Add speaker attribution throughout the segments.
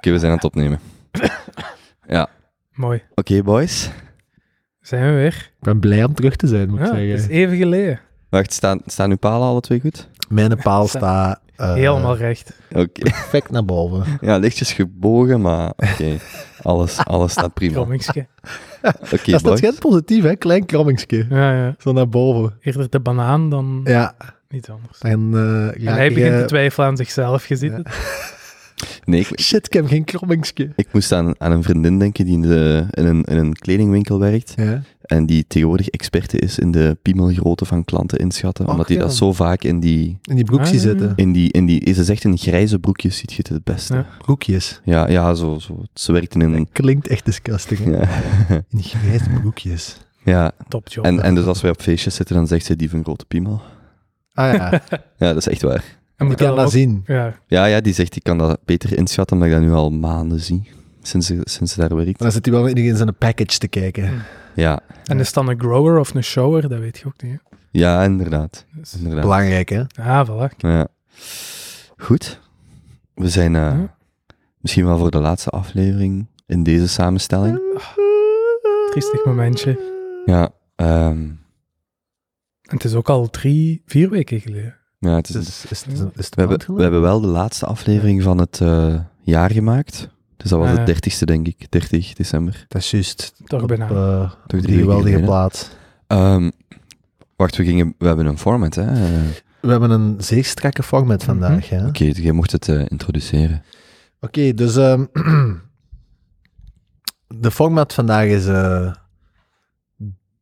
Speaker 1: we zijn aan het opnemen. Ja, oké
Speaker 2: Mooi.
Speaker 1: boys.
Speaker 2: Zijn we weer?
Speaker 3: Ik ben blij om terug te zijn, moet ik
Speaker 2: Ja,
Speaker 3: zeggen.
Speaker 2: het is even geleden.
Speaker 1: Wacht, staan, staan uw palen alle twee goed?
Speaker 3: Mijn paal
Speaker 2: Sta-
Speaker 3: staat eh,
Speaker 2: Helemaal recht.
Speaker 1: Oké.
Speaker 3: perfect naar boven.
Speaker 1: Ja, lichtjes gebogen, maar oké. Alles, alles staat prima. Oké,
Speaker 2: Krommingske.
Speaker 3: Dat staat
Speaker 1: boys.
Speaker 3: geen positief, hè? Klein krammingsje.
Speaker 2: Ja, ja.
Speaker 3: Zo naar boven.
Speaker 2: Eerder de banaan dan
Speaker 3: Ja,
Speaker 2: niet anders.
Speaker 3: en eh
Speaker 2: en
Speaker 3: raak
Speaker 2: hij
Speaker 3: je-
Speaker 2: begint te twijfelen aan zichzelf, je ziet
Speaker 3: Ja.
Speaker 2: het.
Speaker 1: Nee, ik,
Speaker 3: Shit, ik heb geen krammingsje.
Speaker 1: ik moest aan, aan een vriendin denken die in, de, in, een, in een kledingwinkel werkt.
Speaker 3: Ja.
Speaker 1: En die tegenwoordig experte is in de piemelgrootte van klanten inschatten.
Speaker 3: Och,
Speaker 1: omdat die dat
Speaker 3: ja.
Speaker 1: zo vaak in die,
Speaker 3: In die broekjes
Speaker 2: Ah.
Speaker 3: zitten.
Speaker 1: in die, in die... Ze zegt in grijze broekjes ziet je het het beste.
Speaker 2: Ja.
Speaker 1: Ja,
Speaker 3: Broekjes.
Speaker 1: ja, zo, zo. Ze werkt in een...
Speaker 3: Klinkt echt disgusting. hè?
Speaker 1: Ja.
Speaker 3: In grijze broekjes.
Speaker 1: ja.
Speaker 2: Top job. En,
Speaker 1: En, en dus als wij op feestjes zitten, dan zegt ze die van grote piemel.
Speaker 3: Ah ja,
Speaker 1: Ja, dat is echt waar.
Speaker 3: ik
Speaker 2: moet
Speaker 3: kan
Speaker 2: dat
Speaker 3: dat
Speaker 2: ook-
Speaker 3: zien.
Speaker 2: Ja,
Speaker 1: Ja, ja, die zegt, ik kan dat beter inschatten, omdat ik dat nu al maanden zie. Sinds ze, sinds ze daar werkt.
Speaker 3: Maar dan zit hij wel in zijn package te kijken.
Speaker 1: Ja,
Speaker 2: en is het dan een grower of een shower? Dat weet je ook niet. hè?
Speaker 1: ja inderdaad.
Speaker 2: Dus-
Speaker 1: inderdaad.
Speaker 3: Belangrijk, hè?
Speaker 2: ah, voilà.
Speaker 1: Ja. Goed. We zijn eh,
Speaker 2: Ja.
Speaker 1: misschien wel voor de laatste aflevering in deze samenstelling.
Speaker 2: Ah, Triestig momentje.
Speaker 1: Ja, ehm,
Speaker 2: En het is ook al drie, vier weken geleden.
Speaker 1: ja het is,
Speaker 3: Is, is, is, is, het
Speaker 1: we, hebben, we hebben wel de laatste aflevering van het eh, jaar gemaakt. Dus dat was
Speaker 2: Ah,
Speaker 1: de
Speaker 2: ja.
Speaker 1: 30ste, denk ik. 30 december.
Speaker 3: Dat is juist.
Speaker 2: Toch
Speaker 3: Op,
Speaker 2: bijna.
Speaker 3: eh, op
Speaker 1: drie
Speaker 3: die
Speaker 1: weken
Speaker 3: geweldige
Speaker 1: geleden.
Speaker 3: plaats.
Speaker 1: Ehm, wacht, we, gingen, we hebben een format, hè? Eh,
Speaker 3: We hebben een zeer strakke format
Speaker 2: Mhm.
Speaker 3: vandaag. hè? Oké,
Speaker 1: Oké, jij mocht het eh, introduceren.
Speaker 3: dus ehm, de format vandaag is eh,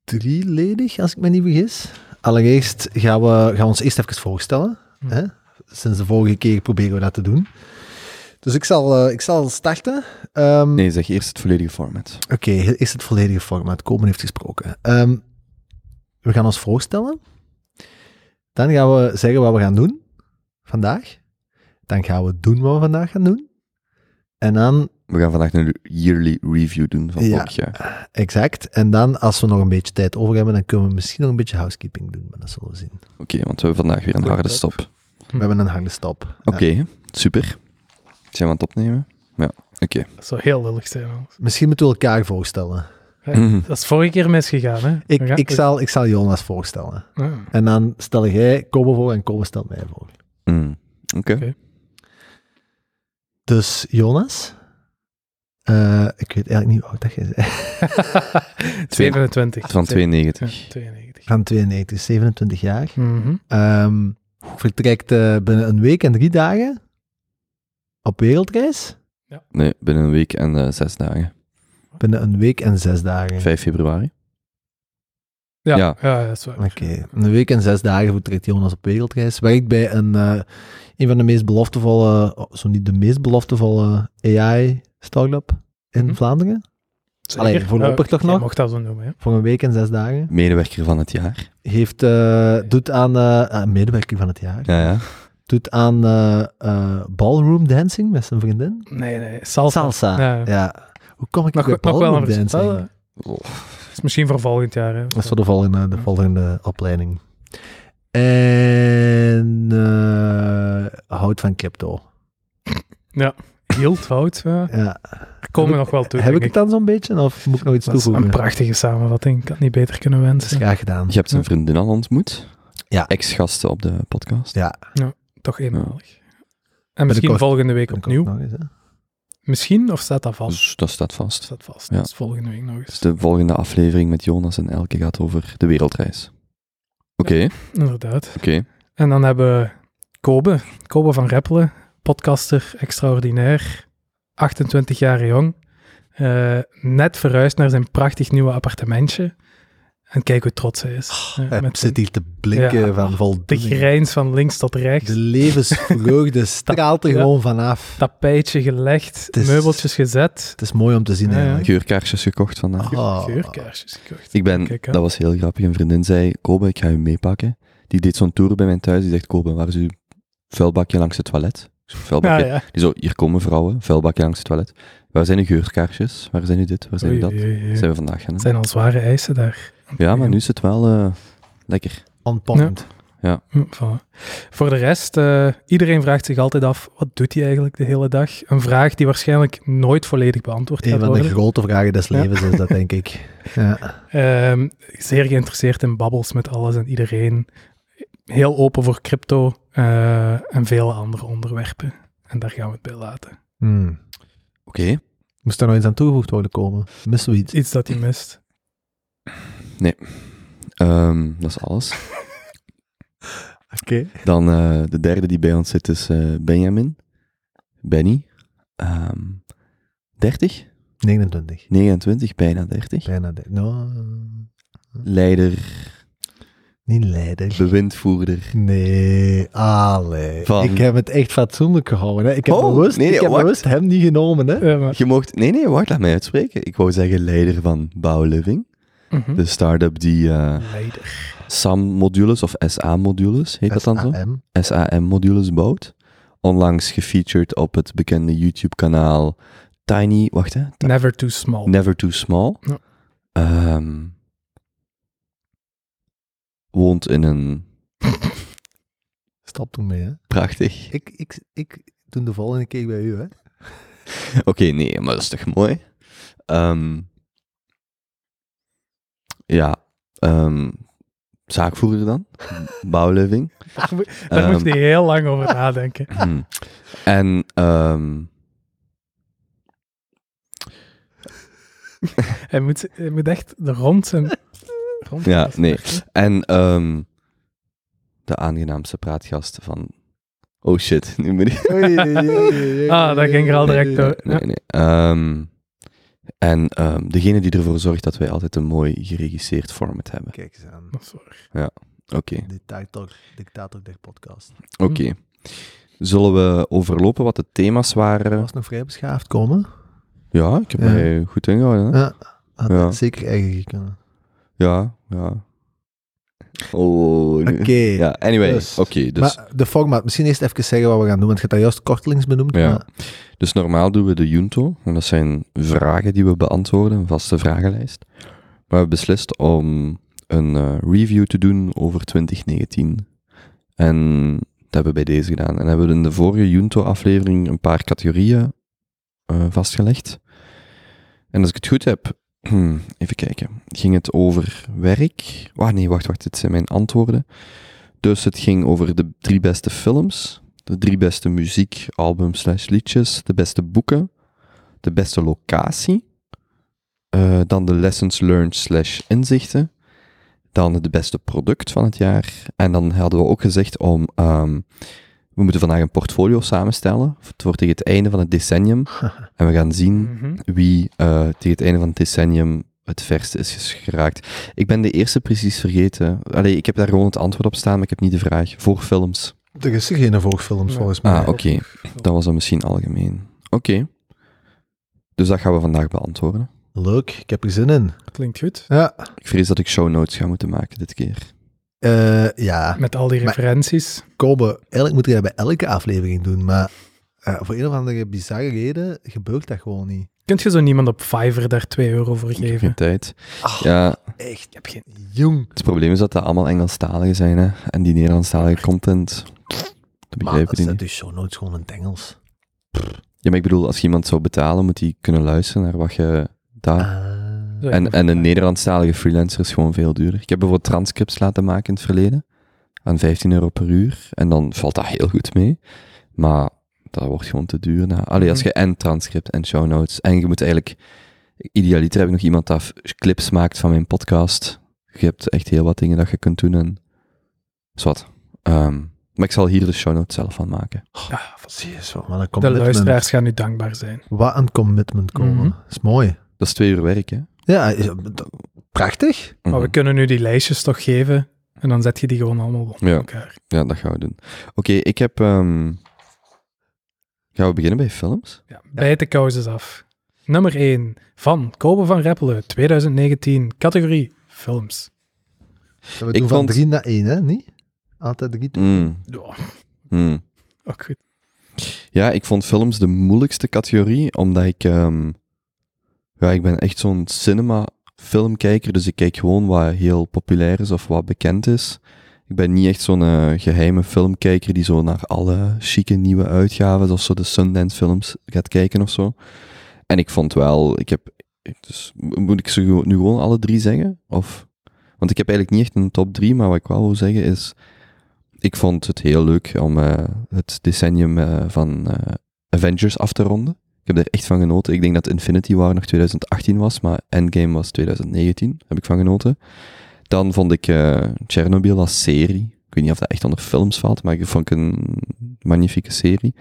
Speaker 3: drieledig, als ik me niet vergis. Allereerst gaan we, gaan we ons eerst even voorstellen.
Speaker 2: Mhm.
Speaker 3: Hè? Sinds de vorige keer proberen we dat te doen. Dus ik zal, eh, ik zal starten. Ehm,
Speaker 1: Nee, zeg eerst het volledige format.
Speaker 3: Oké, is het volledige format. Komen heeft gesproken. Ehm, we gaan ons voorstellen. Dan gaan we zeggen wat we gaan doen vandaag. Dan gaan we doen wat we vandaag gaan doen. En dan,
Speaker 1: We gaan vandaag een yearly review doen van
Speaker 3: Ja.
Speaker 1: vorig jaar.
Speaker 3: exact. En dan, als we nog een beetje tijd over hebben, dan kunnen we misschien nog een beetje housekeeping doen. Maar dat zullen we zien.
Speaker 1: Oké, want we hebben vandaag weer een
Speaker 3: Goed,
Speaker 1: harde
Speaker 3: top.
Speaker 1: stop. Oké,
Speaker 3: We hebben een harde stap.
Speaker 1: super. Zijn we aan het opnemen? Ja, oké.
Speaker 2: Dat zou heel lullig zijn. anders.
Speaker 3: Misschien moeten we elkaar voorstellen.
Speaker 2: Ja,
Speaker 1: Mhm.
Speaker 2: Dat is vorige keer misgegaan, hè?
Speaker 3: Ik,
Speaker 2: We gaan-
Speaker 3: ik, zal, ik zal Jonas voorstellen.
Speaker 2: Ah,
Speaker 3: En dan stel jij Kobe voor en Kobe stelt mij voor.
Speaker 1: Mm, Oké.
Speaker 2: Oké.
Speaker 3: Dus Jonas, eh, ik weet eigenlijk niet hoe oud dat jij bent.
Speaker 2: 27.
Speaker 1: Van 92.
Speaker 2: Ja, 92.
Speaker 3: Van 92, 27 jaar.
Speaker 2: Mhm.
Speaker 3: Ehm, vertrekt eh, binnen een week en drie dagen op wereldreis.
Speaker 1: Nee, binnen een week en eh, zes dagen.
Speaker 3: Binnen een week en zes dagen.
Speaker 1: 5 februari.
Speaker 2: Ja,
Speaker 1: Ja.
Speaker 2: ja. ja, dat is waar.
Speaker 3: Oké, een week en zes dagen vertrekt Jonas op wereldreis. Werkt bij een, eh, een van de meest beloftevolle, oh, zo niet de meest beloftevolle AI-startup in
Speaker 2: Mhm.
Speaker 3: Vlaanderen.
Speaker 2: Zeker.
Speaker 3: Allee, voorlopig
Speaker 2: Ja,
Speaker 3: toch
Speaker 2: jij
Speaker 3: nog?
Speaker 2: mocht dat zo noemen, hè?
Speaker 3: Voor een week en zes dagen.
Speaker 1: Medewerker van het jaar.
Speaker 3: Heeft, eh, doet aan eh, ah, medewerking van het jaar.
Speaker 1: Ja, ja.
Speaker 3: Doet aan eh, eh, ballroom dancing met zijn vriendin.
Speaker 2: Nee, nee, salsa.
Speaker 3: Salsa.
Speaker 2: Ja.
Speaker 3: Ah, Ja. Hoe kom ik
Speaker 2: Nog,
Speaker 3: bij
Speaker 2: nog wel
Speaker 3: ballroom
Speaker 2: een verschil.
Speaker 3: dancing?
Speaker 2: Ah, dat is misschien voor volgend jaar, hè?
Speaker 3: Dat is voor de volgende, de
Speaker 2: Ja.
Speaker 3: volgende opleiding. En eh, houdt van crypto.
Speaker 2: Heel fout. Ja.
Speaker 3: Ja.
Speaker 2: Daar komen we nog wel toe,
Speaker 3: Heb ik
Speaker 2: denk
Speaker 3: het dan zo'n beetje of moet ik nog iets
Speaker 2: Dat is een
Speaker 3: toevoegen?
Speaker 2: prachtige samenvatting. Ik had niet beter kunnen
Speaker 3: Dat is
Speaker 2: wensen.
Speaker 3: graag gedaan.
Speaker 1: Je hebt zijn vriendin al ontmoet.
Speaker 3: Ja.
Speaker 1: Ex-gasten op de podcast.
Speaker 3: Ja,
Speaker 2: Toch eenmalig. En misschien
Speaker 3: Binnenkort-
Speaker 2: volgende week
Speaker 3: dat
Speaker 2: opnieuw.
Speaker 3: komt nog eens, hè.
Speaker 2: Misschien, of staat dat vast?
Speaker 1: Dus dat staat vast.
Speaker 2: Staat vast.
Speaker 1: Ja.
Speaker 2: Dat is volgende week nog
Speaker 1: Dus
Speaker 2: eens.
Speaker 1: de volgende aflevering met Jonas en Elke gaat over de wereldreis. Oké,
Speaker 2: Inderdaad.
Speaker 1: oké.
Speaker 2: En dan hebben we Kobe, Kobe van Reppelen, podcaster extraordinair, 28 jaar jong, eh, net verhuisd naar zijn prachtig nieuwe appartementje. En kijk hoe trots hij is. Ja,
Speaker 3: Ah, Hij
Speaker 2: met
Speaker 3: zit hier te blinken
Speaker 2: Ja.
Speaker 3: van
Speaker 2: de
Speaker 3: voldoening.
Speaker 2: grijns van links tot rechts,
Speaker 3: De levensvreugde straalt er
Speaker 2: Ja.
Speaker 3: gewoon vanaf.
Speaker 2: tapijtje gelegd,
Speaker 3: Het is-
Speaker 2: meubeltjes gezet,
Speaker 3: Het is mooi om te zien
Speaker 2: Ja, ja.
Speaker 3: eigenlijk.
Speaker 1: Geurkaarsjes gekocht vandaag.
Speaker 3: Ah.
Speaker 2: geurkaarsjes gekocht.
Speaker 1: Ik ben,
Speaker 2: Kijk, hè.
Speaker 1: dat was heel grappig, een vriendin zei, Kobe, ik ga je meepakken. Die deed zo'n tour bij mijn thuis, die zegt, Kobe, waar is uw vuilbakje langs het toilet? Ik zo,
Speaker 2: Ah,
Speaker 1: Vuilbakje.
Speaker 2: ja.
Speaker 1: Die zo, hier komen vrouwen, vuilbakje langs het toilet. Waar zijn uw geurkaarsjes? Waar zijn u dit? Waar zijn u
Speaker 2: Oei,
Speaker 1: dat?
Speaker 2: oei, oei.
Speaker 1: Zijn we vandaag gaan.
Speaker 2: Het
Speaker 1: hè?
Speaker 2: zijn al zware eisen daar.
Speaker 1: Ja, maar nu is het wel eh, lekker.
Speaker 3: On point.
Speaker 1: ja.
Speaker 2: Hm, voilà. Voor de rest, eh, iedereen vraagt zich altijd af, wat doet hij eigenlijk de hele dag? Een vraag die waarschijnlijk nooit volledig beantwoord
Speaker 3: Een
Speaker 2: gaat
Speaker 3: van de
Speaker 2: worden.
Speaker 3: grote vragen des
Speaker 2: Ja.
Speaker 3: levens is dat, denk ik. Ja.
Speaker 2: Ehm, zeer geïnteresseerd in babbels met alles en iedereen. Heel open voor crypto eh, en vele andere onderwerpen. En daar gaan we het bij laten.
Speaker 3: Hmm.
Speaker 1: Oké.
Speaker 3: Moest daar nog iets aan toegevoegd worden komen? Missen we iets?
Speaker 2: Iets dat hij mist.
Speaker 1: Ehm, dat is alles.
Speaker 3: Oké.
Speaker 1: Dan eh, de derde die bij ons zit is eh, Benjamin. Benny. Ehm 30?
Speaker 3: 29.
Speaker 1: 29, bijna 30.
Speaker 3: Bijna de- No,
Speaker 1: Leider,
Speaker 3: niet leider.
Speaker 1: bewindvoerder.
Speaker 3: Nee, allee.
Speaker 1: Van-
Speaker 3: Ik heb het echt fatsoenlijk gehouden. Hè. Ik heb,
Speaker 1: Oh,
Speaker 3: bewust,
Speaker 1: nee,
Speaker 3: ik heb
Speaker 1: wacht.
Speaker 3: bewust hem niet genomen. Hè.
Speaker 2: Eh, maar-
Speaker 1: Je mocht... Nee, nee, wacht, laat mij uitspreken. Ik wou zeggen leider van Bouw Living.
Speaker 2: Mhm.
Speaker 1: De start-up die eh
Speaker 2: Leider.
Speaker 1: SAM-modules of SA-modules, heet dat dan zo?
Speaker 3: SAM.
Speaker 1: SAM-modules bouwt. Onlangs gefeatured op het bekende YouTube-kanaal Tiny... Wacht, hè? Ti-
Speaker 2: Never too small.
Speaker 1: Never Too Small.
Speaker 2: Ja.
Speaker 1: Ehm, woont in een
Speaker 3: Stap toen mee. Hè.
Speaker 1: prachtig...
Speaker 3: Ik, ik, ik doe de volgende keer bij u. Hè.
Speaker 1: Oké, nee, maar dat is toch mooi? Ehm, ja, ehm, zaakvoerder dan? Bouwliving.
Speaker 2: Daar, mo- daar
Speaker 1: Ehm.
Speaker 2: moest hij heel lang over nadenken.
Speaker 1: Hm. En ehm,
Speaker 2: Hij moet, hij moet echt de rond
Speaker 1: Mm.
Speaker 2: zijn... Rond
Speaker 1: Ja,
Speaker 2: zijn
Speaker 1: nee.
Speaker 2: vlechten.
Speaker 1: En ehm, de aangenaamste praatgast van. Oh shit, nu moet ik.
Speaker 2: Ah, dat ging er al direct door.
Speaker 1: Nee, nee. Ehm, en ehm, degene die ervoor zorgt dat wij altijd een mooi geregisseerd format hebben.
Speaker 3: Kijk eens aan.
Speaker 2: Dat is waar.
Speaker 1: Oké,
Speaker 3: Dictator, dictator der podcast.
Speaker 1: oké. Zullen we overlopen wat de thema's
Speaker 3: Dat
Speaker 1: waren?
Speaker 3: was nog vrij beschaafd komen.
Speaker 1: Ja, ik heb
Speaker 3: Ja.
Speaker 1: mij goed ingehouden. Hè?
Speaker 3: Ja, had
Speaker 1: Ja.
Speaker 3: zeker eigen gekund.
Speaker 1: Ja, ja. Oh, nu-
Speaker 3: Oké.
Speaker 1: Ja, anyway.
Speaker 3: Dus-
Speaker 1: Oké, dus,
Speaker 3: Maar de format, misschien eerst even zeggen wat we gaan doen, want je hebt dat juist kortlings benoemd.
Speaker 1: Ja.
Speaker 3: maar-
Speaker 1: dus normaal doen we de Junto. En dat zijn vragen die we beantwoorden, een vaste vragenlijst. Maar we hebben beslist om een eh, review te doen over 2019. En dat hebben we bij deze gedaan. En hebben we in de vorige Junto-aflevering een paar categorieën eh, vastgelegd. En als ik het goed heb, even kijken. Ging het over werk? Ah nee, wacht, wacht. Dit zijn mijn antwoorden. Dus het ging over de drie beste films, de drie beste muziek, album slash liedjes, de beste boeken, de beste locatie, eh, dan de lessons learned slash inzichten, dan het beste product van het jaar. En dan hadden we ook gezegd om, ehm, we moeten vandaag een portfolio samenstellen. Het wordt tegen het einde van het decennium. En we gaan zien
Speaker 2: Mhm.
Speaker 1: wie eh, tegen het einde van het decennium het verste is ges- geraakt. Ik ben de eerste precies vergeten. Allee, ik heb daar gewoon het antwoord op staan, maar ik heb niet de vraag. Voor films.
Speaker 3: Er is er geen volgfilms
Speaker 2: Nee.
Speaker 3: volgens mij.
Speaker 1: Ah, oké.
Speaker 2: Mhm.
Speaker 1: Dan was dat misschien algemeen. Oké. Dus dat gaan we vandaag beantwoorden.
Speaker 3: Leuk, ik heb er zin in.
Speaker 2: Klinkt goed.
Speaker 3: Ja,
Speaker 1: Ik vrees dat ik show notes ga moeten maken dit keer.
Speaker 3: eh, ja.
Speaker 2: Met al die
Speaker 3: Maar-
Speaker 2: referenties.
Speaker 3: Kobe, eigenlijk moet je dat bij elke aflevering doen, maar eh, voor een of andere bizarre reden gebeurt dat gewoon niet.
Speaker 2: Kunt je zo niemand op Fiverr daar 2 euro voor
Speaker 1: Ik heb
Speaker 2: geven?
Speaker 1: geen tijd.
Speaker 3: Ach,
Speaker 1: Ja,
Speaker 3: echt.
Speaker 2: Ik heb geen...
Speaker 3: Jong.
Speaker 1: het probleem is dat dat allemaal Engelstaligen zijn, hè. En die Nederlandstalige content... Dat
Speaker 3: Ah. Maar
Speaker 1: begrijpen die
Speaker 3: dat
Speaker 1: niet.
Speaker 3: staat dus zo nooit gewoon in het Engels.
Speaker 1: Ja, maar ik bedoel, als je iemand zou betalen, moet die kunnen luisteren naar wat je daar...
Speaker 3: Ah.
Speaker 2: Zo,
Speaker 1: En,
Speaker 2: ik-
Speaker 1: en een Nederlandstalige freelancer is gewoon veel duurder. Ik heb bijvoorbeeld transcripts laten maken in het verleden. Aan 15 euro per uur. En dan valt dat heel goed mee. Maar dat wordt gewoon te duur. Na. Allee, als je en transcript en show notes. En je moet eigenlijk... Idealiter heb ik nog iemand dat f- clips maakt van mijn podcast. Je hebt echt heel wat dingen dat je kunt doen. En... Is wat. Ehm, maar ik zal hier de show notes zelf van maken.
Speaker 2: Ah,
Speaker 3: Zie je zo, maar een
Speaker 2: de
Speaker 3: commitment.
Speaker 2: luisteraars gaan nu dankbaar zijn.
Speaker 3: Wat een commitment komen.
Speaker 2: Mhm.
Speaker 3: is mooi.
Speaker 1: Dat is twee uur werk, hè? Mhm.
Speaker 3: Ja, is- dat- prachtig.
Speaker 2: Maar we kunnen nu die lijstjes toch geven. En dan zet je die gewoon allemaal onder
Speaker 1: Ja.
Speaker 2: elkaar.
Speaker 1: Ja, dat gaan we doen. Oké, ik heb... ehm, Gaan we beginnen bij films?
Speaker 2: Ja, bijt de kousjes af. Nummer 1 van Kobe van Reppelen 2019, categorie films.
Speaker 3: We doen van
Speaker 1: vond-
Speaker 3: drie naar één, hè? Niet? Altijd drie.
Speaker 1: Mm,
Speaker 2: Ja,
Speaker 1: mm.
Speaker 2: ook goed.
Speaker 1: Ja, ik vond films de moeilijkste categorie, omdat ik... ehm, ja, ik ben echt zo'n cinema-filmkijker, dus ik kijk gewoon wat heel populair is of wat bekend is. Ik ben niet echt zo'n eh, geheime filmkijker die zo naar alle chique nieuwe uitgaven, zoals zo de Sundance films, gaat kijken of zo. En ik vond wel, ik heb, dus, mo- moet ik ze gewo- nu gewoon alle drie zeggen? Of, want ik heb eigenlijk niet echt een top drie, maar wat ik wel wil zeggen is, ik vond het heel leuk om eh, het decennium eh, van eh, Avengers af te ronden. Ik heb er echt van genoten. Ik denk dat Infinity War nog 2018 was, maar Endgame was 2019. Heb ik van genoten. Dan vond ik eh Chernobyl als serie. Ik weet niet of dat echt onder films valt, maar ik vond het een magnifieke serie.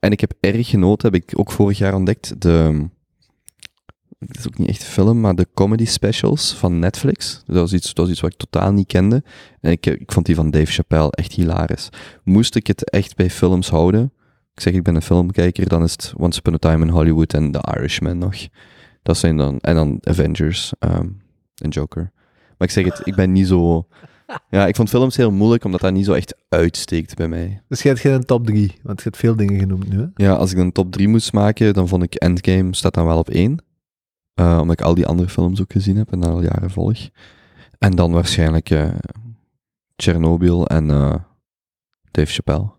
Speaker 1: En ik heb erg genoten, heb ik ook vorig jaar ontdekt, de... Het is ook niet echt film, maar de comedy specials van Netflix. Dat was iets, dat was iets wat ik totaal niet kende. En ik, ik vond die van Dave Chappelle echt hilarisch. Moest ik het echt bij films houden? Ik zeg, ik ben een filmkijker, dan is het Once Upon a Time in Hollywood en The Irishman nog. Dat zijn dan... En dan Avengers ehm, en Joker. Maar ik zeg het, ik ben niet zo... Ja, ik vond films heel moeilijk, omdat dat niet zo echt uitsteekt bij mij.
Speaker 3: Dus je hebt geen top 3, want je hebt veel dingen genoemd nu. Hè?
Speaker 1: Ja, als ik een top 3 moest maken, dan vond ik Endgame staat dan wel op 1. omdat ik al die andere films ook gezien heb en daar al jaren volg. En dan waarschijnlijk eh Chernobyl en eh, Dave Chappelle.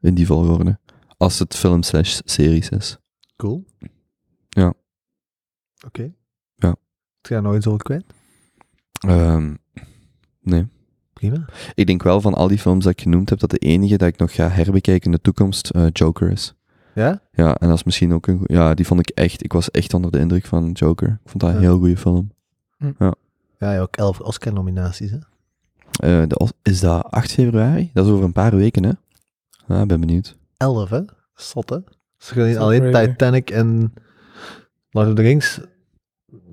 Speaker 1: In die volgorde. Als het film slash series is.
Speaker 3: Cool.
Speaker 1: Ja.
Speaker 3: Oké.
Speaker 1: Ja.
Speaker 3: Het gaat nooit zo kwijt.
Speaker 1: Ehm, nee.
Speaker 3: Prima.
Speaker 1: Ik denk wel van al die films dat ik genoemd heb, dat de enige dat ik nog ga herbekijken in de toekomst eh, Joker is.
Speaker 3: Ja?
Speaker 1: Ja, en dat is misschien ook een... goe- Ja, die vond ik echt... Ik was echt onder de indruk van Joker. Ik vond dat een
Speaker 3: Ja.
Speaker 1: heel goede film.
Speaker 3: Ja, je hebt ook elf Oscar-nominaties. hè?
Speaker 1: Eh, de Os- is dat 8 februari? Dat is over een paar weken, hè? Ja, ik ben benieuwd.
Speaker 3: Elf, hè? Zot, hè? Dus je kan niet
Speaker 2: Zot
Speaker 3: alleen
Speaker 2: crazy.
Speaker 3: Titanic en Lord of the Rings...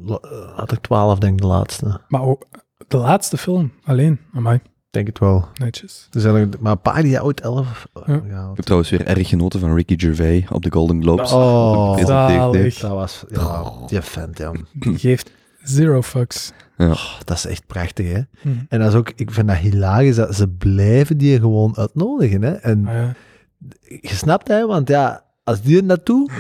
Speaker 3: la- eh, Had er twaalf, denk ik, de laatste. Ik
Speaker 2: Maar ook de laatste film alleen. Amai,
Speaker 3: denk het wel.
Speaker 2: netjes.
Speaker 3: Er zijn er maar een paar die ooit elf eh,
Speaker 2: Ja.
Speaker 1: Ik heb
Speaker 3: gehaald.
Speaker 1: trouwens weer erg genoten van Ricky Gervais op de Golden Globes.
Speaker 3: Oh,
Speaker 1: Is dat dicht, dicht?
Speaker 2: Zalig.
Speaker 3: dat was... Ja, die vent, ja.
Speaker 1: Hm.
Speaker 2: Die geeft zero fucks.
Speaker 3: Oh, dat is echt prachtig, hè?
Speaker 2: Hm.
Speaker 3: En dat is ook... Ik vind dat hilarisch dat ze blijven die gewoon uitnodigen, hè? En
Speaker 2: Ah ja.
Speaker 3: je snapt hè, want ja, als die dat doet,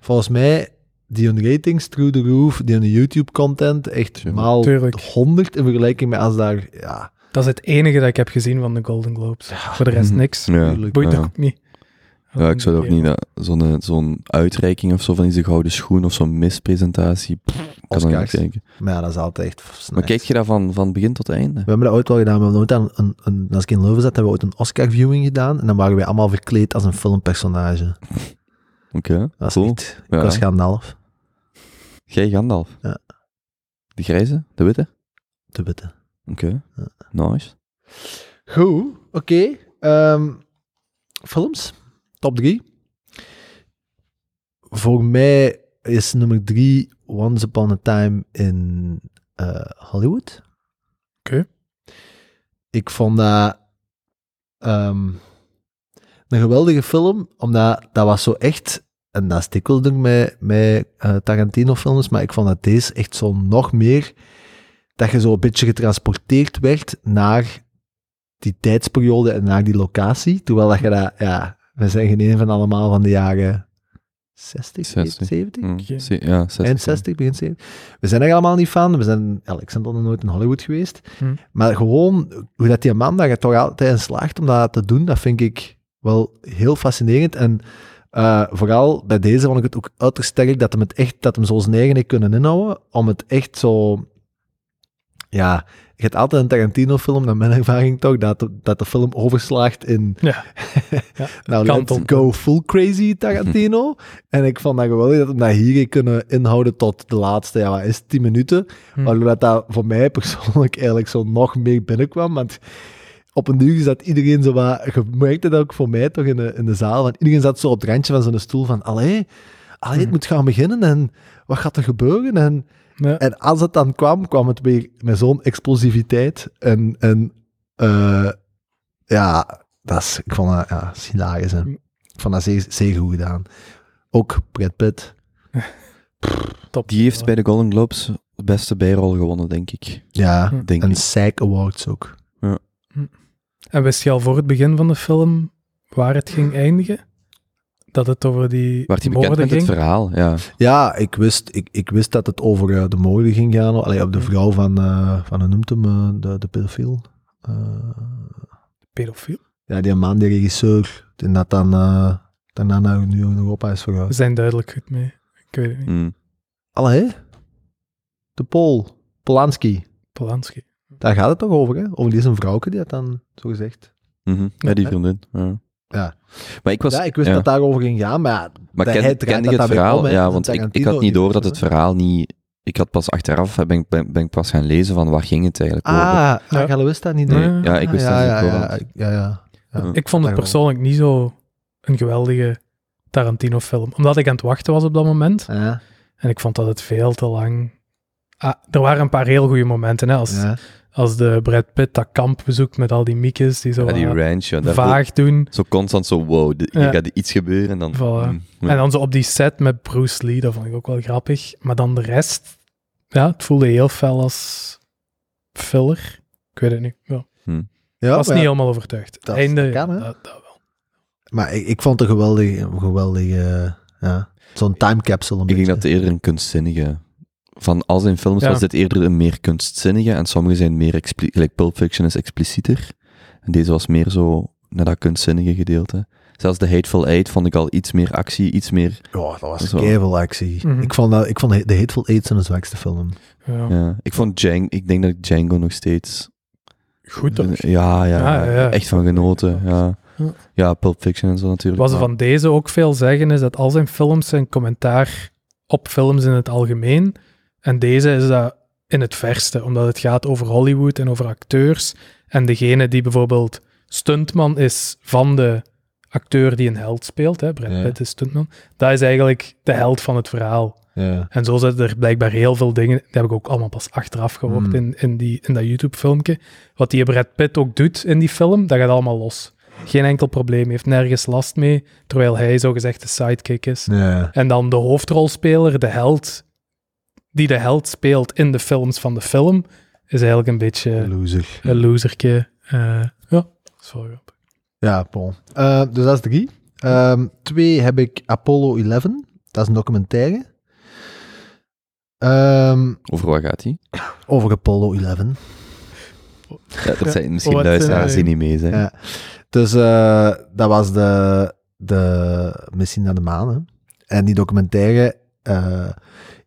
Speaker 3: volgens mij, die hun ratings through the roof, die hun YouTube-content, echt
Speaker 1: Tuurlijk.
Speaker 3: maal
Speaker 2: Tuurlijk.
Speaker 3: 100 in vergelijking met als daar, ja,
Speaker 2: Dat is het enige dat ik heb gezien van de Golden Globes. Voor de rest
Speaker 1: Mhm.
Speaker 2: niks.
Speaker 1: Ja.
Speaker 3: tuurlijk.
Speaker 2: Boeit
Speaker 1: Ja.
Speaker 2: toch ook niet.
Speaker 1: Ja, ik zou dat ook niet... dat- Zo'n eh, zo'n uitreiking of zo van die gouden schoen of zo'n mispresentatie. pff, Kan dan niet
Speaker 3: Oscars.
Speaker 1: kijken.
Speaker 3: Maar ja, dat is altijd echt
Speaker 1: Maar
Speaker 3: snacks.
Speaker 1: kijk je dat van, van begin tot einde?
Speaker 3: We hebben dat ooit wel gedaan, we hebben ooit aan een, een, als ik in Leuven zat, hebben we ooit een Oscar-viewing gedaan, en dan waren wij allemaal verkleed als een filmpersonage.
Speaker 1: Oké.
Speaker 3: Dat is
Speaker 1: Cool.
Speaker 3: niet, ik
Speaker 1: Ja.
Speaker 3: was Gandalf,
Speaker 1: Jij Gandalf?
Speaker 3: Ja.
Speaker 1: De grijze? De witte?
Speaker 3: te witte.
Speaker 1: Oké.
Speaker 3: Ja.
Speaker 1: Nice.
Speaker 3: Goed, oké. Ehm, films, top 3. Voor mij is nummer 3 Once Upon a Time in eh, Hollywood.
Speaker 2: Oké.
Speaker 3: Ik vond dat ehm, een geweldige film, omdat dat was zo echt, en dat is dikwijls denk ik met, met eh, Tarantino-films, maar ik vond dat deze echt zo nog meer, dat je zo een beetje getransporteerd werd naar die tijdsperiode en naar die locatie. Terwijl dat je dat, ja, we zijn geen een van allemaal van de jaren 60,
Speaker 1: 60.
Speaker 3: 70.
Speaker 1: Mm,
Speaker 2: Geen-
Speaker 1: zie- Ja, 60.
Speaker 3: Eind 60, begin 70. We zijn er allemaal niet van. We zijn, ja, ik ben nog nooit in Hollywood geweest.
Speaker 2: Hm.
Speaker 3: Maar gewoon hoe dat die man daar toch altijd in slaagt om dat te doen, dat vind ik wel heel fascinerend. En eh, vooral bij deze vond ik het ook uiterst sterk dat hem het echt, dat hem zo zijn eigen heeft kunnen inhouden, om het echt zo... Ja, je hebt altijd een Tarantino-film, naar mijn ervaring toch, dat de, dat de film overslaagt in
Speaker 2: Ja. Ja,
Speaker 3: nou,
Speaker 2: kan
Speaker 3: let's
Speaker 2: toch.
Speaker 3: go full crazy Tarantino. en ik vond dat geweldig dat we dat hier heeft kunnen inhouden tot de laatste, ja, wat is het, 10 minuten.
Speaker 2: Hm.
Speaker 3: Waardoor dat, dat voor mij persoonlijk eigenlijk zo nog meer binnenkwam. Want op een duur is dat iedereen zo wat... Je merkte dat ook voor mij toch in de, in de zaal. Want iedereen zat zo op het randje van zijn stoel van... Allee, allee, het
Speaker 2: Hm.
Speaker 3: moet gaan beginnen en wat gaat er gebeuren? En
Speaker 2: Ja.
Speaker 3: en als het dan kwam, kwam het weer met zo'n explosiviteit. En, en eh, ja, dat is, ik vond dat, ja, dat is hilarisch. Hè. Ik vond dat zeer, zeer goed gedaan. Ook Brad Pitt.
Speaker 2: Top.
Speaker 1: Die heeft bij de Golden Globes de beste bijrol gewonnen, denk ik.
Speaker 3: Ja,
Speaker 2: Hm.
Speaker 1: Denk
Speaker 3: en
Speaker 1: ik.
Speaker 3: Psych Awards ook.
Speaker 2: En wist je al voor het begin van de film waar het ging eindigen? Dat het over die
Speaker 1: Werd hij bekend
Speaker 2: moorden
Speaker 1: met het
Speaker 2: ging?
Speaker 1: verhaal? Ja.
Speaker 3: Ja, ik wist, ik, ik wist dat het over eh, de moorden ging gaan. Allee, op de
Speaker 2: Hm.
Speaker 3: vrouw van, eh van hoe noemt hem, eh, de, de pedofiel? Eh,
Speaker 2: pedofiel.
Speaker 3: Ja, die man, die regisseur, die dat dan eh, daarna naar nu in Europa is
Speaker 2: We
Speaker 3: verhuisd.
Speaker 2: zijn duidelijk goed mee. Ik weet het niet.
Speaker 1: Mm.
Speaker 3: Allee, de Pool, Polanski,
Speaker 2: Polanski.
Speaker 3: daar gaat het toch over, hè? Over die is een vrouwke die dat dan, zo gezegd.
Speaker 1: Mhm. Ja, die
Speaker 3: Ja.
Speaker 1: vriendin. Ja.
Speaker 3: Ja.
Speaker 1: Maar ik was...
Speaker 3: ja, ik wist
Speaker 1: ja.
Speaker 3: dat het daarover ging gaan, maar ja,
Speaker 1: Maar
Speaker 3: dat
Speaker 1: ken, kende
Speaker 3: hij draait
Speaker 1: je
Speaker 3: dat
Speaker 1: het
Speaker 3: daar weer
Speaker 1: verhaal?
Speaker 3: om, hè?
Speaker 1: ja,
Speaker 3: Dat
Speaker 1: want ik, ik
Speaker 3: Tarantino
Speaker 1: had niet door dat
Speaker 3: die-
Speaker 1: het verhaal niet... Ik had pas achteraf, hè, ben ik, ben, ben ik pas gaan lezen van waar ging het eigenlijk
Speaker 3: Ah,
Speaker 1: over.
Speaker 3: ja.
Speaker 2: Ja.
Speaker 3: wist dat niet.
Speaker 1: Nee,
Speaker 2: nee.
Speaker 1: ja, ik wist
Speaker 3: ah,
Speaker 1: dat
Speaker 3: ja,
Speaker 1: niet.
Speaker 3: ja,
Speaker 1: Roland.
Speaker 3: ja, ja. ja.
Speaker 2: Ik vond het
Speaker 3: Daarom.
Speaker 2: persoonlijk niet zo een geweldige Tarantino-film. Omdat ik aan het wachten was op dat moment.
Speaker 3: Ja,
Speaker 2: En ik vond dat het veel te lang... Ah, er waren een paar heel goede momenten. Hè? Als,
Speaker 3: ja.
Speaker 2: als de Brad Pitt dat kamp bezoekt met al die miekes die zo
Speaker 1: Ja, die
Speaker 2: wat
Speaker 1: ranch, ja, daar voel-
Speaker 2: vaag doen.
Speaker 1: Zo constant zo, wow, dit- hier
Speaker 2: Ja.
Speaker 1: gaat iets gebeuren en dan...
Speaker 2: Voilà.
Speaker 1: Mm, ja.
Speaker 2: En dan zo op die set met Bruce Lee, dat vond ik ook wel grappig. Maar dan de rest, ja, het voelde heel fel als filler. Ik weet het niet. Ja.
Speaker 3: Ja,
Speaker 2: Ik was
Speaker 3: maar
Speaker 2: niet
Speaker 3: ja.
Speaker 2: helemaal overtuigd. Het
Speaker 3: Dat
Speaker 2: Einde,
Speaker 3: kan, hè?
Speaker 2: dat- dat wel.
Speaker 3: Maar ik, ik vond het een geweldige, een geweldige eh, ja. zo'n time capsule een
Speaker 1: Ik denk
Speaker 3: beetje.
Speaker 1: dat het eerder een kunstzinnige... Van al zijn films
Speaker 2: Ja.
Speaker 1: was dit eerder een meer kunstzinnige en sommige zijn meer... expli- Like Pulp Fiction is explicieter. En deze was meer zo naar dat kunstzinnige gedeelte. Zelfs The Hateful Eight vond ik al iets meer actie, iets meer...
Speaker 3: Ja, Oh, dat was
Speaker 1: Zo.
Speaker 3: een kevelactie.
Speaker 2: Mhm.
Speaker 3: Ik vond, dat, ik vond The Hateful Eight zijn de zwakste film.
Speaker 2: Ja.
Speaker 1: Ja. Ik vond Django... Ik denk dat ik Django nog steeds...
Speaker 2: Goed toch? Ah,
Speaker 1: Ja, ja,
Speaker 2: Ja, ja, ja.
Speaker 1: Echt van genoten, ja.
Speaker 2: Ja.
Speaker 1: Ja, Pulp Fiction en zo natuurlijk.
Speaker 2: Wat ze
Speaker 1: maar-
Speaker 2: van deze ook veel zeggen, is dat al zijn films zijn commentaar op films in het algemeen. En deze is dat in het verste, omdat het gaat over Hollywood en over acteurs. En degene die bijvoorbeeld stuntman is van de acteur die een held speelt, hè, Brad
Speaker 3: Ja.
Speaker 2: Pitt is stuntman, dat is eigenlijk de held van het verhaal.
Speaker 3: Ja.
Speaker 2: En zo zitten er blijkbaar heel veel dingen, die heb ik ook allemaal pas achteraf gehoord
Speaker 3: Hmm.
Speaker 2: in, in, die, in dat YouTube-filmpje. Wat die Brad Pitt ook doet in die film, dat gaat allemaal los. Geen enkel probleem, heeft nergens last mee, terwijl hij zogezegd de sidekick is.
Speaker 3: Ja.
Speaker 2: En dan de hoofdrolspeler, de held, die de held speelt in de films van de film, is eigenlijk een beetje
Speaker 3: Loser.
Speaker 2: een loserke. Eh, ja, dat is wel grappig.
Speaker 3: Ja, bon. Eh, dus dat is drie. Ehm, twee heb ik Apollo 11. Dat is een documentaire. Ehm,
Speaker 1: Over wat gaat die?
Speaker 3: over Apollo 11.
Speaker 1: Ja, dat zijn misschien
Speaker 2: Wat, eh,
Speaker 1: luisteraars die niet mee zijn.
Speaker 3: Ja. Dus eh, dat was de, de missie naar de maan. hè. En die documentaire, eh,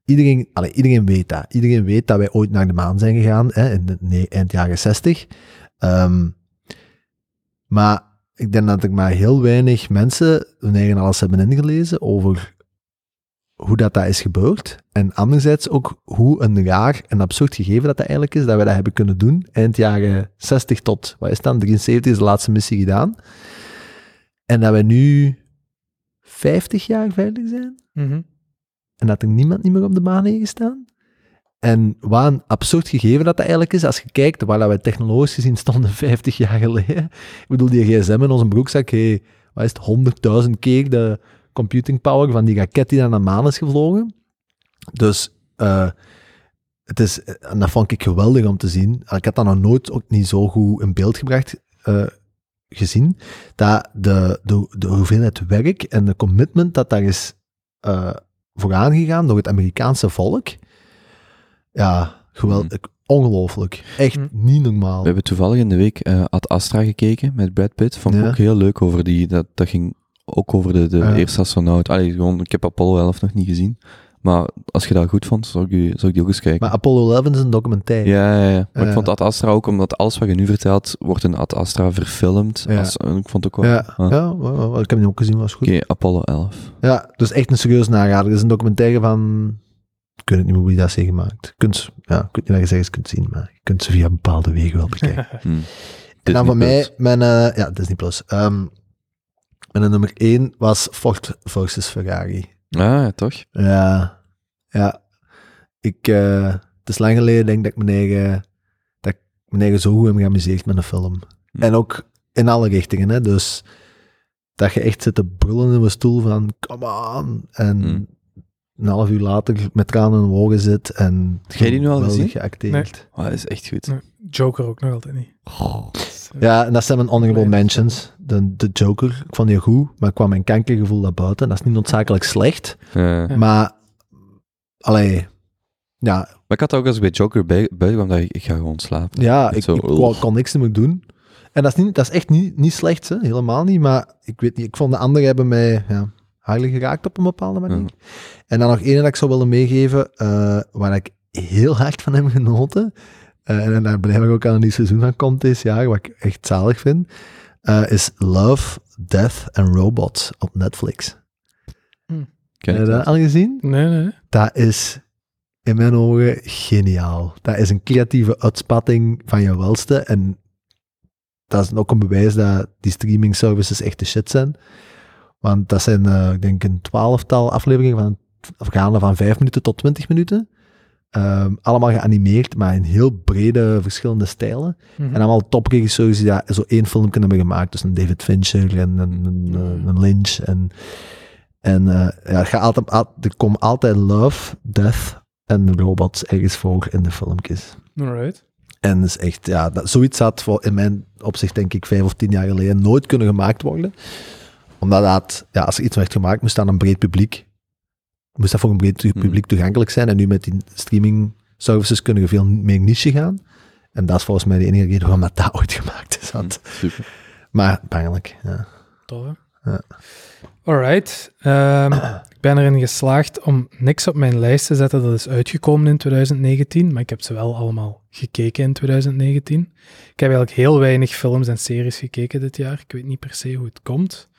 Speaker 3: iedereen, allee, iedereen weet dat. Iedereen weet dat wij ooit naar de maan zijn gegaan, hè, in de, nee, eind jaren 60. Ehm, maar ik denk dat er maar heel weinig mensen hun eigen alles hebben ingelezen over hoe dat, dat is gebeurd. En anderzijds ook hoe een raar en absurd gegeven dat, dat eigenlijk is, dat wij dat hebben kunnen doen eind jaren 60 tot, wat is het dan, 73 is de laatste missie gedaan. En dat wij nu 50 jaar verder zijn en dat er niemand niet meer op de maan heeft gestaan. En wat een absurd gegeven dat, dat eigenlijk is, als je kijkt waar dat wij technologisch gezien stonden 50 jaar geleden. Ik bedoel, die gsm in onze broekzak, hey, wat is het, 100.000 keer de computing power van die raket die naar de maan is gevlogen. Dus eh, het is, en dat vond ik geweldig om te zien. Ik had dat nog nooit ook niet zo goed in beeld gebracht eh, gezien. Dat de, de, de hoeveelheid werk en de commitment dat daar is eh, vooraan gegaan door het Amerikaanse volk. Ja,
Speaker 1: Mm.
Speaker 3: geweldig. Ongelooflijk. Echt
Speaker 2: Mm.
Speaker 3: niet normaal.
Speaker 1: We hebben toevallig in de week eh, Ad Astra gekeken met Brad Pitt. Vond ik
Speaker 3: Ja.
Speaker 1: ook heel leuk over die. Dat, dat ging ook over de, de
Speaker 3: Ja.
Speaker 1: eerste astronaut. Allee, gewoon, ik heb Apollo 11 nog niet gezien. Maar als je dat goed vond, zou ik, die- zou ik die ook eens kijken.
Speaker 3: Maar Apollo 11 is een documentaire.
Speaker 1: ja, ja, ja. Maar ik
Speaker 3: Ja.
Speaker 1: vond Ad Astra ook, omdat alles wat je nu vertelt, wordt in Ad Astra verfilmd.
Speaker 3: Ja.
Speaker 1: Als, en ik vond het ook wel...
Speaker 3: Ja,
Speaker 1: Ah.
Speaker 3: ja, wel, wel, ik heb hem ook gezien, was goed.
Speaker 1: Oké, Apollo 11.
Speaker 3: Ja, dus echt een serieus nagader. Het is een documentaire van... Ik weet het niet meer hoe die dat is gemaakt. Je Kunt, ze- ja, ik weet niet dat je ze ergens kunt zien, maar je kunt ze via bepaalde wegen wel bekijken. en dan
Speaker 1: Disney
Speaker 3: van mij,
Speaker 1: Plus.
Speaker 3: mijn... eh ja, Disney+. Plus. Ehm mijn nummer 1 was Ford versus Ferrari.
Speaker 1: Ah, ja, toch?
Speaker 3: Ja, ja. Ik, eh, het is lang geleden, denk ik, dat ik mijn eigen, dat ik mijn eigen zo goed heb geamuseerd met een film.
Speaker 1: Hm.
Speaker 3: En ook in alle richtingen, hè. Dus dat je echt zit te brullen in mijn stoel van, come on. En
Speaker 1: Hm.
Speaker 3: een half uur later met tranen in de ogen zit en
Speaker 1: Heb jij die nu al
Speaker 3: geweldig
Speaker 1: gezien?
Speaker 3: geacteerd.
Speaker 1: Oh, dat is echt goed.
Speaker 2: Nee. Joker ook nog altijd niet.
Speaker 1: Goh.
Speaker 3: Ja, en dat zijn mijn honorable
Speaker 2: Nee, dat is
Speaker 3: mentions. De, de Joker, ik vond die goed, maar kwam mijn kankergevoel naar buiten. Dat is niet noodzakelijk slecht,
Speaker 1: Ja.
Speaker 2: Ja.
Speaker 3: maar... Allee, ja,
Speaker 1: Maar ik had dat ook als ik bij Joker bij, buiten kwam, dat ik, ik ga gewoon slapen.
Speaker 3: Ja,
Speaker 1: Echt
Speaker 3: ik,
Speaker 1: zo,
Speaker 3: ik
Speaker 1: ugh.
Speaker 3: kon, kon niks meer doen. En En dat is, niet, dat is echt niet, niet slecht, hè? helemaal niet. Maar ik weet niet, ik vond de anderen hebben mij ja, hardelijk geraakt op een bepaalde manier.
Speaker 1: Ja.
Speaker 3: En dan nog één dat ik zou willen meegeven, eh, waar ik heel hard van heb genoten. eh, en daar blijkbaar ook aan een nieuw seizoen van komt dit jaar, wat ik echt zalig vind. eh, is Love, Death and Robots op Netflix.
Speaker 1: Ken ik
Speaker 3: Heb je dat
Speaker 1: dat?
Speaker 3: al gezien?
Speaker 2: Nee, nee. nee.
Speaker 3: Dat is in mijn ogen geniaal. Dat is een creatieve uitspatting van je welste. En dat is ook een bewijs dat die streaming services echt de shit zijn. Want dat zijn, eh, ik denk, een twaalftal afleveringen van gaande van vijf minuten tot twintig minuten. Ehm, allemaal geanimeerd, maar in heel brede verschillende stijlen.
Speaker 2: Mhm.
Speaker 3: En allemaal topregisseurs die daar zo één film kunnen hebben gemaakt. Dus een David Fincher en een, een, eh, een Lynch. En, en eh, ja, het gaat altijd, al- er komt altijd love, death en robots ergens voor in de filmpjes.
Speaker 2: Alright.
Speaker 3: En is echt, ja, dat, zoiets had voor, in mijn opzicht, denk ik, vijf of tien jaar geleden nooit kunnen gemaakt worden. Omdat dat, ja, als er iets werd gemaakt, moest dat aan een breed publiek. Moest dat voor een breed tu-
Speaker 1: Mhm.
Speaker 3: publiek toegankelijk zijn. En nu met die streaming services kunnen we veel meer niche gaan. En dat is volgens mij de enige reden waarom dat, dat ooit gemaakt
Speaker 2: Mhm.
Speaker 3: is. had.
Speaker 1: Super.
Speaker 3: Maar pijnlijk, ja.
Speaker 2: Tof, hè?
Speaker 3: Ja.
Speaker 2: Alright. Ehm, ik ben erin geslaagd om niks op mijn lijst te zetten dat is uitgekomen in 2019, maar ik heb ze wel allemaal gekeken in 2019. Ik heb eigenlijk heel weinig films en series gekeken dit jaar. Ik weet niet per se hoe het komt.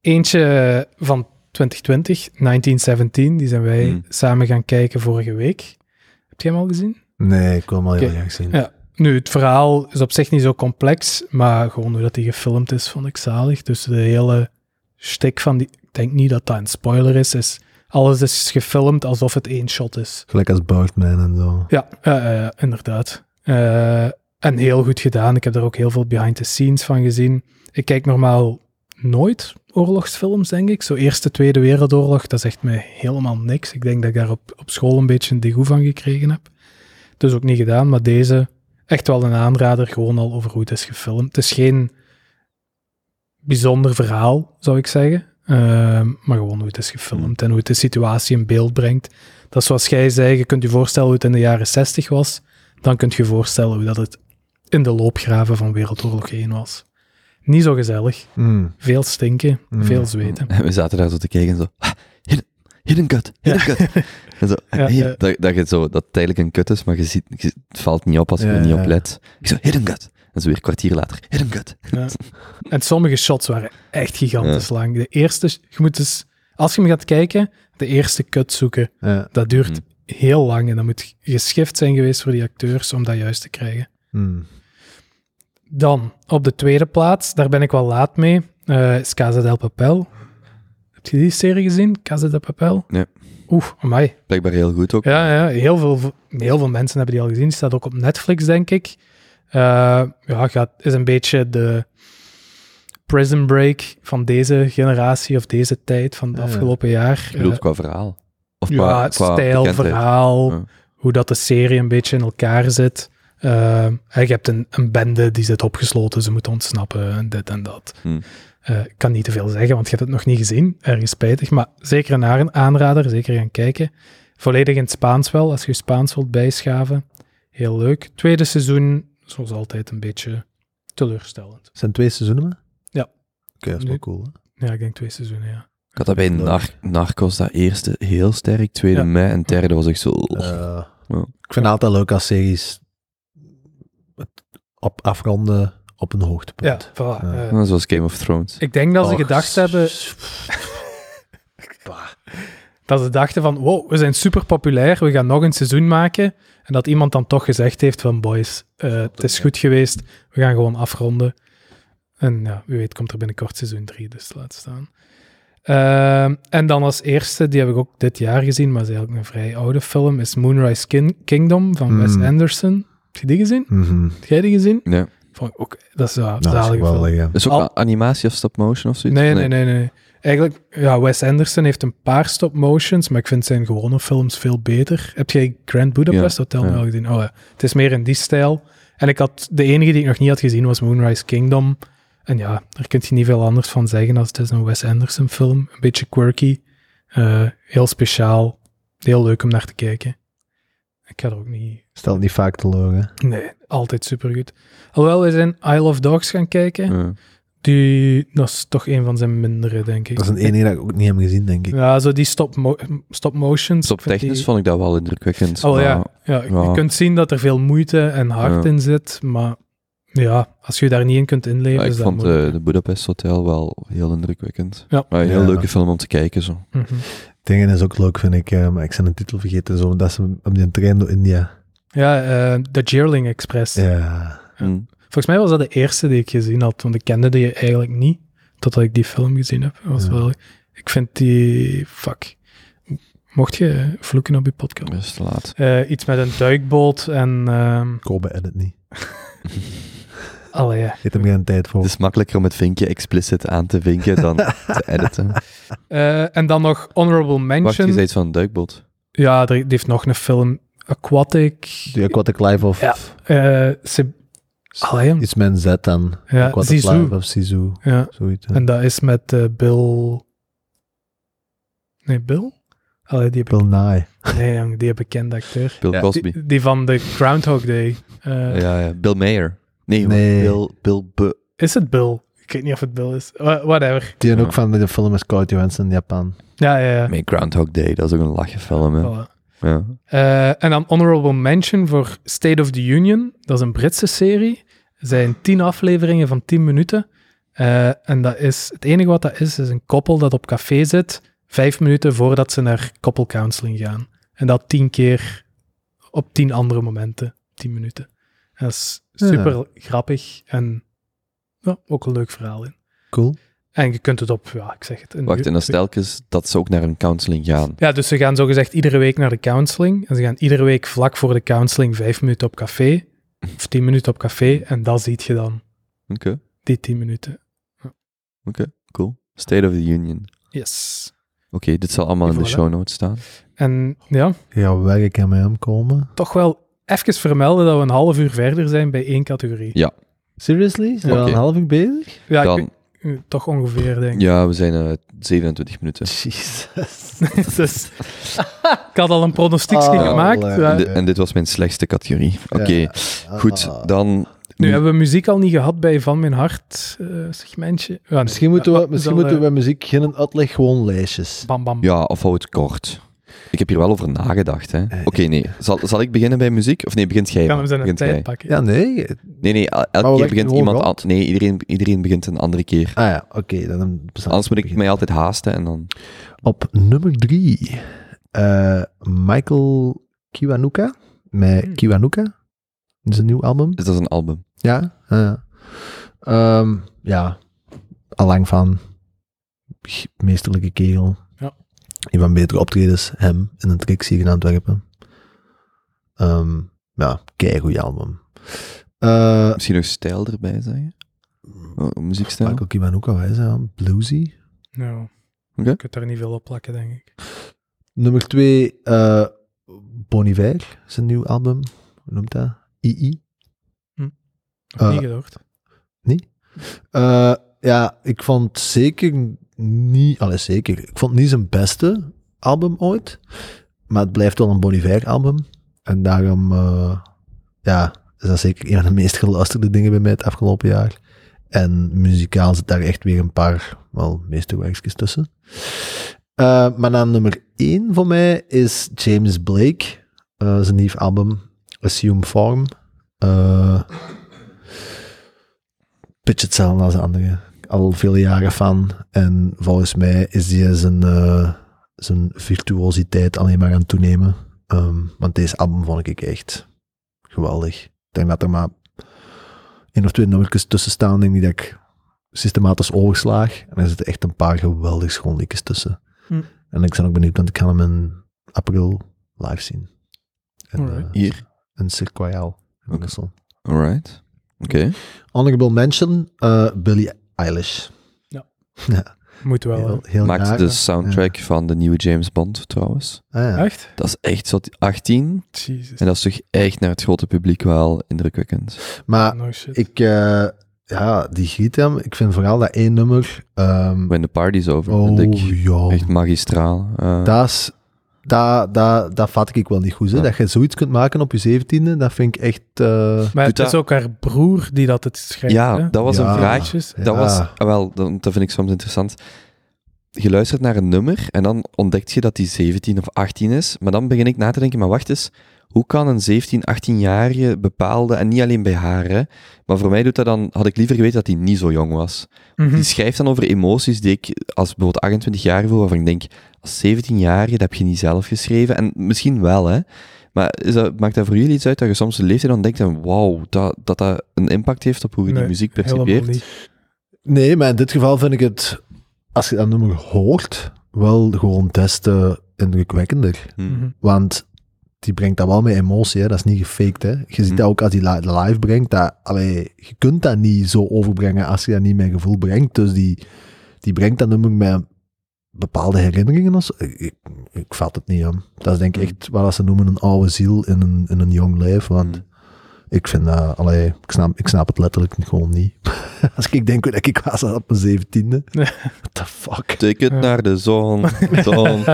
Speaker 2: Eentje van 2020, 1917, die zijn wij
Speaker 1: Hmm.
Speaker 2: samen gaan kijken vorige week. Heb jij hem al gezien?
Speaker 3: Nee, ik wil hem al heel
Speaker 2: Oké.
Speaker 3: graag zien.
Speaker 2: Ja. Nu, het verhaal is op zich niet zo complex, maar gewoon hoe dat die gefilmd is, vond ik zalig. Dus de hele shtick van die... Ik denk niet dat dat een spoiler is. is alles is gefilmd alsof het één shot is.
Speaker 3: Gelijk als Birdman en zo.
Speaker 2: Ja, eh, eh, inderdaad. Eh, en heel goed gedaan. Ik heb er ook heel veel behind the scenes van gezien. Ik kijk normaal nooit oorlogsfilms, denk ik. Zo eerst de Tweede Wereldoorlog, dat zegt mij helemaal niks. Ik denk dat ik daar op, op school een beetje een degoe van gekregen heb. Dus ook niet gedaan, maar deze echt wel een aanrader, gewoon al over hoe het is gefilmd. Het is geen bijzonder verhaal, zou ik zeggen. Ehm, maar gewoon hoe het is gefilmd en hoe het de situatie in beeld brengt. Dat is zoals jij zei, je kunt je voorstellen hoe het in de jaren 60 was. Dan kunt je je voorstellen hoe dat het in de loopgraven van Wereldoorlog 1 was. Niet zo gezellig.
Speaker 3: Mm.
Speaker 2: Veel stinken,
Speaker 3: Mm.
Speaker 2: veel zweten.
Speaker 1: En we zaten daar zo te kijken en zo... "Ah, hidden, hidden cut, hidden cut. En zo,
Speaker 2: Ja,
Speaker 1: hier,
Speaker 2: ja.
Speaker 1: Dat, dat, je zo, dat het eigenlijk een kut is, maar je ziet, je- het valt niet op als je
Speaker 3: Ja,
Speaker 1: er niet
Speaker 3: ja.
Speaker 1: op let. Ik zo, hidden cut. En zo weer een kwartier later, hidden cut.
Speaker 2: Ja. En sommige shots waren echt gigantisch lang. De eerste, je moet dus, als je hem gaat kijken, de eerste cut zoeken.
Speaker 3: Ja.
Speaker 2: Dat duurt
Speaker 3: Mm.
Speaker 2: heel lang en dat moet geschift zijn geweest voor die acteurs om dat juist te krijgen.
Speaker 3: Mm.
Speaker 2: Dan, op de tweede plaats, daar ben ik wel laat mee, eh, is Casa del Papel. Heb je die serie gezien, Casa del Papel?
Speaker 1: Nee.
Speaker 2: Oeh, amai.
Speaker 1: Blijkbaar heel goed ook.
Speaker 2: Ja, ja heel, veel, heel veel mensen hebben die al gezien. Die staat ook op Netflix, denk ik. Eh, ja, gaat, is een beetje de prison break van deze generatie of deze tijd van het
Speaker 3: Ah, ja.
Speaker 2: afgelopen jaar.
Speaker 1: Ik bedoel,
Speaker 2: Eh,
Speaker 1: qua verhaal. Of
Speaker 2: ja, stijl,
Speaker 1: bekendheid.
Speaker 2: verhaal,
Speaker 1: Ja.
Speaker 2: hoe dat de serie een beetje in elkaar zit. Eh, en je hebt een, een bende die zit opgesloten, ze moeten ontsnappen en dit en dat.
Speaker 1: Hmm.
Speaker 2: Eh, ik kan niet te veel zeggen, want je hebt het nog niet gezien. Erg spijtig, maar zeker een aan- aanrader, zeker gaan kijken. Volledig in het Spaans wel, als je Spaans wilt bijschaven. Heel leuk. Tweede seizoen, zoals altijd, een beetje teleurstellend.
Speaker 3: Zijn twee seizoenen maar?
Speaker 2: Ja.
Speaker 3: Oké, dat is wel
Speaker 2: Nu-
Speaker 3: cool. Hè?
Speaker 2: Ja, ik denk twee seizoenen, ja.
Speaker 1: Ik had dat bij
Speaker 3: Leuk.
Speaker 1: Nar- Narcos, dat eerste heel sterk, tweede
Speaker 2: Ja.
Speaker 1: mei en derde was ik zo...
Speaker 3: Eh,
Speaker 1: Ja.
Speaker 3: Ik vind het altijd leuk als series het op afronden op een
Speaker 2: Ja,
Speaker 3: hoogtepunt.
Speaker 2: voilà.
Speaker 3: Ja.
Speaker 2: Eh,
Speaker 1: Ja, zoals Game of Thrones.
Speaker 2: ik denk dat ze
Speaker 3: Och,
Speaker 2: gedacht hebben,
Speaker 3: Bah.
Speaker 2: Dat ze dachten van, wow, we zijn super populair, we gaan nog een seizoen maken. En dat iemand dan toch gezegd heeft van, boys, eh, het is goed geweest, we gaan gewoon afronden. En ja, wie weet komt er binnenkort seizoen 3, dus laat staan. Ehm, en dan als eerste, die heb ik ook dit jaar gezien, maar is eigenlijk een vrij oude film, is Moonrise Kin- Kingdom van Wes
Speaker 3: Mm.
Speaker 2: Anderson. Heb je die gezien?
Speaker 3: Mhm.
Speaker 2: Heb jij die gezien?
Speaker 1: Ja.
Speaker 2: Vond ik ook, dat is een
Speaker 3: Nou, dat is
Speaker 2: zalige film.
Speaker 3: geweldig, ja.
Speaker 1: Is ook
Speaker 2: Al-
Speaker 1: a- animatie of stop-motion of zoiets?
Speaker 2: Nee, nee, nee, nee. Eigenlijk, ja, Wes Anderson heeft een paar stop-motions, maar ik vind zijn gewone films veel beter. Heb jij Grand Budapest Hotel
Speaker 1: ja.
Speaker 2: wel gezien? Oh ja, het is meer in die stijl. En ik had, de enige die ik nog niet had gezien was Moonrise Kingdom. En ja, daar kun je niet veel anders van zeggen als het is een Wes Anderson film. Een beetje quirky, eh, heel speciaal, heel leuk om naar te kijken. Ik ga er ook niet...
Speaker 3: Stelt niet vaak teleur, hè.
Speaker 2: Nee, altijd supergoed. Alhoewel, we zijn Isle of Dogs gaan kijken.
Speaker 1: Ja.
Speaker 2: Die, dat is toch een van zijn mindere, denk ik.
Speaker 3: Dat is een enige dat ik ook niet heb gezien, denk ik.
Speaker 2: Ja, zo die stop-motions. stop motions,
Speaker 1: Op
Speaker 2: ik vind die-
Speaker 1: technisch vond ik dat wel indrukwekkend.
Speaker 2: Oh ja,
Speaker 1: maar-
Speaker 2: ja, je
Speaker 1: ja.
Speaker 2: kunt zien dat er veel moeite en hard
Speaker 1: Ja.
Speaker 2: in zit, maar ja, als je daar niet in kunt inleven,
Speaker 1: ja, ik
Speaker 2: is dat
Speaker 1: vond eh,
Speaker 2: moeilijk.
Speaker 1: de Budapest Hotel wel heel indrukwekkend.
Speaker 2: Ja.
Speaker 1: Maar een heel
Speaker 3: Ja.
Speaker 1: leuke film om te kijken. Zo.
Speaker 2: Mhm.
Speaker 3: Dingen is ook leuk, vind ik. eh, maar ik zijn de titel vergeten. Zo, dat ze op die trein door India.
Speaker 2: Ja, eh, de Jeerling Express.
Speaker 3: Ja.
Speaker 2: Ja.
Speaker 1: Mm.
Speaker 2: Volgens mij was dat de eerste die ik gezien had, want ik kende die eigenlijk niet, totdat ik die film gezien heb. Dat Was
Speaker 3: Ja.
Speaker 2: wel, ik vind die... Fuck. Mocht je vloeken op je podcast?
Speaker 1: Dat is te laat.
Speaker 2: Eh, iets met een duikboot en... ehm
Speaker 3: Kobe edit niet.
Speaker 2: allee, ja.
Speaker 3: Je hebt hem geen tijd voor.
Speaker 1: Het is makkelijker om het vinkje explicit aan te vinken dan te editen.
Speaker 2: Eh, en dan nog Honorable
Speaker 1: Wacht,
Speaker 2: Mention.
Speaker 1: je zei iets van een duikboot.
Speaker 2: ja, er, die heeft nog een film. Aquatic.
Speaker 3: Doe je Aquatic Life of
Speaker 2: Ja. eh Sib- Allee, hem.
Speaker 3: iets met een Z dan?
Speaker 2: Ja,
Speaker 3: Aquatic
Speaker 2: Zizou.
Speaker 3: Life of Sisu.
Speaker 2: Ja,
Speaker 3: Zoiets. hè.
Speaker 2: en dat is met eh, Bill... Nee, Bill? Allee, die heb
Speaker 3: Bill Nye.
Speaker 2: ik... Nee, jong, die bekende acteur.
Speaker 1: Bill
Speaker 3: Ja.
Speaker 1: Cosby.
Speaker 2: Die, die van de Groundhog Day. Eh,
Speaker 1: Ja, ja. Bill Mayer. Nee,
Speaker 3: Nee.
Speaker 1: Bill, Bill Bu-
Speaker 2: Is het Bill? Ik weet niet of het Bill is. Wha- whatever.
Speaker 3: Die en
Speaker 1: Ja.
Speaker 3: ook van de film is Scarlett Johansson in Japan.
Speaker 2: Ja, ja, Oh. ja.
Speaker 1: Nee, Groundhog Day, dat is ook een lachen film. Hè.
Speaker 2: Voilà.
Speaker 1: Ja.
Speaker 2: Eh, en dan Honorable Mention voor State of the Union. Dat is een Britse serie. Er zijn tien afleveringen van tien minuten. Eh, en dat is, het enige wat dat is, is een koppel dat op café zit, vijf minuten voordat ze naar koppelcounseling gaan. En dat tien keer op tien andere momenten, tien minuten. En dat is
Speaker 3: Ja.
Speaker 2: super grappig en ja, ook een leuk verhaal in.
Speaker 3: Cool.
Speaker 2: En je kunt het op, ja, ik zeg het. een
Speaker 1: Wacht,
Speaker 2: uur-
Speaker 1: en dan telkens dat ze ook naar een counseling gaan.
Speaker 2: ja, dus ze gaan zogezegd iedere week naar de counseling. En ze gaan iedere week vlak voor de counseling vijf minuten op café. Of tien minuten op café. En dat ziet je dan,
Speaker 1: Oké,
Speaker 2: die tien minuten.
Speaker 1: cool. State of the Union. Oké,
Speaker 2: Yes.
Speaker 1: dit zal allemaal in de
Speaker 2: Voilà.
Speaker 1: show notes staan.
Speaker 2: En ja,
Speaker 3: Je gaat werk aan mij aankomen.
Speaker 2: toch wel even vermelden dat we een half uur verder zijn bij één categorie.
Speaker 3: Seriously? Zijn we al
Speaker 1: Oké.
Speaker 3: een half uur bezig?
Speaker 2: Ja, ik
Speaker 1: Dan,
Speaker 2: weet- eh, toch ongeveer, denk ik.
Speaker 1: ja, we zijn eh 27 minuten.
Speaker 3: Jesus.
Speaker 2: Dus, ik had al een pronostiekje
Speaker 3: Oh,
Speaker 2: gemaakt.
Speaker 3: leuk.
Speaker 2: Ja.
Speaker 1: En, di- en dit was mijn slechtste categorie. Oké,
Speaker 3: Ah.
Speaker 1: goed, dan...
Speaker 2: Nu hebben we muziek al niet gehad bij Van Mijn Hart eh, segmentje. Ja, nee.
Speaker 3: Misschien moeten we,
Speaker 2: Maar-
Speaker 3: misschien
Speaker 2: zal,
Speaker 3: moeten we
Speaker 2: eh,
Speaker 3: bij muziek geen uitleg, gewoon lijstjes.
Speaker 2: Bam, bam.
Speaker 1: Ja, of hou het kort. Ik heb hier wel over nagedacht, hè. Oké,
Speaker 3: Eh,
Speaker 1: nee. Zal, zal ik beginnen bij muziek? Of nee, begint jij.
Speaker 2: Gaan
Speaker 1: maar.
Speaker 2: we zijn
Speaker 1: Begint
Speaker 2: tijd
Speaker 1: jij.
Speaker 2: pakken.
Speaker 3: Ja, nee.
Speaker 1: Nee, nee, el-
Speaker 3: Maar
Speaker 1: elke keer
Speaker 3: we leggen
Speaker 1: begint
Speaker 3: gewoon
Speaker 1: iemand...
Speaker 3: wel.
Speaker 1: an- Nee, iedereen, iedereen begint een andere keer.
Speaker 3: Ah ja, oké. dan dan bestaan
Speaker 1: Anders moet ik
Speaker 3: beginnen.
Speaker 1: mij altijd haasten en dan...
Speaker 3: Op nummer drie. eh, Michael Kiwanuka. Met
Speaker 2: Hmm.
Speaker 3: Kiwanuka. Dat is een nieuw album.
Speaker 1: Is Dus dat een album?
Speaker 3: Ja, ja. Ehm, ja, allang van G- meesterlijke kerel.
Speaker 2: Ja.
Speaker 3: Een van betere optredens, hem in een tricks hier in Antwerpen. Ehm ja, keigoed album. Eh
Speaker 1: Misschien nog stijl erbij zeggen?
Speaker 3: Mm.
Speaker 1: Oh, muziekstijl?
Speaker 3: Michael Kiwanuka, wij zijn bluesy.
Speaker 2: Nou,
Speaker 1: Oké.
Speaker 2: je kunt daar niet veel op plakken, denk ik.
Speaker 3: Nummer twee, eh Bon Iver, zijn nieuw album. Hoe noemt dat? II.
Speaker 2: Nog
Speaker 3: Eh,
Speaker 2: Hm. niet gehoord.
Speaker 3: Eh, ja, ik vond zeker niet, alles zeker, ik vond niet zijn beste album ooit, maar het blijft wel een Bon Iver album. En daarom, eh, ja, is dat zeker een van de meest geluisterde dingen bij mij het afgelopen jaar. En muzikaal zit daar echt weer een paar, wel, meesterwerkjes tussen. Eh, maar dan nummer één voor mij is James Blake, eh, zijn nieuw album, Assume Form. Eh beetje hetzelfde als de andere. Al vele jaren fan. En volgens mij is die zijn, eh, zijn virtuositeit alleen maar aan het toenemen. Ehm, want deze album vond ik echt geweldig. Ik denk dat er maar één of twee nummertjes tussen staan denk ik, die ik systematisch overslaag. En er zitten echt een paar geweldig schoonlijkjes tussen.
Speaker 2: Hm.
Speaker 3: En ik ben ook benieuwd, want ik ga hem in april live zien. En,
Speaker 2: Alright.
Speaker 3: eh
Speaker 1: Hier.
Speaker 3: in Circuaal in
Speaker 1: Oké.
Speaker 3: Brussel.
Speaker 1: Alright. Oké.
Speaker 3: Honorable mention, eh Billie Eilish.
Speaker 2: Moet wel. hè.
Speaker 3: Heel, heel
Speaker 1: Maakt dus-
Speaker 3: raar.
Speaker 1: de soundtrack van de nieuwe James Bond trouwens.
Speaker 3: Ah, ja.
Speaker 2: Echt?
Speaker 1: Dat is echt zo 18.
Speaker 2: Jezus.
Speaker 1: En dat is toch echt naar het grote publiek wel indrukwekkend.
Speaker 3: Maar
Speaker 2: no shit.
Speaker 3: ik, eh, ja, die Grietem, ik vind vooral dat één nummer. ehm,
Speaker 1: When the party's over.
Speaker 3: oh
Speaker 1: vind ik
Speaker 3: ja,
Speaker 1: echt magistraal. Eh,
Speaker 3: dat is dat, dat, dat vat ik wel niet goed. Hè?
Speaker 1: Ja.
Speaker 3: Dat je zoiets kunt maken op je zeventiende, dat vind ik echt... eh,
Speaker 2: Maar het
Speaker 1: Doet
Speaker 2: is
Speaker 1: dat-
Speaker 2: ook haar broer die dat het schrijft.
Speaker 1: Ja,
Speaker 2: hè? Ah,
Speaker 1: dat was
Speaker 3: Ja.
Speaker 1: een vraag.
Speaker 2: Liedjes.
Speaker 3: Ja.
Speaker 1: Dat was, ah, wel, dat, dat vind ik soms interessant. Je luistert naar een nummer en dan ontdekt je dat die 17 of 18 is. Maar dan begin ik na te denken, maar wacht eens, hoe kan een 17, 18-jarige bepaalde, en niet alleen bij haar, hè, maar voor mij doet dat dan, had ik liever geweten dat hij niet zo jong was.
Speaker 2: Mhm.
Speaker 1: Die schrijft dan over emoties die ik als bijvoorbeeld 28 jaar voel, waarvan ik denk, als 17-jarige, dat heb je niet zelf geschreven. En misschien wel, hè. Maar is dat, maakt dat voor jullie iets uit dat je soms de leeftijd dan denkt, en wauw, dat, dat dat een impact heeft op hoe je
Speaker 2: Nee,
Speaker 1: die muziek
Speaker 2: Helemaal
Speaker 1: percipieert?
Speaker 2: niet.
Speaker 3: Nee, maar in dit geval vind ik het, als je dat nummer hoort, wel gewoon des te indrukwekkender.
Speaker 1: Hm.
Speaker 2: Mhm.
Speaker 3: Want die brengt dat wel met emotie, hè? dat is niet gefaked. Hè? Je ziet
Speaker 1: Hm.
Speaker 3: dat ook als hij li- live brengt. Dat, allee, je kunt dat niet zo overbrengen als je dat niet met gevoel brengt. Dus die, die brengt dat nummer met bepaalde herinneringen. Of zo. Ik, ik, ik vat het niet aan. Dat is denk ik
Speaker 1: Hm.
Speaker 3: echt wat ze noemen een oude ziel in een, in een jong lijf. Want ik vind dat, allee, ik snap, ik snap het letterlijk gewoon niet. Als ik denk hoe dat ik was op mijn zeventiende.
Speaker 2: Ja.
Speaker 3: What the fuck?
Speaker 1: Ticket
Speaker 2: Ja.
Speaker 1: naar de zon. zon.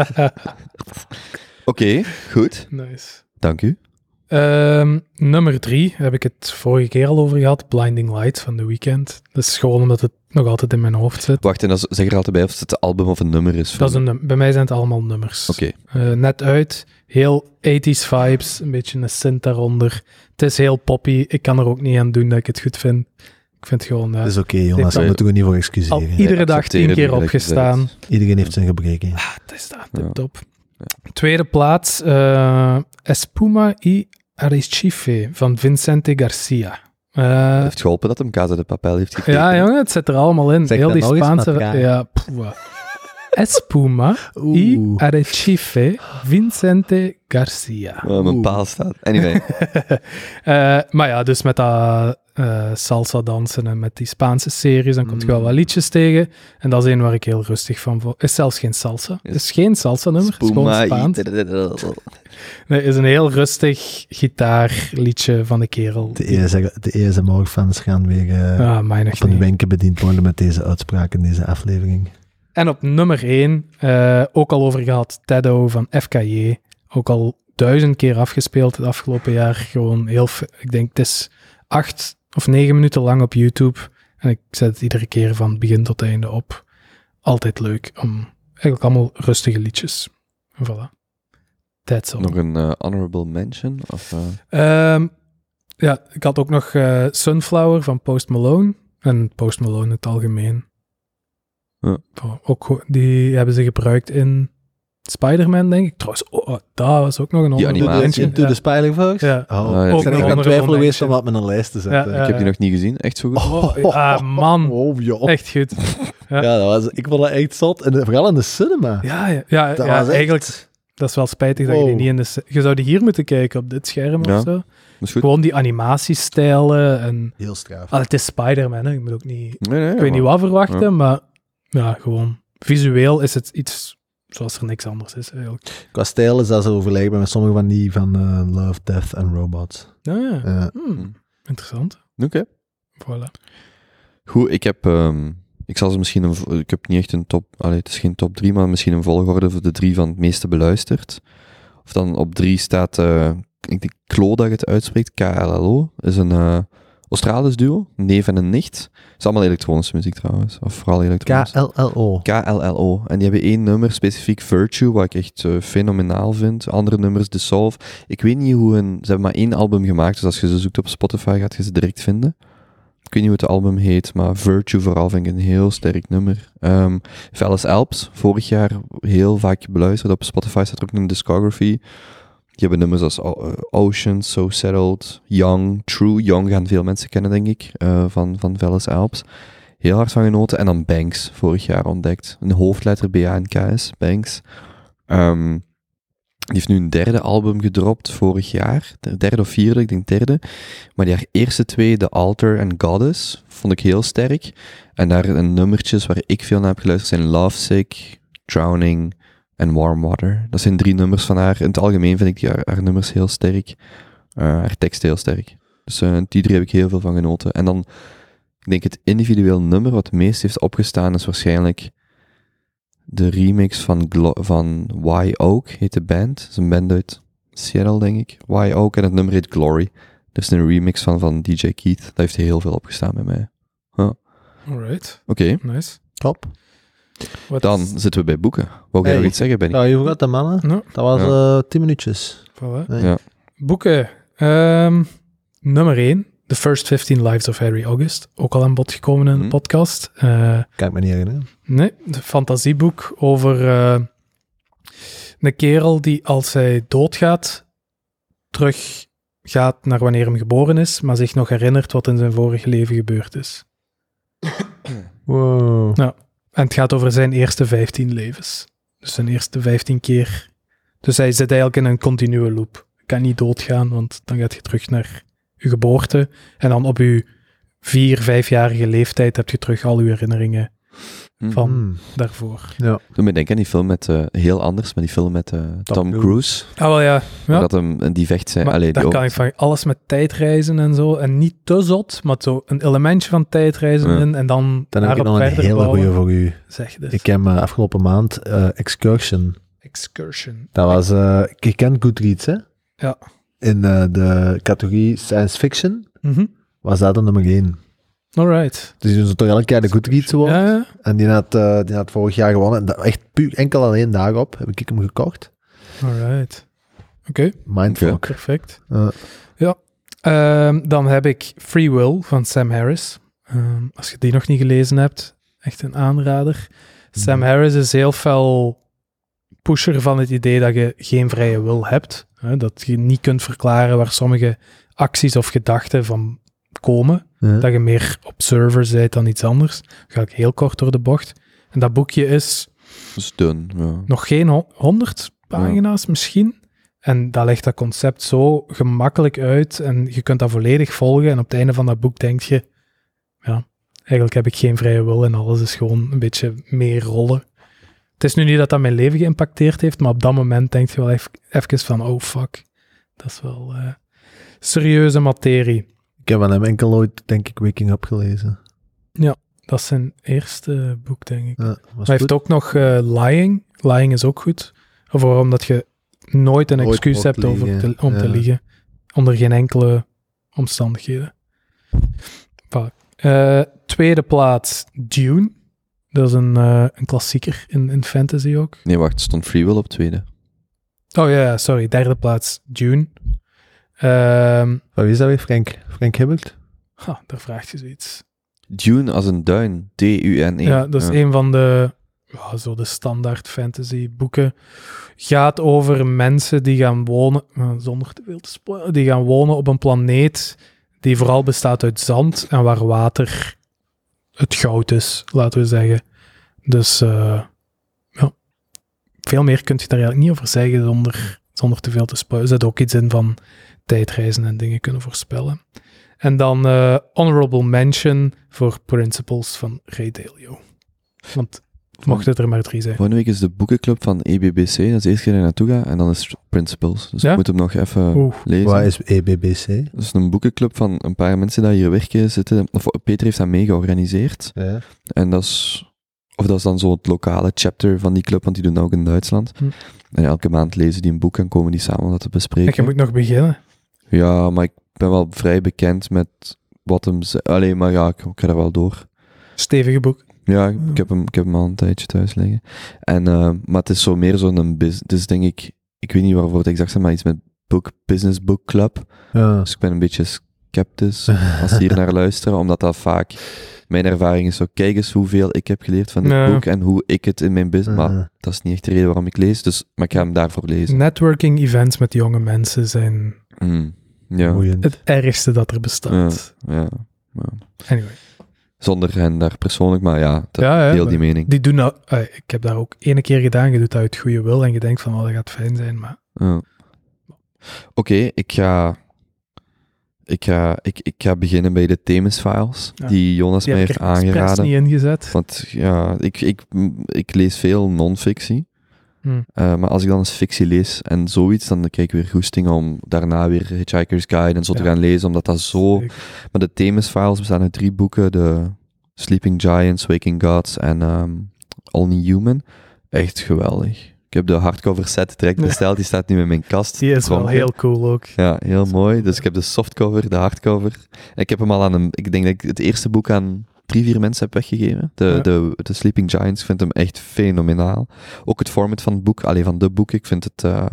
Speaker 1: Oké, goed.
Speaker 2: nice.
Speaker 1: Dank u.
Speaker 2: Ehm, nummer drie heb ik het vorige keer al over gehad. Blinding Lights van The Weeknd. Dat is gewoon omdat het nog altijd in mijn hoofd zit.
Speaker 1: Wacht, en dat is- zeg er altijd bij of het een album of een nummer is.
Speaker 2: Dat is een, num- bij mij zijn het allemaal nummers.
Speaker 1: Oké.
Speaker 2: Eh, net uit. Heel 80s vibes. Een beetje een synth daaronder. Het is heel poppy. Ik kan er ook niet aan doen dat ik het goed vind. Ik vind het gewoon... eh,
Speaker 1: Dus
Speaker 3: Dat is oké, jongens.
Speaker 2: Dit-
Speaker 3: Daar moeten we niet voor
Speaker 2: al
Speaker 3: excuseren.
Speaker 2: iedere dag
Speaker 1: accepteren
Speaker 2: tien keer
Speaker 1: niet dat je
Speaker 2: opgestaan.
Speaker 1: zei
Speaker 3: Iedereen heeft zijn gebreken.
Speaker 2: Ah, dat is dat.
Speaker 1: Ja.
Speaker 2: Top. Tweede plaats. eh, Espuma y Arrecife van Vincente Garcia.
Speaker 1: Het
Speaker 2: Eh,
Speaker 1: heeft geholpen dat hem Casa de Papel heeft getekend.
Speaker 2: Ja, jongen, het zit er allemaal in.
Speaker 3: Zeg
Speaker 2: Heel
Speaker 3: dat
Speaker 2: die
Speaker 3: nog eens,
Speaker 2: Spaanse.
Speaker 3: Matraca.
Speaker 2: Ja, poeh. Espuma y
Speaker 3: Oeh.
Speaker 2: Arrecife Vincente Garcia.
Speaker 1: Waar mijn
Speaker 3: Oeh.
Speaker 1: paal staat. Anyway.
Speaker 2: Eh, maar ja, dus met dat eh, salsa dansen en met die Spaanse series, dan komt je
Speaker 3: Mm.
Speaker 2: wel wat liedjes tegen. En dat is één waar ik heel rustig van vond. Is zelfs geen salsa.
Speaker 1: Is-
Speaker 2: Het is geen salsa nummer, het is gewoon
Speaker 1: Spuma.
Speaker 2: Spaans. Nee, is een heel rustig gitaarliedje van de kerel.
Speaker 3: De, ESR, de ESMR-fans gaan weer eh,
Speaker 2: Ah, mij nog
Speaker 3: op hun
Speaker 2: niet.
Speaker 3: wenken bediend worden met deze uitspraak in deze aflevering.
Speaker 2: En op nummer 1, ook al over gehad, Teddo van FKJ. Ook al duizend keer afgespeeld het afgelopen jaar. Gewoon heel... fe- Ik denk, het is acht of negen minuten lang op YouTube. En ik zet het iedere keer van begin tot einde op. Altijd leuk. Om, eigenlijk allemaal rustige liedjes. En voilà. That's all.
Speaker 1: Nog een eh, honorable mention? Of, eh,
Speaker 2: Ehm, ja, ik had ook nog eh, Sunflower van Post Malone. En Post Malone in het algemeen.
Speaker 1: Ja.
Speaker 2: Voor- Ook, go- die hebben ze gebruikt in Spider-Man, denk ik. Trouwens, oh, oh, dat was ook nog een
Speaker 1: Die
Speaker 2: honorable
Speaker 1: animatie.
Speaker 2: mention.
Speaker 3: Into the Spider Fox?
Speaker 2: Ja.
Speaker 1: Ah, ja.
Speaker 3: Oh, ik
Speaker 1: Ook nog
Speaker 3: ben
Speaker 2: een
Speaker 3: echt aan het twijfelen
Speaker 2: honorable
Speaker 3: geweest om
Speaker 2: mention.
Speaker 3: dat met een lijst te zetten.
Speaker 1: ik
Speaker 2: Ja,
Speaker 1: heb die
Speaker 2: eh.
Speaker 1: nog niet gezien. Echt zo goed?
Speaker 2: Oh, ah, man.
Speaker 3: Oh, joh.
Speaker 2: Ja. Echt goed. ja.
Speaker 3: Ja, dat was, ik vond dat echt zot. En eh, vooral in de cinema.
Speaker 2: Ja, ja, ja,
Speaker 3: dat
Speaker 2: ja,
Speaker 3: was echt-
Speaker 2: eigenlijk, dat is wel spijtig dat je die
Speaker 3: Wow.
Speaker 2: niet in de... s- Je zou die hier moeten kijken, op dit scherm
Speaker 1: Ja.
Speaker 2: of zo.
Speaker 1: Dat is goed.
Speaker 2: Gewoon die animatiestijlen en...
Speaker 3: Heel straf.
Speaker 2: Ah, het is Spider-Man, hè. Ik moet ook niet...
Speaker 1: Nee, nee,
Speaker 2: Ik weet
Speaker 1: maar-
Speaker 2: niet wat verwachten,
Speaker 1: Ja.
Speaker 2: maar ja, gewoon visueel is het iets zoals er niks anders is eigenlijk.
Speaker 3: Qua stijl is dat zo vergelijkbaar met sommige van die van eh, Love, Death and Robots.
Speaker 2: Ja, ja.
Speaker 3: Eh,
Speaker 2: Hmm, Interessant.
Speaker 1: Oké.
Speaker 2: Voilà.
Speaker 1: Goed, ik heb... ehm, ik zal ze misschien... Een, vo- ik heb niet echt een top... Allee, het is geen top 3, maar misschien een volgorde voor de drie van het meeste beluisterd. Of dan op drie staat... eh, ik denk Klo dat je het uitspreekt. KLLO. Is een eh, Australisch duo. een Neef en een nicht. is allemaal elektronische muziek trouwens. Of vooral elektronische.
Speaker 3: KLLO.
Speaker 1: KLLO. En die hebben één nummer, specifiek Virtue, wat ik echt eh, fenomenaal vind. Andere nummers, The Solve. Ik weet niet hoe hun... Ze hebben maar één album gemaakt, dus als je ze zoekt op Spotify gaat je ze direct vinden. Ik weet niet hoe het album heet, maar Virtue vooral vind ik een heel sterk nummer. Ehm Velas Alps, vorig jaar heel vaak beluisterd. Op Spotify staat er ook een discography. Die hebben nummers als O- eh, Ocean, So Settled, Young, True. Young gaan veel mensen kennen, denk ik, eh, van, van Velas Alps. Heel hard van genoten. En dan Banks, vorig jaar ontdekt. Een hoofdletter B-A-N-K is, Banks. Ehm, die heeft nu een derde album gedropt vorig jaar. De derde of vierde, ik denk derde. Maar die haar eerste twee, The Altar en Goddess, vond ik heel sterk. En daar een nummertjes waar ik veel naar heb geluisterd zijn Lovesick, Drowning en Warm Water. Dat zijn drie nummers van haar. In het algemeen vind ik die haar, haar nummers heel sterk. Eh, haar tekst heel sterk. Dus eh, die drie heb ik heel veel van genoten. En dan, ik denk het individueel nummer wat het meest heeft opgestaan is waarschijnlijk de remix van, Glo- van Why Oak heet de band. Dat is een band uit Seattle, denk ik. Why Oak en het nummer heet Glory. Er is een remix van van DJ Keith. Dat heeft heel veel opgestaan bij mij.
Speaker 2: Alright,
Speaker 1: Oké,
Speaker 2: nice.
Speaker 3: Top.
Speaker 2: Wat
Speaker 1: dan
Speaker 2: is-
Speaker 1: zitten we bij boeken. Wou jij
Speaker 3: Hey.
Speaker 1: nog iets zeggen, Benny?
Speaker 3: Nou, je vergat de mannen.
Speaker 2: No,
Speaker 3: Dat was eh, 10 minuutjes. Eh,
Speaker 2: voilà.
Speaker 3: Nee.
Speaker 1: Ja.
Speaker 2: Boeken. Ehm, nummer 1. The First 15 Lives of Harry August. Ook al aan bod gekomen in de
Speaker 1: Mhm.
Speaker 2: podcast. Eh,
Speaker 3: Kan ik me niet herinneren.
Speaker 2: Nee, een fantasieboek over eh, een kerel die als hij doodgaat, terug gaat naar wanneer hem geboren is, maar zich nog herinnert wat in zijn vorige leven gebeurd is.
Speaker 3: Wow.
Speaker 2: En het gaat over zijn eerste 15 levens. Dus zijn eerste 15 keer. Dus hij zit eigenlijk in een continue loop. Kan niet doodgaan, want dan gaat je terug naar je geboorte. En dan op je vier, vijfjarige leeftijd heb je terug al je herinneringen
Speaker 1: Hm.
Speaker 2: van
Speaker 3: Hmm.
Speaker 2: daarvoor.
Speaker 1: Doe me denken aan die film met, eh, heel anders, maar die film met eh, Tom
Speaker 3: Cruise.
Speaker 1: Cruise.
Speaker 2: Ah, wel ja. ja.
Speaker 1: Dat hem, en die vecht zijn,
Speaker 2: Maar
Speaker 1: allee,
Speaker 2: daar
Speaker 1: die ook-
Speaker 2: kan ik van alles met tijdreizen en zo. En niet te zot, maar zo een elementje van tijdreizen
Speaker 1: Ja.
Speaker 2: in en dan
Speaker 3: Dan heb ik
Speaker 2: daarop
Speaker 3: nog een
Speaker 2: verder
Speaker 3: hele
Speaker 2: bouwen.
Speaker 3: goede voor u.
Speaker 2: Zeg dus.
Speaker 3: Ik heb eh, afgelopen maand eh, Excursion.
Speaker 2: Excursion.
Speaker 3: Dat was, eh je kent Goodreads, hè?
Speaker 2: Ja.
Speaker 3: In eh, de categorie science fiction
Speaker 2: Mhm.
Speaker 3: was dat de nummer 1.
Speaker 2: Alright.
Speaker 3: Dus die doen ze toch elk jaar de Goodreads
Speaker 2: Ja,
Speaker 3: Award.
Speaker 2: ja.
Speaker 3: En die had, eh, die had vorig jaar gewonnen. En dat, echt puur enkel alleen daarop heb ik hem gekocht.
Speaker 2: alright. Oké,
Speaker 3: Mindfuck.
Speaker 2: perfect.
Speaker 3: Eh,
Speaker 2: Ehm, dan heb ik Free Will van Sam Harris. Ehm, als je die nog niet gelezen hebt, echt een aanrader. Sam
Speaker 3: Mhm.
Speaker 2: Harris is heel fel pusher van het idee dat je geen vrije wil hebt. Hè, dat je niet kunt verklaren waar sommige acties of gedachten van komen.
Speaker 3: eh.
Speaker 2: Dat je meer observer bent dan iets anders. Dan ga ik heel kort door de bocht. En dat boekje is
Speaker 1: is dun. Ja.
Speaker 2: nog geen ho- 100 pagina's misschien. En dat legt dat concept zo gemakkelijk uit en je kunt dat volledig volgen. En op het einde van dat boek denk je, ja, eigenlijk heb ik geen vrije wil en alles is gewoon een beetje meer rollen. Het is nu niet dat dat mijn leven geïmpacteerd heeft, maar op dat moment denk je wel even, even van, oh fuck, dat is wel eh, serieuze materie.
Speaker 3: Ik heb van hem enkel ooit, denk ik, Waking Up gelezen.
Speaker 2: Dat is zijn eerste boek, denk ik.
Speaker 3: Ja, was
Speaker 2: Hij
Speaker 3: goed.
Speaker 2: heeft ook nog eh, lying. Lying is ook goed. Of waarom dat je nooit een
Speaker 3: Nooit
Speaker 2: excuus
Speaker 3: mocht
Speaker 2: hebt over
Speaker 3: liegen,
Speaker 2: te, om te
Speaker 3: ja.
Speaker 2: liegen. Onder geen enkele omstandigheden. Voilà. Eh, tweede plaats, Dune. Dat is een, eh, een klassieker in, in fantasy ook.
Speaker 1: Nee, wacht, stond Free Will op tweede.
Speaker 2: Oh ja, ja, sorry. Derde plaats, Dune. Ehm
Speaker 3: Van wie is dat weer? Frank, Frank Hibbert?
Speaker 2: ha, daar vraagt je zoiets.
Speaker 1: Dune als een duin. D-U-N-E.
Speaker 2: Ja, dat is een van de, ja, zo de standaard fantasy boeken. Gaat over mensen die gaan wonen, eh, zonder te veel te spoilen, die gaan wonen op een planeet die vooral bestaat uit zand en waar water het goud is, laten we zeggen. Dus eh, ja, veel meer kun je daar eigenlijk niet over zeggen zonder, zonder te veel te spoilen. Er zit ook iets in van tijdreizen en dingen kunnen voorspellen. En dan eh, honorable mention voor Principles van Ray Dalio. Want mocht het er maar drie zijn.
Speaker 1: Volgende week is de boekenclub van EBBC. Dat is de eerste keer dat ik naartoe ga. En dan is Principles. Dus
Speaker 2: Ja?
Speaker 1: ik moet hem nog even
Speaker 2: Oeh.
Speaker 1: lezen.
Speaker 3: Waar is E EBBC?
Speaker 1: Dat is een boekenclub van een paar mensen die hier werken. Zitten, of Peter heeft dat mee georganiseerd.
Speaker 3: Ja.
Speaker 1: En dat is... Of dat is dan zo het lokale chapter van die club, want die doen dat ook in Duitsland.
Speaker 2: Hm.
Speaker 1: En elke maand lezen die een boek en komen die samen om dat te
Speaker 2: Kijk, je
Speaker 1: bespreken.
Speaker 2: moet nog beginnen.
Speaker 1: Ja, maar ik ben wel vrij bekend met wat hem... ze- Allee, maar ja, ik, ik ga er wel door.
Speaker 2: Stevige boek.
Speaker 1: Ja, ik-
Speaker 2: Ja.
Speaker 1: ik heb, hem, ik heb hem al een tijdje thuis liggen. En, eh, maar het is zo meer zo'n business. Het is denk ik, ik weet niet waarvoor het exact is, maar iets met book, Business Book Club.
Speaker 3: Ja.
Speaker 1: Dus ik ben een beetje sceptisch als ze hier naar luisteren, omdat dat vaak mijn ervaring is. Zo, kijk eens hoeveel ik heb geleerd van dit
Speaker 2: Ja.
Speaker 1: boek en hoe ik het in mijn business. Maar
Speaker 3: Eh,
Speaker 1: dat is niet echt de reden waarom ik lees, dus, maar ik ga hem daarvoor lezen.
Speaker 2: Networking events met jonge mensen zijn
Speaker 1: Mm, ja,
Speaker 3: boeiend.
Speaker 2: het ergste dat er bestaat.
Speaker 1: ja,
Speaker 2: Anyway.
Speaker 1: zonder hen daar persoonlijk, maar ja, dat,
Speaker 2: Ja, ja,
Speaker 1: deel
Speaker 2: maar
Speaker 1: die mening.
Speaker 2: die doen dat. eh, ik heb daar ook ene keer gedaan. Je doet dat uit goede wil en je denkt van, oh, dat gaat fijn zijn. Maar
Speaker 1: Ja. Oké, ik ga. Ik ga, ik, ik ga beginnen bij de Themis-files
Speaker 2: Ja.
Speaker 1: die Jonas
Speaker 2: die
Speaker 1: mij
Speaker 2: heb ik
Speaker 1: heeft
Speaker 2: er expres
Speaker 1: aangeraden.
Speaker 2: niet ingezet.
Speaker 1: Want ja, ik, ik, ik lees veel non-fictie.
Speaker 2: Hm.
Speaker 1: Eh, maar als ik dan eens fictie lees en zoiets, dan krijg ik weer goesting om daarna weer Hitchhiker's Guide en zo te
Speaker 2: Ja.
Speaker 1: gaan lezen, omdat dat zo... Maar de Themis-files bestaan uit drie boeken, de Sleeping Giants, Waking Gods en ehm, Only Human. Echt geweldig. Ik heb de hardcover set direct
Speaker 2: Ja.
Speaker 1: besteld, die staat nu in mijn kast.
Speaker 2: Die is wel
Speaker 1: Pronken.
Speaker 2: heel cool ook.
Speaker 1: Ja, heel mooi. Dus ik heb de softcover, de hardcover. Ik heb hem al aan een... Ik denk dat ik het eerste boek aan drie, vier mensen heb weggegeven. De,
Speaker 2: Ja.
Speaker 1: de, de Sleeping Giants. Ik vind hem echt fenomenaal. Ook het format van het boek, alleen van de boek. Ik vind het... eh,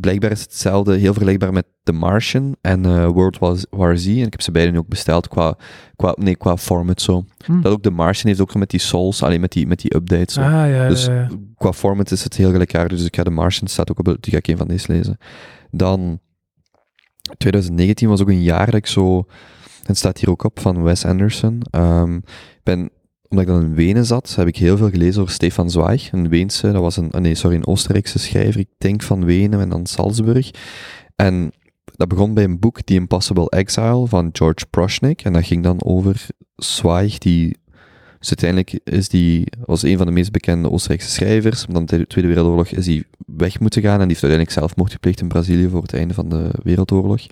Speaker 1: blijkbaar is het hetzelfde, heel vergelijkbaar met The Martian en eh, World War Z- War Z. En ik heb ze beiden ook besteld qua, qua, nee, qua format zo.
Speaker 2: Hm.
Speaker 1: Dat ook The Martian heeft ook zo met die souls, alleen met die, met die updates. zo.
Speaker 2: Ah, ja, ja,
Speaker 1: Dus
Speaker 2: ja.
Speaker 1: qua format is het heel gelijkaardig. Dus ik ga de Martian staat ook op, die ga ik een van deze lezen. Dan 2019 was ook een jaar dat ik zo, het staat hier ook op van Wes Anderson. Ehm, ik ben, omdat ik dan in Wenen zat, heb ik heel veel gelezen over Stefan Zweig, een Weense, dat was een, ah nee, sorry, een Oostenrijkse schrijver. Ik denk van Wenen en dan Salzburg. En dat begon bij een boek, The Impossible Exile, van George Proshnik. En dat ging dan over Zweig, die dus uiteindelijk is die, was een van de meest bekende Oostenrijkse schrijvers. Dan tijdens de Tweede Wereldoorlog is hij weg moeten gaan en die heeft uiteindelijk zelfmoord gepleegd in Brazilië voor het einde van de Wereldoorlog.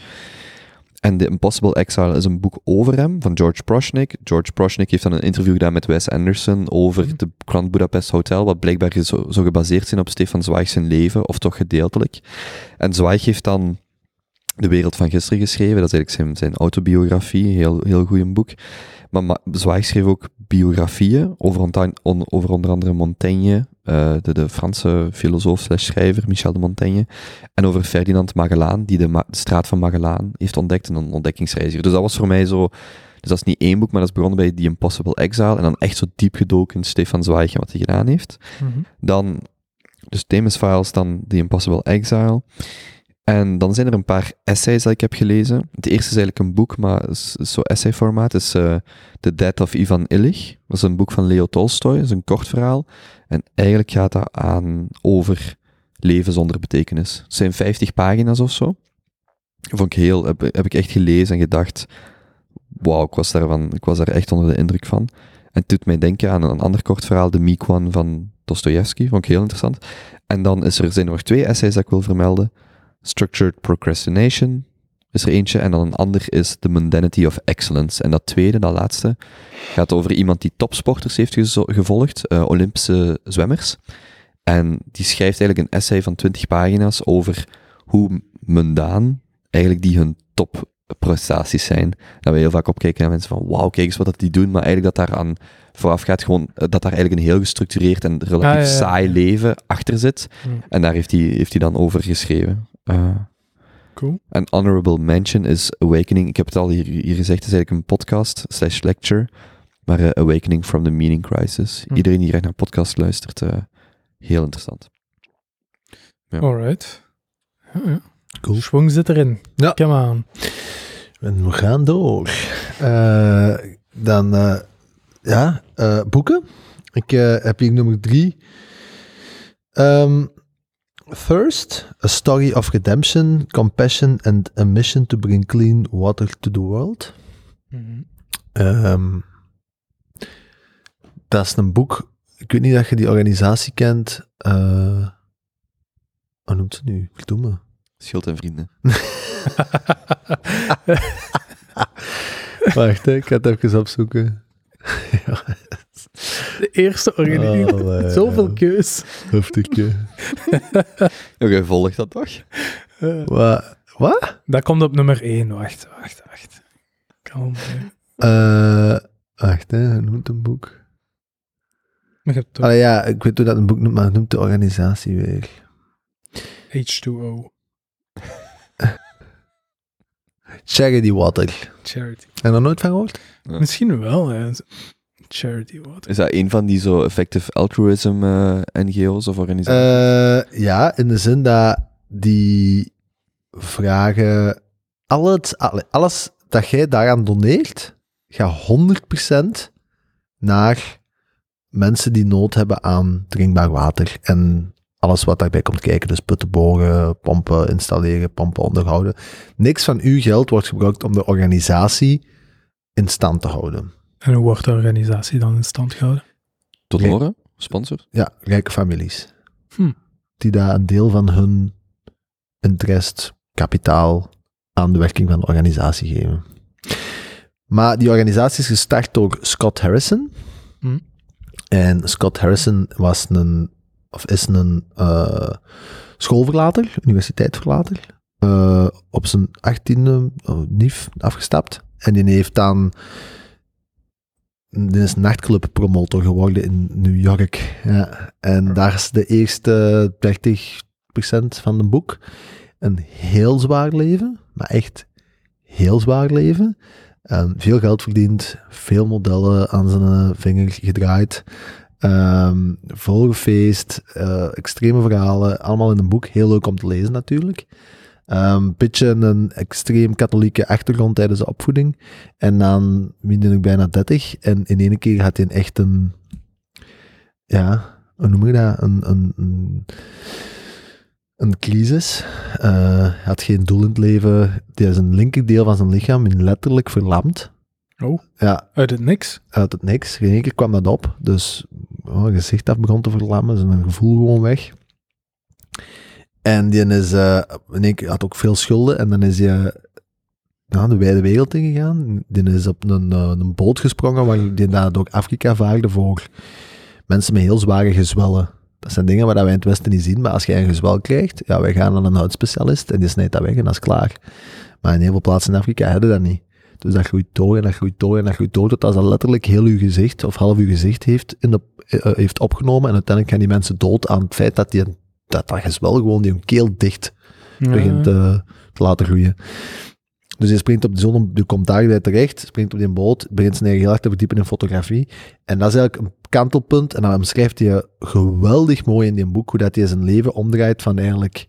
Speaker 1: En The Impossible Exile is een boek over hem, van George Proshnik. George Proshnik heeft dan een interview gedaan met Wes Anderson over
Speaker 2: Mhm.
Speaker 1: de Grand Budapest Hotel, wat blijkbaar zo, zo gebaseerd zijn op Stefan Zweig's zijn leven, of toch gedeeltelijk. En Zweig heeft dan De Wereld van Gisteren geschreven, dat is eigenlijk zijn, zijn autobiografie, heel, heel goed boek. Maar Ma- Zweig schreef ook biografieën over, onta- on- over onder andere Montaigne, eh, de, de Franse filosoof slash schrijver Michel de Montaigne, en over Ferdinand Magellaan, die de, ma- de straat van Magellaan heeft ontdekt en een ontdekkingsreiziger. Dus dat was voor mij zo... Dus dat is niet één boek, maar dat is begonnen bij The Impossible Exile en dan echt zo diep gedoken in Stefan Zweig en wat hij gedaan heeft.
Speaker 2: Mhm.
Speaker 1: Dan, dus Themis Files, dan The Impossible Exile. En dan zijn er een paar essays dat ik heb gelezen. Het eerste is eigenlijk een boek, maar is, is zo essayformaat. Het is eh, The Death of Ivan Illich. Dat is een boek van Leo Tolstoy. Dat is een kort verhaal. En eigenlijk gaat dat aan over leven zonder betekenis. Het zijn 50 pagina's of zo. Vond ik heel, heb, heb ik echt gelezen en gedacht, wauw, ik, was daarvan- ik was daar echt onder de indruk van. En het doet mij denken aan een ander kort verhaal, de Mikwan van Dostoevsky, vond ik heel interessant. En dan is er, zijn er nog twee essays dat ik wil vermelden. Structured Procrastination is er eentje, en dan een ander is The Mundanity of Excellence. En dat tweede, dat laatste, gaat over iemand die topsporters heeft gezo- gevolgd, eh, Olympische zwemmers. En die schrijft eigenlijk een essay van 20 pagina's over hoe mundaan eigenlijk die hun topprestaties zijn. Dat we heel vaak opkijken naar mensen van, wauw, kijk eens wat dat die doen, maar eigenlijk dat daar aan vooraf gaat gewoon, eh, dat daar eigenlijk een heel gestructureerd en relatief
Speaker 2: Ah, ja, ja.
Speaker 1: saai leven achter zit.
Speaker 2: Hm.
Speaker 1: En daar heeft hij, heeft hij dan over geschreven. Eh,
Speaker 2: Cool.
Speaker 1: Een honorable mention is Awakening. Ik heb het al hier, hier gezegd, het is eigenlijk een podcast slash lecture. Maar eh, Awakening from the Meaning Crisis.
Speaker 2: Hm.
Speaker 1: Iedereen die graag naar podcast luistert, eh, heel interessant. Ja.
Speaker 2: Alright. Ja, ja.
Speaker 3: Cool.
Speaker 2: Schwung zit erin.
Speaker 3: Ja.
Speaker 2: Come on.
Speaker 3: En we gaan door. Eh, dan, eh, ja, eh, boeken. Ik eh, heb hier nummer drie. Ehm, Thirst, A Story of Redemption, Compassion and a Mission to Bring Clean Water to the World.
Speaker 2: Mhm.
Speaker 3: Ehm, dat is een boek. Ik weet niet dat je die organisatie kent. Eh hoe noemt ze nu? Verdomme.
Speaker 1: Schild en vrienden.
Speaker 3: Wacht, hè, ik ga het even opzoeken. ja,
Speaker 2: De eerste
Speaker 1: Oh,
Speaker 2: organisatie.
Speaker 3: Allee.
Speaker 2: Zoveel keus.
Speaker 3: heftig.
Speaker 1: Oké, volg dat toch?
Speaker 2: Eh,
Speaker 3: Wat?
Speaker 2: dat komt op nummer 1. Wacht, wacht, wacht. Kalm. hè.
Speaker 3: Eh, wacht, hè, hij noemt een boek.
Speaker 2: Maar je hebt toch
Speaker 3: Allee, ja, ik weet hoe dat een boek noemt, maar hij noemt de organisatie weer.
Speaker 2: H2O.
Speaker 3: Charity Water.
Speaker 2: Charity.
Speaker 3: Heb je er nooit van gehoord?
Speaker 1: Ja.
Speaker 2: Misschien wel. hè. Charity water.
Speaker 1: Is dat een van die zo effective altruism eh, NGO's of organisaties?
Speaker 3: Eh, ja, in de zin dat die vragen... Al het, alle- alles dat jij daaraan doneert, gaat 100% naar mensen die nood hebben aan drinkbaar water. En alles wat daarbij komt kijken, dus putten boren, pompen installeren, pompen onderhouden. Niks van uw geld wordt gebruikt om de organisatie in stand te houden.
Speaker 2: En hoe wordt de organisatie dan in stand gehouden?
Speaker 1: Tot
Speaker 3: nee.
Speaker 1: horen? Sponsor?
Speaker 3: Ja, rijke families.
Speaker 2: Hm.
Speaker 3: Die daar een deel van hun interest, kapitaal aan de werking van de organisatie geven. Maar die organisatie is gestart door Scott Harrison.
Speaker 2: Hm.
Speaker 3: En Scott Harrison was een of is een eh, schoolverlater, universiteitsverlater, eh, op zijn 18e eh, NIF afgestapt. En die heeft dan. Die is nachtclubpromotor geworden in New York. Ja. En daar is de eerste 30% van de boek een heel zwaar leven, maar echt heel zwaar leven. Ehm, veel geld verdiend, veel modellen aan zijn eh, vinger gedraaid. Ehm Volgefeest, eh, extreme verhalen, allemaal in een boek. Heel leuk om te lezen natuurlijk. Ehm, Een beetje een extreem katholieke achtergrond tijdens de opvoeding. En dan ben ik bijna 30 en in één keer had hij een echt een... Ja, hoe noem je dat? Een, een, een, een crisis. Eh, Hij had geen doel in het leven. Die is een linkerdeel van zijn lichaam in letterlijk verlamd.
Speaker 2: Oh.
Speaker 3: Ja,
Speaker 2: Uit het niks.
Speaker 3: uit het niks. In één keer kwam dat op. Dus oh, het gezicht dat begon te verlammen, zijn gevoel gewoon weg. En die is, eh, in één keer had ook veel schulden en dan is hij eh, ja, de wijde wereld ingegaan. Die is op een, eh, een boot gesprongen waar die daar door Afrika vaarde voor mensen met heel zware gezwellen. Dat zijn dingen waar wij in het Westen niet zien, maar als je een gezwel krijgt, ja, wij gaan naar een huidspecialist en die snijdt dat weg en dat is klaar. Maar in heel veel plaatsen in Afrika hebben dat niet. Dus dat groeit door en dat groeit door en dat groeit door, tot als dat letterlijk heel uw gezicht of half uw gezicht heeft, in de, eh, eh, heeft opgenomen. En uiteindelijk gaan die mensen dood aan het feit dat die, dat, dat gezwel gewoon die hun keel dicht begint
Speaker 2: Ja.
Speaker 3: eh, te laten groeien. Dus hij springt op de zon, die komt daar weer terecht, springt op die boot, begint zich heel erg te verdiepen in fotografie. En dat is eigenlijk een kantelpunt. En dan beschrijft hij geweldig mooi in die boek hoe dat hij zijn leven omdraait van eigenlijk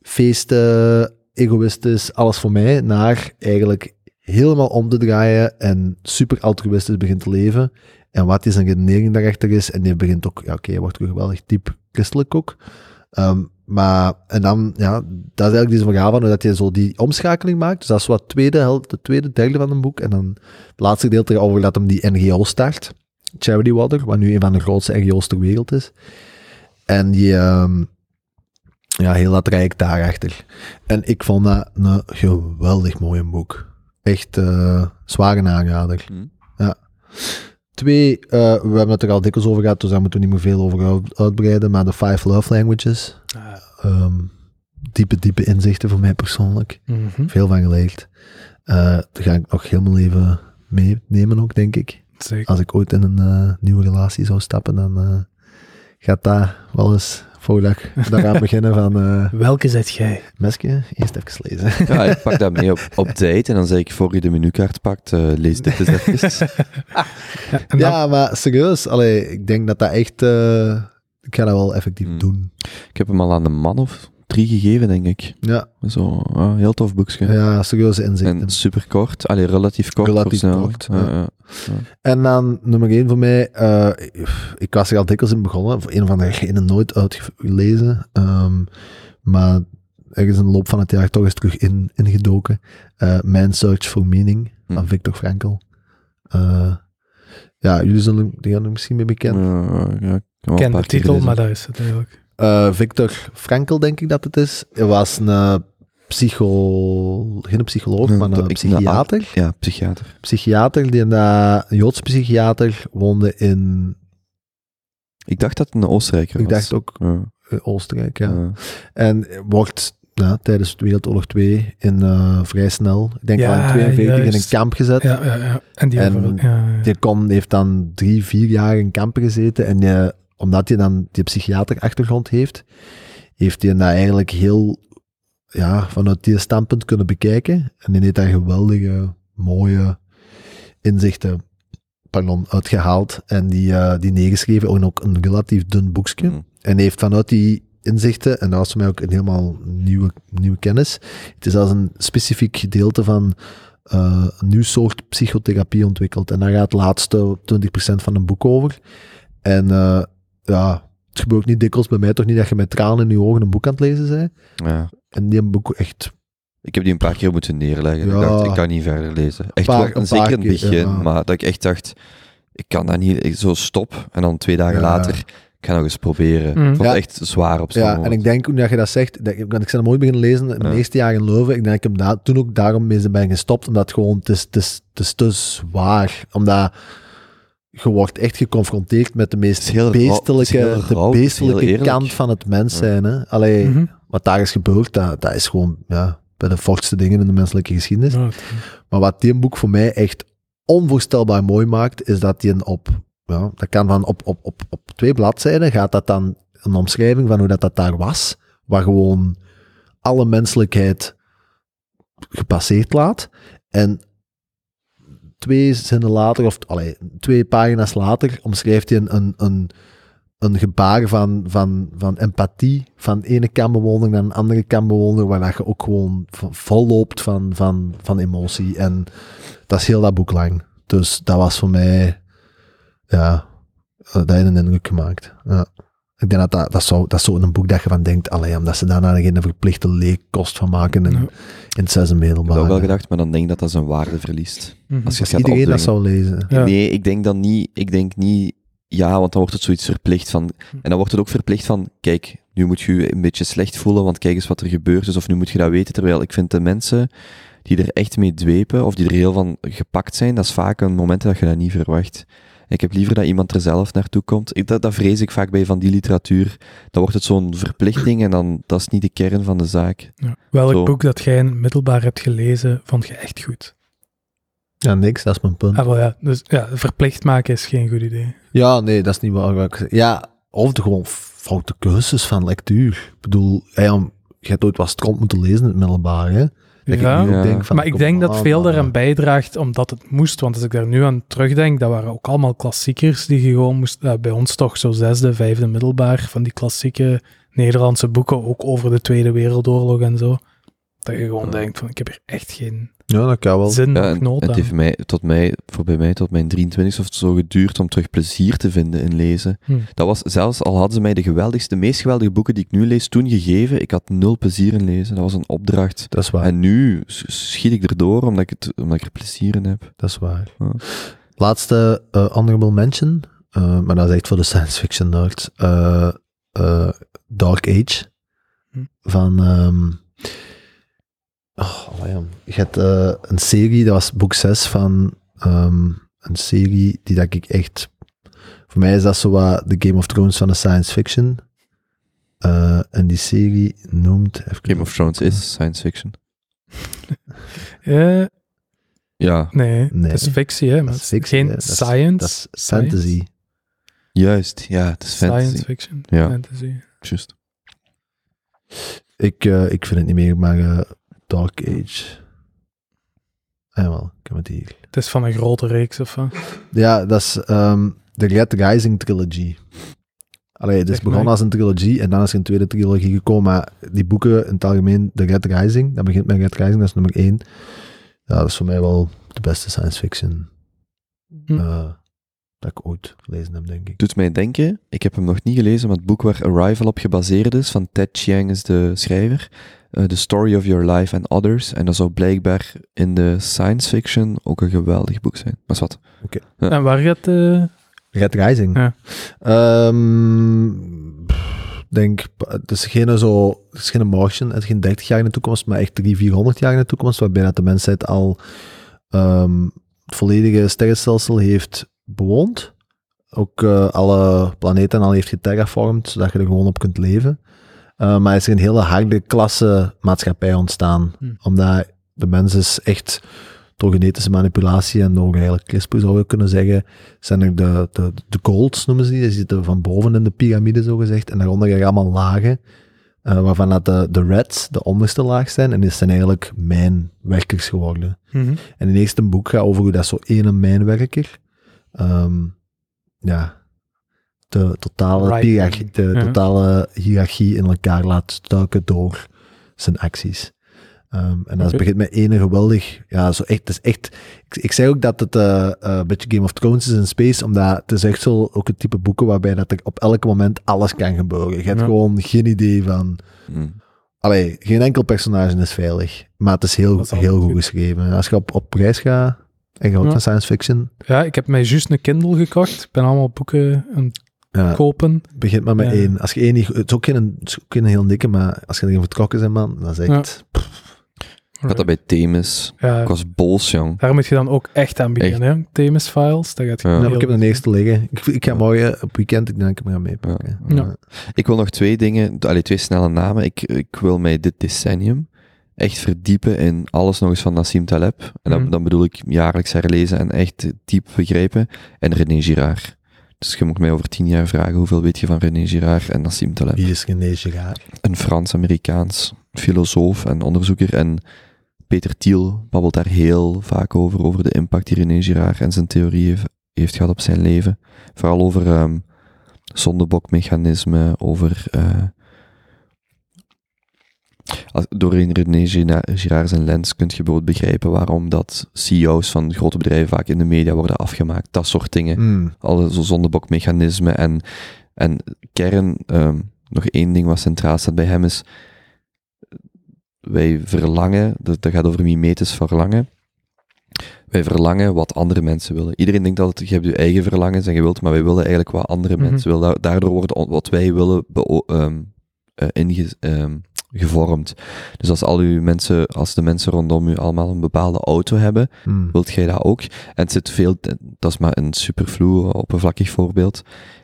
Speaker 3: feesten, egoïstisch, alles voor mij, naar eigenlijk helemaal om te draaien en super altruïstisch begint te leven. En wat is een redenering daarachter is. En die begint ook, ja oké, hij wordt weer geweldig diep christelijk ook. Ehm, maar, en dan, ja, dat is eigenlijk deze verhaal van hoe dat je zo die omschakeling maakt. Dus dat is wat tweede helft, de tweede, derde van een boek. En dan het laatste deel erover dat hem die NGO start. Charity Water, wat nu een van de grootste NGO's ter wereld is. En die, ehm, ja, heel dat rijk daarachter. En ik vond dat een geweldig mooi boek. Echt eh zware aanrader.
Speaker 1: Hmm.
Speaker 3: Ja. Twee, eh, we hebben het er al dikwijls over gehad, dus daar moeten we niet meer veel over uit- uitbreiden. Maar de Five Love Languages.
Speaker 2: Ah,
Speaker 3: Ehm, diepe, diepe inzichten voor mij persoonlijk.
Speaker 2: mhm.
Speaker 3: Veel van geleerd. Eh, daar ga ik nog heel mijn leven meenemen ook, denk ik.
Speaker 2: Zeker.
Speaker 3: Als ik ooit in een eh, nieuwe relatie zou stappen, dan eh, gaat dat wel eens voordat ik daaraan beginnen van... eh
Speaker 2: Welke zet jij?
Speaker 3: Meske, eerst even lezen.
Speaker 1: Ja, ik pak dat mee op, op date en dan zeg ik, voor je de menukaart pakt, eh, lees dit eens even.
Speaker 2: Ja, en dan-
Speaker 3: ja, maar serieus, allee, ik denk dat dat echt... eh, ik ga dat wel effectief
Speaker 1: Hmm.
Speaker 3: doen.
Speaker 1: Ik heb hem al aan een man of drie gegeven, denk ik.
Speaker 3: Ja,
Speaker 1: Zo, ah, heel tof boekje.
Speaker 3: ja serieuze inzichten.
Speaker 1: En super kort, allee, relatief kort.
Speaker 3: Relatief
Speaker 1: voor snel.
Speaker 3: kort,
Speaker 1: Ja,
Speaker 3: ja.
Speaker 1: ja.
Speaker 3: En dan nummer één voor mij, eh, ik was er al dikwijls in begonnen, voor een of andere redenen nooit uitgelezen, ehm, maar ergens in de loop van het jaar toch eens terug in, ingedoken. Eh Mijn Search for Meaning van
Speaker 1: Hm.
Speaker 3: Victor Frankl. Eh, ja, jullie zullen die gaan er misschien mee bekend.
Speaker 1: Ja, ja, ik heb hem al een
Speaker 2: Ik ken de
Speaker 1: paar keer
Speaker 2: titel,
Speaker 1: gelezen.
Speaker 2: maar dat is het eigenlijk.
Speaker 1: Hm.
Speaker 3: Eh, Victor Frankl, denk ik dat het is, Hij was een eh, psycho... geen psycholoog,
Speaker 1: Een-
Speaker 3: maar een
Speaker 1: ik-
Speaker 3: psychiater.
Speaker 1: Ja, psychiater.
Speaker 3: Psychiater, die een eh, Joods psychiater woonde in...
Speaker 1: Ik dacht dat het een Oostenrijker
Speaker 3: Ik
Speaker 1: was.
Speaker 3: dacht ook
Speaker 1: Ja,
Speaker 3: eh, Oostenrijk, ja.
Speaker 1: ja.
Speaker 3: En wordt ja, tijdens Wereldoorlog 2 in, eh, vrij snel, ik denk
Speaker 2: Ja,
Speaker 3: al in 42, in een
Speaker 2: juist.
Speaker 3: kamp gezet.
Speaker 2: Ja, ja, ja. En die
Speaker 3: En
Speaker 2: over- ja, ja.
Speaker 3: Die kon, heeft dan drie, vier jaar in kampen gezeten. En eh, omdat hij dan die psychiaterachtergrond heeft, heeft hij dat eigenlijk heel ja, vanuit die standpunt kunnen bekijken. En die heeft daar geweldige, mooie inzichten pardon, uitgehaald. En die, eh, die neergeschreven in ook een relatief dun boekje.
Speaker 1: Mm.
Speaker 3: En heeft vanuit die inzichten, en dat was voor mij ook een helemaal nieuwe, nieuwe kennis, het is als een specifiek gedeelte van eh, een nieuw soort psychotherapie ontwikkeld. En daar gaat het laatste 20% van een boek over. En eh, ja, het gebeurt niet dikwijls bij mij toch niet dat je met tranen in je ogen een boek aan het lezen bent.
Speaker 1: Ja.
Speaker 3: En die boek echt...
Speaker 1: Ik heb die een paar keer moeten neerleggen.
Speaker 3: Ja.
Speaker 1: Ik dacht, ik kan niet verder lezen. Echt
Speaker 3: paar-
Speaker 1: wel,
Speaker 3: een
Speaker 1: zeker
Speaker 3: paar
Speaker 1: in het
Speaker 3: keer,
Speaker 1: begin,
Speaker 3: ja.
Speaker 1: maar dat ik echt dacht, ik kan dat niet, ik zo stop. En dan twee dagen
Speaker 3: Ja.
Speaker 1: later, ik ga nog eens proberen.
Speaker 2: Mm.
Speaker 1: Ik vond het
Speaker 3: Ja.
Speaker 1: echt zwaar op zo'n
Speaker 3: Ja, en
Speaker 1: moment.
Speaker 3: ik denk, hoe dat je dat zegt, dat, ik- want ik ben hem ooit beginnen lezen in mijn
Speaker 1: Ja.
Speaker 3: eerste jaar in Leuven. Ik denk dat ik hem da- toen ook daarom mee ben gestopt, omdat het gewoon, het is, het is, het is te zwaar. Omdat je wordt echt geconfronteerd met de meest
Speaker 1: Het is heel rauw,
Speaker 3: beestelijke,
Speaker 1: het is heel
Speaker 3: de
Speaker 1: rauw, het is
Speaker 3: beestelijke
Speaker 1: heel eerlijk.
Speaker 3: kant van het mens
Speaker 1: Ja.
Speaker 3: zijn. Hè? Allee,
Speaker 2: Mhm.
Speaker 3: wat daar is gebeurd, dat, dat is gewoon ja, bij de fortste dingen in de menselijke geschiedenis.
Speaker 2: Nou,
Speaker 3: Maar wat die boek voor mij echt onvoorstelbaar mooi maakt, is dat die een op, ja, dat kan van op, op, op, op twee bladzijden, gaat dat dan een omschrijving van hoe dat, dat daar was, waar gewoon alle menselijkheid gepasseerd laat. En twee zinnen later, of allee, twee pagina's later, omschrijft hij een, een, een, een gebaar van, van, van empathie van ene kamerwoner naar een andere kamerwoner, waar dat je ook gewoon v- vol loopt van, van, van emotie. En dat is heel dat boek lang. Dus dat was voor mij, ja, eh, dat heeft een indruk gemaakt. Ja. Ik denk dat dat, dat, zou, dat is zo'n boek dat je van denkt, allee, omdat ze daarna geen verplichte leekkost van maken in,
Speaker 2: Ja.
Speaker 3: in het zesde
Speaker 1: Ik heb
Speaker 3: middelbaar.
Speaker 1: dat wel gedacht, maar dan denk ik dat dat zijn waarde verliest.
Speaker 2: mhm.
Speaker 1: Als je
Speaker 3: Als
Speaker 1: het gaat
Speaker 3: Dus iedereen dat
Speaker 1: opdringen.
Speaker 3: zou lezen.
Speaker 2: Ja.
Speaker 1: Nee, ik denk dan niet. Ik denk niet. Ja, want dan wordt het zoiets verplicht van. En dan wordt het ook verplicht van. Kijk, nu moet je je een beetje slecht voelen, want kijk eens wat er gebeurd is. Of nu moet je dat weten. Terwijl ik vind de mensen die er echt mee dwepen, of die er heel van gepakt zijn, dat is vaak een moment dat je dat niet verwacht. Ik heb liever dat iemand er zelf naartoe komt. Ik, dat, dat vrees ik vaak bij van die literatuur. Dan wordt het zo'n verplichting en dan, dat is niet de kern van de zaak.
Speaker 2: Ja. Welk
Speaker 1: Zo.
Speaker 2: boek dat jij in het middelbaar hebt gelezen, vond je echt goed?
Speaker 3: Ja, niks, dat is mijn punt.
Speaker 2: Ah, wel ja. Dus ja, verplicht maken is geen goed idee.
Speaker 3: Ja, nee, dat is niet waar. ik- Ja, of de gewoon foute keuzes van lectuur. Ik bedoel, hey, om- je hebt ooit wat stront moeten lezen in het middelbaar, hè? Dat
Speaker 2: Ja.
Speaker 3: ik nu ook
Speaker 1: Ja.
Speaker 3: denk van,
Speaker 2: maar ik
Speaker 3: kom
Speaker 2: denk dat
Speaker 3: aan,
Speaker 2: veel
Speaker 3: man.
Speaker 1: eh,
Speaker 2: daaraan bijdraagt omdat het moest. Want als ik daar nu aan terugdenk, dat waren ook allemaal klassiekers die je gewoon moest. eh, bij ons toch zo zesde, vijfde middelbaar van die klassieke Nederlandse boeken, ook over de Tweede Wereldoorlog en zo. Dat je gewoon
Speaker 1: Ja.
Speaker 2: denkt van ik heb hier echt geen
Speaker 3: Ja, dat kan wel.
Speaker 2: zin
Speaker 1: Ja,
Speaker 2: of
Speaker 1: en
Speaker 2: nood
Speaker 1: het
Speaker 2: aan.
Speaker 1: heeft mij, tot mij, voor bij mij tot mijn 23 of zo geduurd om terug plezier te vinden in lezen.
Speaker 2: Hm.
Speaker 1: Dat was zelfs, al hadden ze mij de geweldigste, de meest geweldige boeken die ik nu lees, toen gegeven, ik had nul plezier in lezen. Dat was een opdracht.
Speaker 3: Dat is waar,
Speaker 1: En nu s- schiet ik erdoor omdat ik, het, omdat ik er plezier in heb.
Speaker 3: dat is waar.
Speaker 1: Ja.
Speaker 3: Laatste eh, honorable mention, eh, maar dat is echt voor de science fiction nerds. Eh, eh, Dark Age.
Speaker 2: Hm.
Speaker 3: Van... ehm, oh, allee, jong. je hebt eh, een serie, dat was boek 6 van ehm, een serie die dat ik echt... Voor mij is dat zo wat de Game of Thrones van de science fiction. Eh, en die serie noemt... Even
Speaker 1: Game of Thrones is science fiction.
Speaker 2: Eh,
Speaker 1: Ja,
Speaker 2: nee,
Speaker 3: Nee.
Speaker 2: het is fictie, hè? Maar
Speaker 3: Dat is
Speaker 2: het is
Speaker 3: fictie,
Speaker 2: geen
Speaker 3: hè. Dat is-
Speaker 2: science.
Speaker 3: Dat is fantasy.
Speaker 1: juist. Ja, het is
Speaker 2: Science,
Speaker 1: fantasy.
Speaker 2: fiction.
Speaker 1: Ja.
Speaker 2: Fantasy.
Speaker 1: Juist.
Speaker 3: Ik, eh, ik vind het niet meer, maar eh, Dark Age. Ja, wel, ik heb het hier.
Speaker 2: Het is van een grote reeks of wat?
Speaker 3: Ja, dat is ehm, de Red Rising Trilogy. Allee, het is
Speaker 2: Zeg maar.
Speaker 3: begonnen als een trilogie en dan is er een tweede trilogie gekomen. Maar die boeken in het algemeen, de Red Rising, dat begint met Red Rising, dat is nummer één. Ja, dat is voor mij wel de beste science fiction
Speaker 2: Hm.
Speaker 3: eh, dat ik ooit gelezen heb, denk ik.
Speaker 1: Doet mij denken, ik heb hem nog niet gelezen, maar het boek waar Arrival op gebaseerd is, van Ted Chiang is de schrijver, eh, The Story of Your Life and Others. En dat zou blijkbaar in de science fiction ook een geweldig boek zijn. Maar is wat. Ja.
Speaker 2: En waar gaat eh,
Speaker 3: Red Rising.
Speaker 2: Ja.
Speaker 3: Ehm, pff, denk, het is geen zo, het is geen Martian, het is geen 30 jaar in de toekomst, maar echt 300, 400 jaar in de toekomst, waarbij dat de mensheid al ehm, het volledige sterrenstelsel heeft bewoond. Ook eh, alle planeten al heeft geterraformd, zodat je er gewoon op kunt leven. Eh, maar is er een hele harde klasse maatschappij ontstaan,
Speaker 2: Hmm.
Speaker 3: omdat de mens is echt door genetische manipulatie en door eigenlijk CRISPR zou je kunnen zeggen, zijn er de, de, de golds, noemen ze die. Die zitten van boven in de piramide, zo gezegd. En daaronder liggen allemaal lagen, eh, waarvan dat de, de reds de onderste laag zijn. En die zijn eigenlijk mijnwerkers geworden.
Speaker 2: mhm.
Speaker 3: En in eerste boek gaat over hoe dat zo'n ene mijnwerker, ehm, ja, de totale,
Speaker 2: Right.
Speaker 3: hiërarchie, de
Speaker 2: Ja.
Speaker 3: totale hiërarchie in elkaar laat stuiken door zijn acties. Ehm, en dat
Speaker 2: Oké.
Speaker 3: begint met ene geweldig. Ja, zo echt, het is echt. Ik, ik zei ook dat het eh, eh, een beetje Game of Thrones is in space, omdat het is echt zo ook het type boeken waarbij dat er op elk moment alles kan gebeuren. Je hebt
Speaker 2: Ja.
Speaker 3: gewoon geen idee van.
Speaker 1: Mm.
Speaker 3: Allee, geen enkel personage is veilig. Maar het is heel,
Speaker 2: Dat is
Speaker 3: heel
Speaker 2: altijd
Speaker 3: goed,
Speaker 2: goed.
Speaker 3: geschreven. Als je op, op reis gaat en je houdt
Speaker 2: Ja.
Speaker 3: van science fiction,
Speaker 2: Ja, ik heb mij juist een Kindle gekocht. Ik ben allemaal boeken aan het
Speaker 3: ja,
Speaker 2: kopen.
Speaker 3: begint maar met
Speaker 2: Ja.
Speaker 3: één. Als je één niet, het, is ook geen, het is ook geen heel dikke, maar als je erin vertrokken bent, man, dat is echt.
Speaker 1: Ik had dat bij Themis.
Speaker 2: Ja,
Speaker 1: Ik was bols, jong.
Speaker 2: daar moet je dan ook echt aan beginnen, hè? Themis files, dat gaat
Speaker 1: Ja.
Speaker 3: Nou,
Speaker 2: heel-
Speaker 3: ik heb de eerste liggen. Ik, ik ga morgen op weekend, ik denk ik me gaan meepakken.
Speaker 2: Ja.
Speaker 3: Eh,
Speaker 1: Ik wil nog twee dingen, allee, twee snelle namen. Ik, ik wil mij dit decennium echt verdiepen in alles nog eens van Nassim Taleb. En dan,
Speaker 2: Mhm.
Speaker 1: dan bedoel ik jaarlijks herlezen en echt diep begrijpen. En René Girard. Dus je moet mij over tien jaar vragen, hoeveel weet je van René Girard en Nassim Taleb?
Speaker 3: Wie is René Girard?
Speaker 1: Een Frans-Amerikaans filosoof en onderzoeker. En Peter Thiel babbelt daar heel vaak over, over de impact die René Girard en zijn theorie heeft, heeft gehad op zijn leven. Vooral over ehm zondebokmechanismen, over... eh, als, door in René Gina- Girard zijn lens kun je bijvoorbeeld begrijpen waarom dat CEO's van grote bedrijven vaak in de media worden afgemaakt. Dat soort dingen
Speaker 3: Hmm.
Speaker 1: alle zo zondebokmechanismen en, en kern, ehm, nog één ding wat centraal staat bij hem is, wij verlangen, dat, dat gaat over mimetisch verlangen, wij verlangen wat andere mensen willen. Iedereen denkt dat het- je hebt je eigen verlangens en je wilt, maar wij willen eigenlijk wat andere
Speaker 2: Mhm.
Speaker 1: mensen willen. Da- Daardoor wordt on- wat wij willen beo- ehm, eh, inge- ehm, gevormd. Dus als, al uw mensen, als de mensen rondom u allemaal een bepaalde auto hebben,
Speaker 3: Hmm.
Speaker 1: wilt jij dat ook? En het zit veel, dat is maar een superflu, oppervlakkig voorbeeld,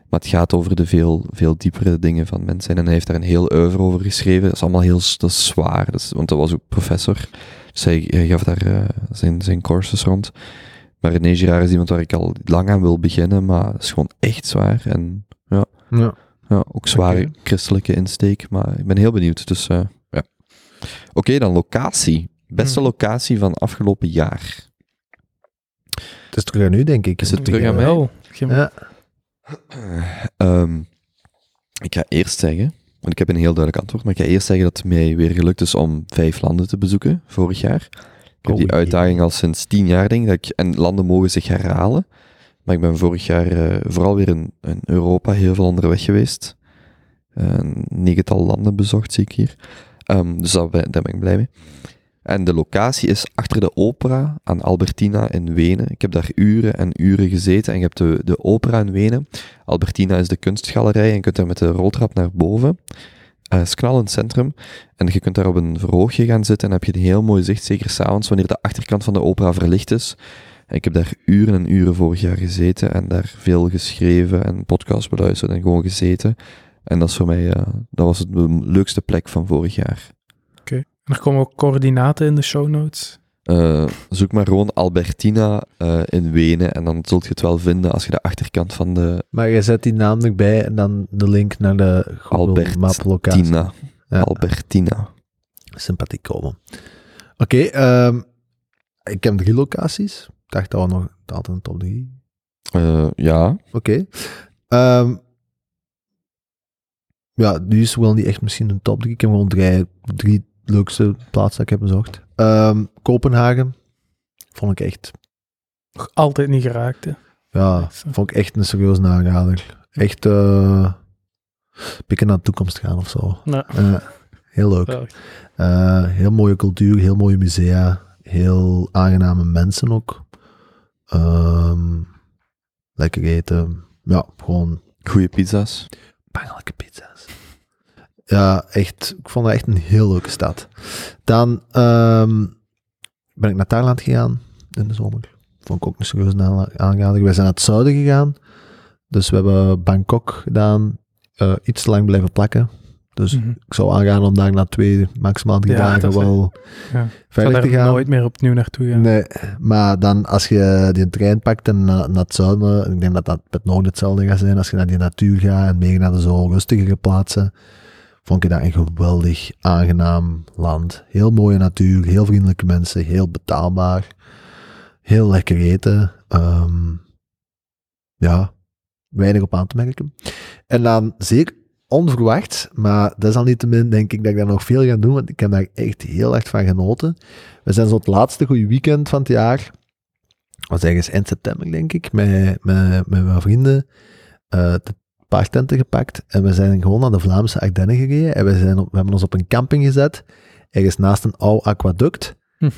Speaker 1: maar het gaat over de veel, veel diepere dingen van mensen. zijn. En hij heeft daar een heel oeuvre over geschreven. Dat is allemaal heel s- dat is zwaar, dat is- want dat was ook professor. Dus hij, hij gaf daar eh, zijn, zijn courses rond. Maar René Girard is iemand waar ik al lang aan wil beginnen, maar dat is gewoon echt zwaar. En
Speaker 3: Ja.
Speaker 1: ja, ook zware
Speaker 2: Oké.
Speaker 1: christelijke insteek, maar ik ben heel benieuwd. Dus eh, ja. Oké, dan locatie. Beste
Speaker 2: Hmm.
Speaker 1: locatie van afgelopen jaar.
Speaker 3: Het is terug aan u, denk ik.
Speaker 1: Is het terug aan mij?
Speaker 2: Wel, je-
Speaker 3: Ja.
Speaker 1: Ehm, ik ga eerst zeggen, want ik heb een heel duidelijk antwoord, maar ik ga eerst zeggen dat het mij weer gelukt is om vijf landen te bezoeken vorig jaar. Ik heb
Speaker 3: Oh,
Speaker 1: die
Speaker 3: jee.
Speaker 1: uitdaging al sinds tien jaar, denk ik, dat ik. En landen mogen zich herhalen. Maar ik ben vorig jaar eh, vooral weer in, in Europa heel veel onderweg geweest. Een negental landen bezocht, zie ik hier. Ehm, dus dat ben- daar ben ik blij mee. En de locatie is achter de opera aan Albertina in Wenen. Ik heb daar uren en uren gezeten en je hebt de, de opera in Wenen. Albertina is de kunstgalerij en je kunt daar met de roltrap naar boven. Eh, Het is knallend centrum en je kunt daar op een verhoogje gaan zitten en heb je een heel mooi zicht, zeker s'avonds wanneer de achterkant van de opera verlicht is. En ik heb daar uren en uren vorig jaar gezeten en daar veel geschreven en podcasts beluisterd en gewoon gezeten. En dat is voor mij, eh, dat was de leukste plek van vorig jaar.
Speaker 2: En er komen ook coördinaten in de show notes.
Speaker 1: Eh, zoek maar gewoon Albertina eh, in Wenen en dan zult je het wel vinden als je de achterkant van de
Speaker 3: Maar je zet die naam nog bij en dan de link naar de Google
Speaker 1: Albert
Speaker 3: Map locatie.
Speaker 1: Tina,
Speaker 3: Ja.
Speaker 1: Albertina.
Speaker 3: Sympathiek komen. Oké, ehm, ik heb drie locaties. Ik dacht dat we nog altijd een top drie.
Speaker 1: Eh, ja,
Speaker 3: Oké. Ehm, ja, nu is wel niet echt misschien een top drie. Ik heb gewoon drie, drie leukste plaatsen dat ik heb bezocht. Ehm, Kopenhagen vond ik echt
Speaker 2: Nog altijd niet geraakt, hè.
Speaker 3: Ja,
Speaker 2: Zo.
Speaker 3: vond ik echt een serieus nagader. Echt eh pikken naar de toekomst gaan of zo.
Speaker 2: Ja.
Speaker 3: Eh, heel leuk.
Speaker 2: Wel,
Speaker 3: Eh, heel mooie cultuur, heel mooie musea, heel aangename mensen ook. Ehm, lekker eten. Ja, gewoon
Speaker 1: goede pizza's.
Speaker 3: bangelijke pizza's. Ja, echt. Ik vond dat echt een heel leuke stad. Dan ehm, ben ik naar Thailand gegaan in de zomer. Vond ik ook een serieuze na- aanrader. Wij zijn naar het zuiden gegaan. Dus we hebben Bangkok gedaan. Eh, iets te lang blijven plakken. Dus
Speaker 2: mhm. Ik
Speaker 3: ik zou aangaan om daar na twee, maximaal drie
Speaker 2: Ja,
Speaker 3: dagen
Speaker 2: dat is-
Speaker 3: wel
Speaker 2: ja. zou
Speaker 3: verder te
Speaker 2: daar
Speaker 3: gaan.
Speaker 2: nooit meer opnieuw naartoe gaan.
Speaker 3: Nee, maar dan als je die trein pakt en na- naar het zuiden, ik denk dat dat met Noord hetzelfde gaat zijn, als je naar die natuur gaat en meer naar de zo rustigere plaatsen, vond ik dat een geweldig aangenaam land. Heel mooie natuur, heel vriendelijke mensen, heel betaalbaar, heel lekker eten. Ehm, ja, weinig op aan te merken. En dan zeer onverwacht, maar desalniettemin denk ik dat ik daar nog veel ga doen, want ik heb daar echt heel erg van genoten. We zijn zo het laatste goede weekend van het jaar. Dat was ergens eind september, denk ik, met, met, met mijn vrienden. eh, t- een paar tenten gepakt en we zijn gewoon naar de Vlaamse Ardennen gereden. En we, zijn op- we hebben ons op een camping gezet, ergens naast een oud aquaduct.
Speaker 2: Hm.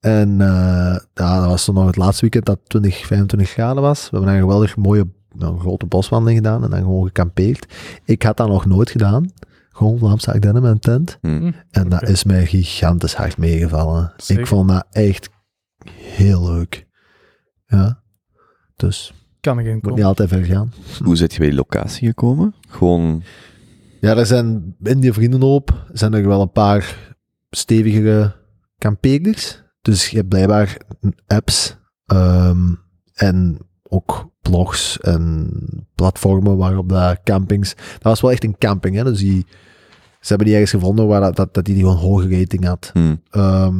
Speaker 3: En eh, ja, dat was toen nog het laatste weekend dat 20, 25 graden was. We hebben daar een geweldig mooie nou, een grote boswandeling gedaan en dan gewoon gekampeerd. Ik had dat nog nooit gedaan. Gewoon Vlaamse Ardennen met een tent.
Speaker 1: Hm.
Speaker 3: En dat
Speaker 2: Oké.
Speaker 3: is mij gigantisch hard meegevallen.
Speaker 2: Zeker.
Speaker 3: Ik vond dat echt heel leuk. Ja. Dus
Speaker 2: Kan ik in
Speaker 3: moet
Speaker 2: komen.
Speaker 3: niet altijd ver gaan.
Speaker 2: Hm.
Speaker 1: Hoe zit je bij die locatie gekomen? Gewoon,
Speaker 3: Ja, er zijn in die vriendenhoop zijn er wel een paar stevigere kampeerders. Dus je hebt blijkbaar apps ehm, en ook blogs en platformen waarop daar campings... Dat was wel echt een camping, hè. Dus die, ze hebben die ergens gevonden waar dat, dat, dat die gewoon een hoge rating had.
Speaker 1: hm,
Speaker 3: Ehm,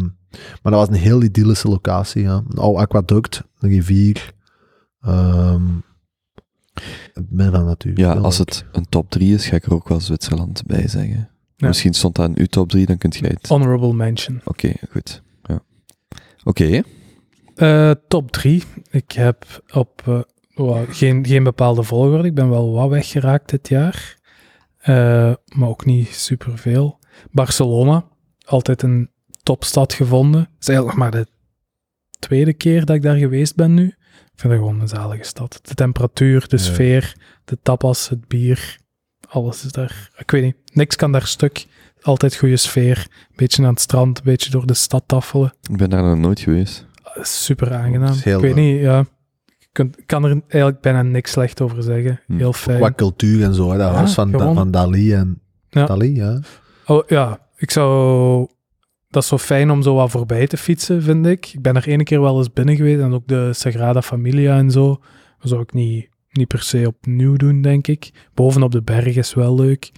Speaker 3: maar dat was een heel idyllische locatie. Ja. Een oude aquaduct, een rivier. ehm meer dan natuurlijk.
Speaker 1: ja, als het een top 3 is, ga ik er ook wel Zwitserland bij zeggen.
Speaker 2: Ja.
Speaker 1: Misschien stond dat in uw top 3, dan kunt jij het. Oké,
Speaker 2: Honorable mention.
Speaker 1: goed. Ja. Oké,
Speaker 2: Eh, top 3. Ik heb op eh, wow, geen, geen bepaalde volgorde. Ik ben wel wat weggeraakt dit jaar. Eh, maar ook niet superveel. Barcelona, altijd een topstad gevonden. Het is eigenlijk maar de tweede keer dat ik daar geweest ben nu. Ik vind het gewoon een zalige stad. De temperatuur, de
Speaker 3: Ja.
Speaker 2: sfeer, de tapas, het bier. Alles is daar. Ik weet niet, niks kan daar stuk. Altijd goede sfeer. Beetje aan het strand, beetje door de stad taffelen
Speaker 1: ik ben daar nog nooit geweest.
Speaker 2: super aangenaam.
Speaker 3: Dat is heel
Speaker 2: ik weet
Speaker 3: leuk.
Speaker 2: niet, ja. Ik kunt- kan er eigenlijk bijna niks slecht over zeggen.
Speaker 1: Hm.
Speaker 2: Heel
Speaker 3: Qua
Speaker 2: fijn.
Speaker 3: cultuur en zo, hè, dat
Speaker 2: Ja,
Speaker 3: huis van,
Speaker 2: gewoon.
Speaker 3: van Dali en...
Speaker 2: Ja.
Speaker 3: Dali, ja.
Speaker 2: Oh ja, ik zou... Dat is zo fijn om zo wat voorbij te fietsen, vind ik. Ik ben er ene keer wel eens binnen geweest en ook de Sagrada Familia en zo. Dat zou ik niet, niet per se opnieuw doen, denk ik. Bovenop de berg is wel leuk.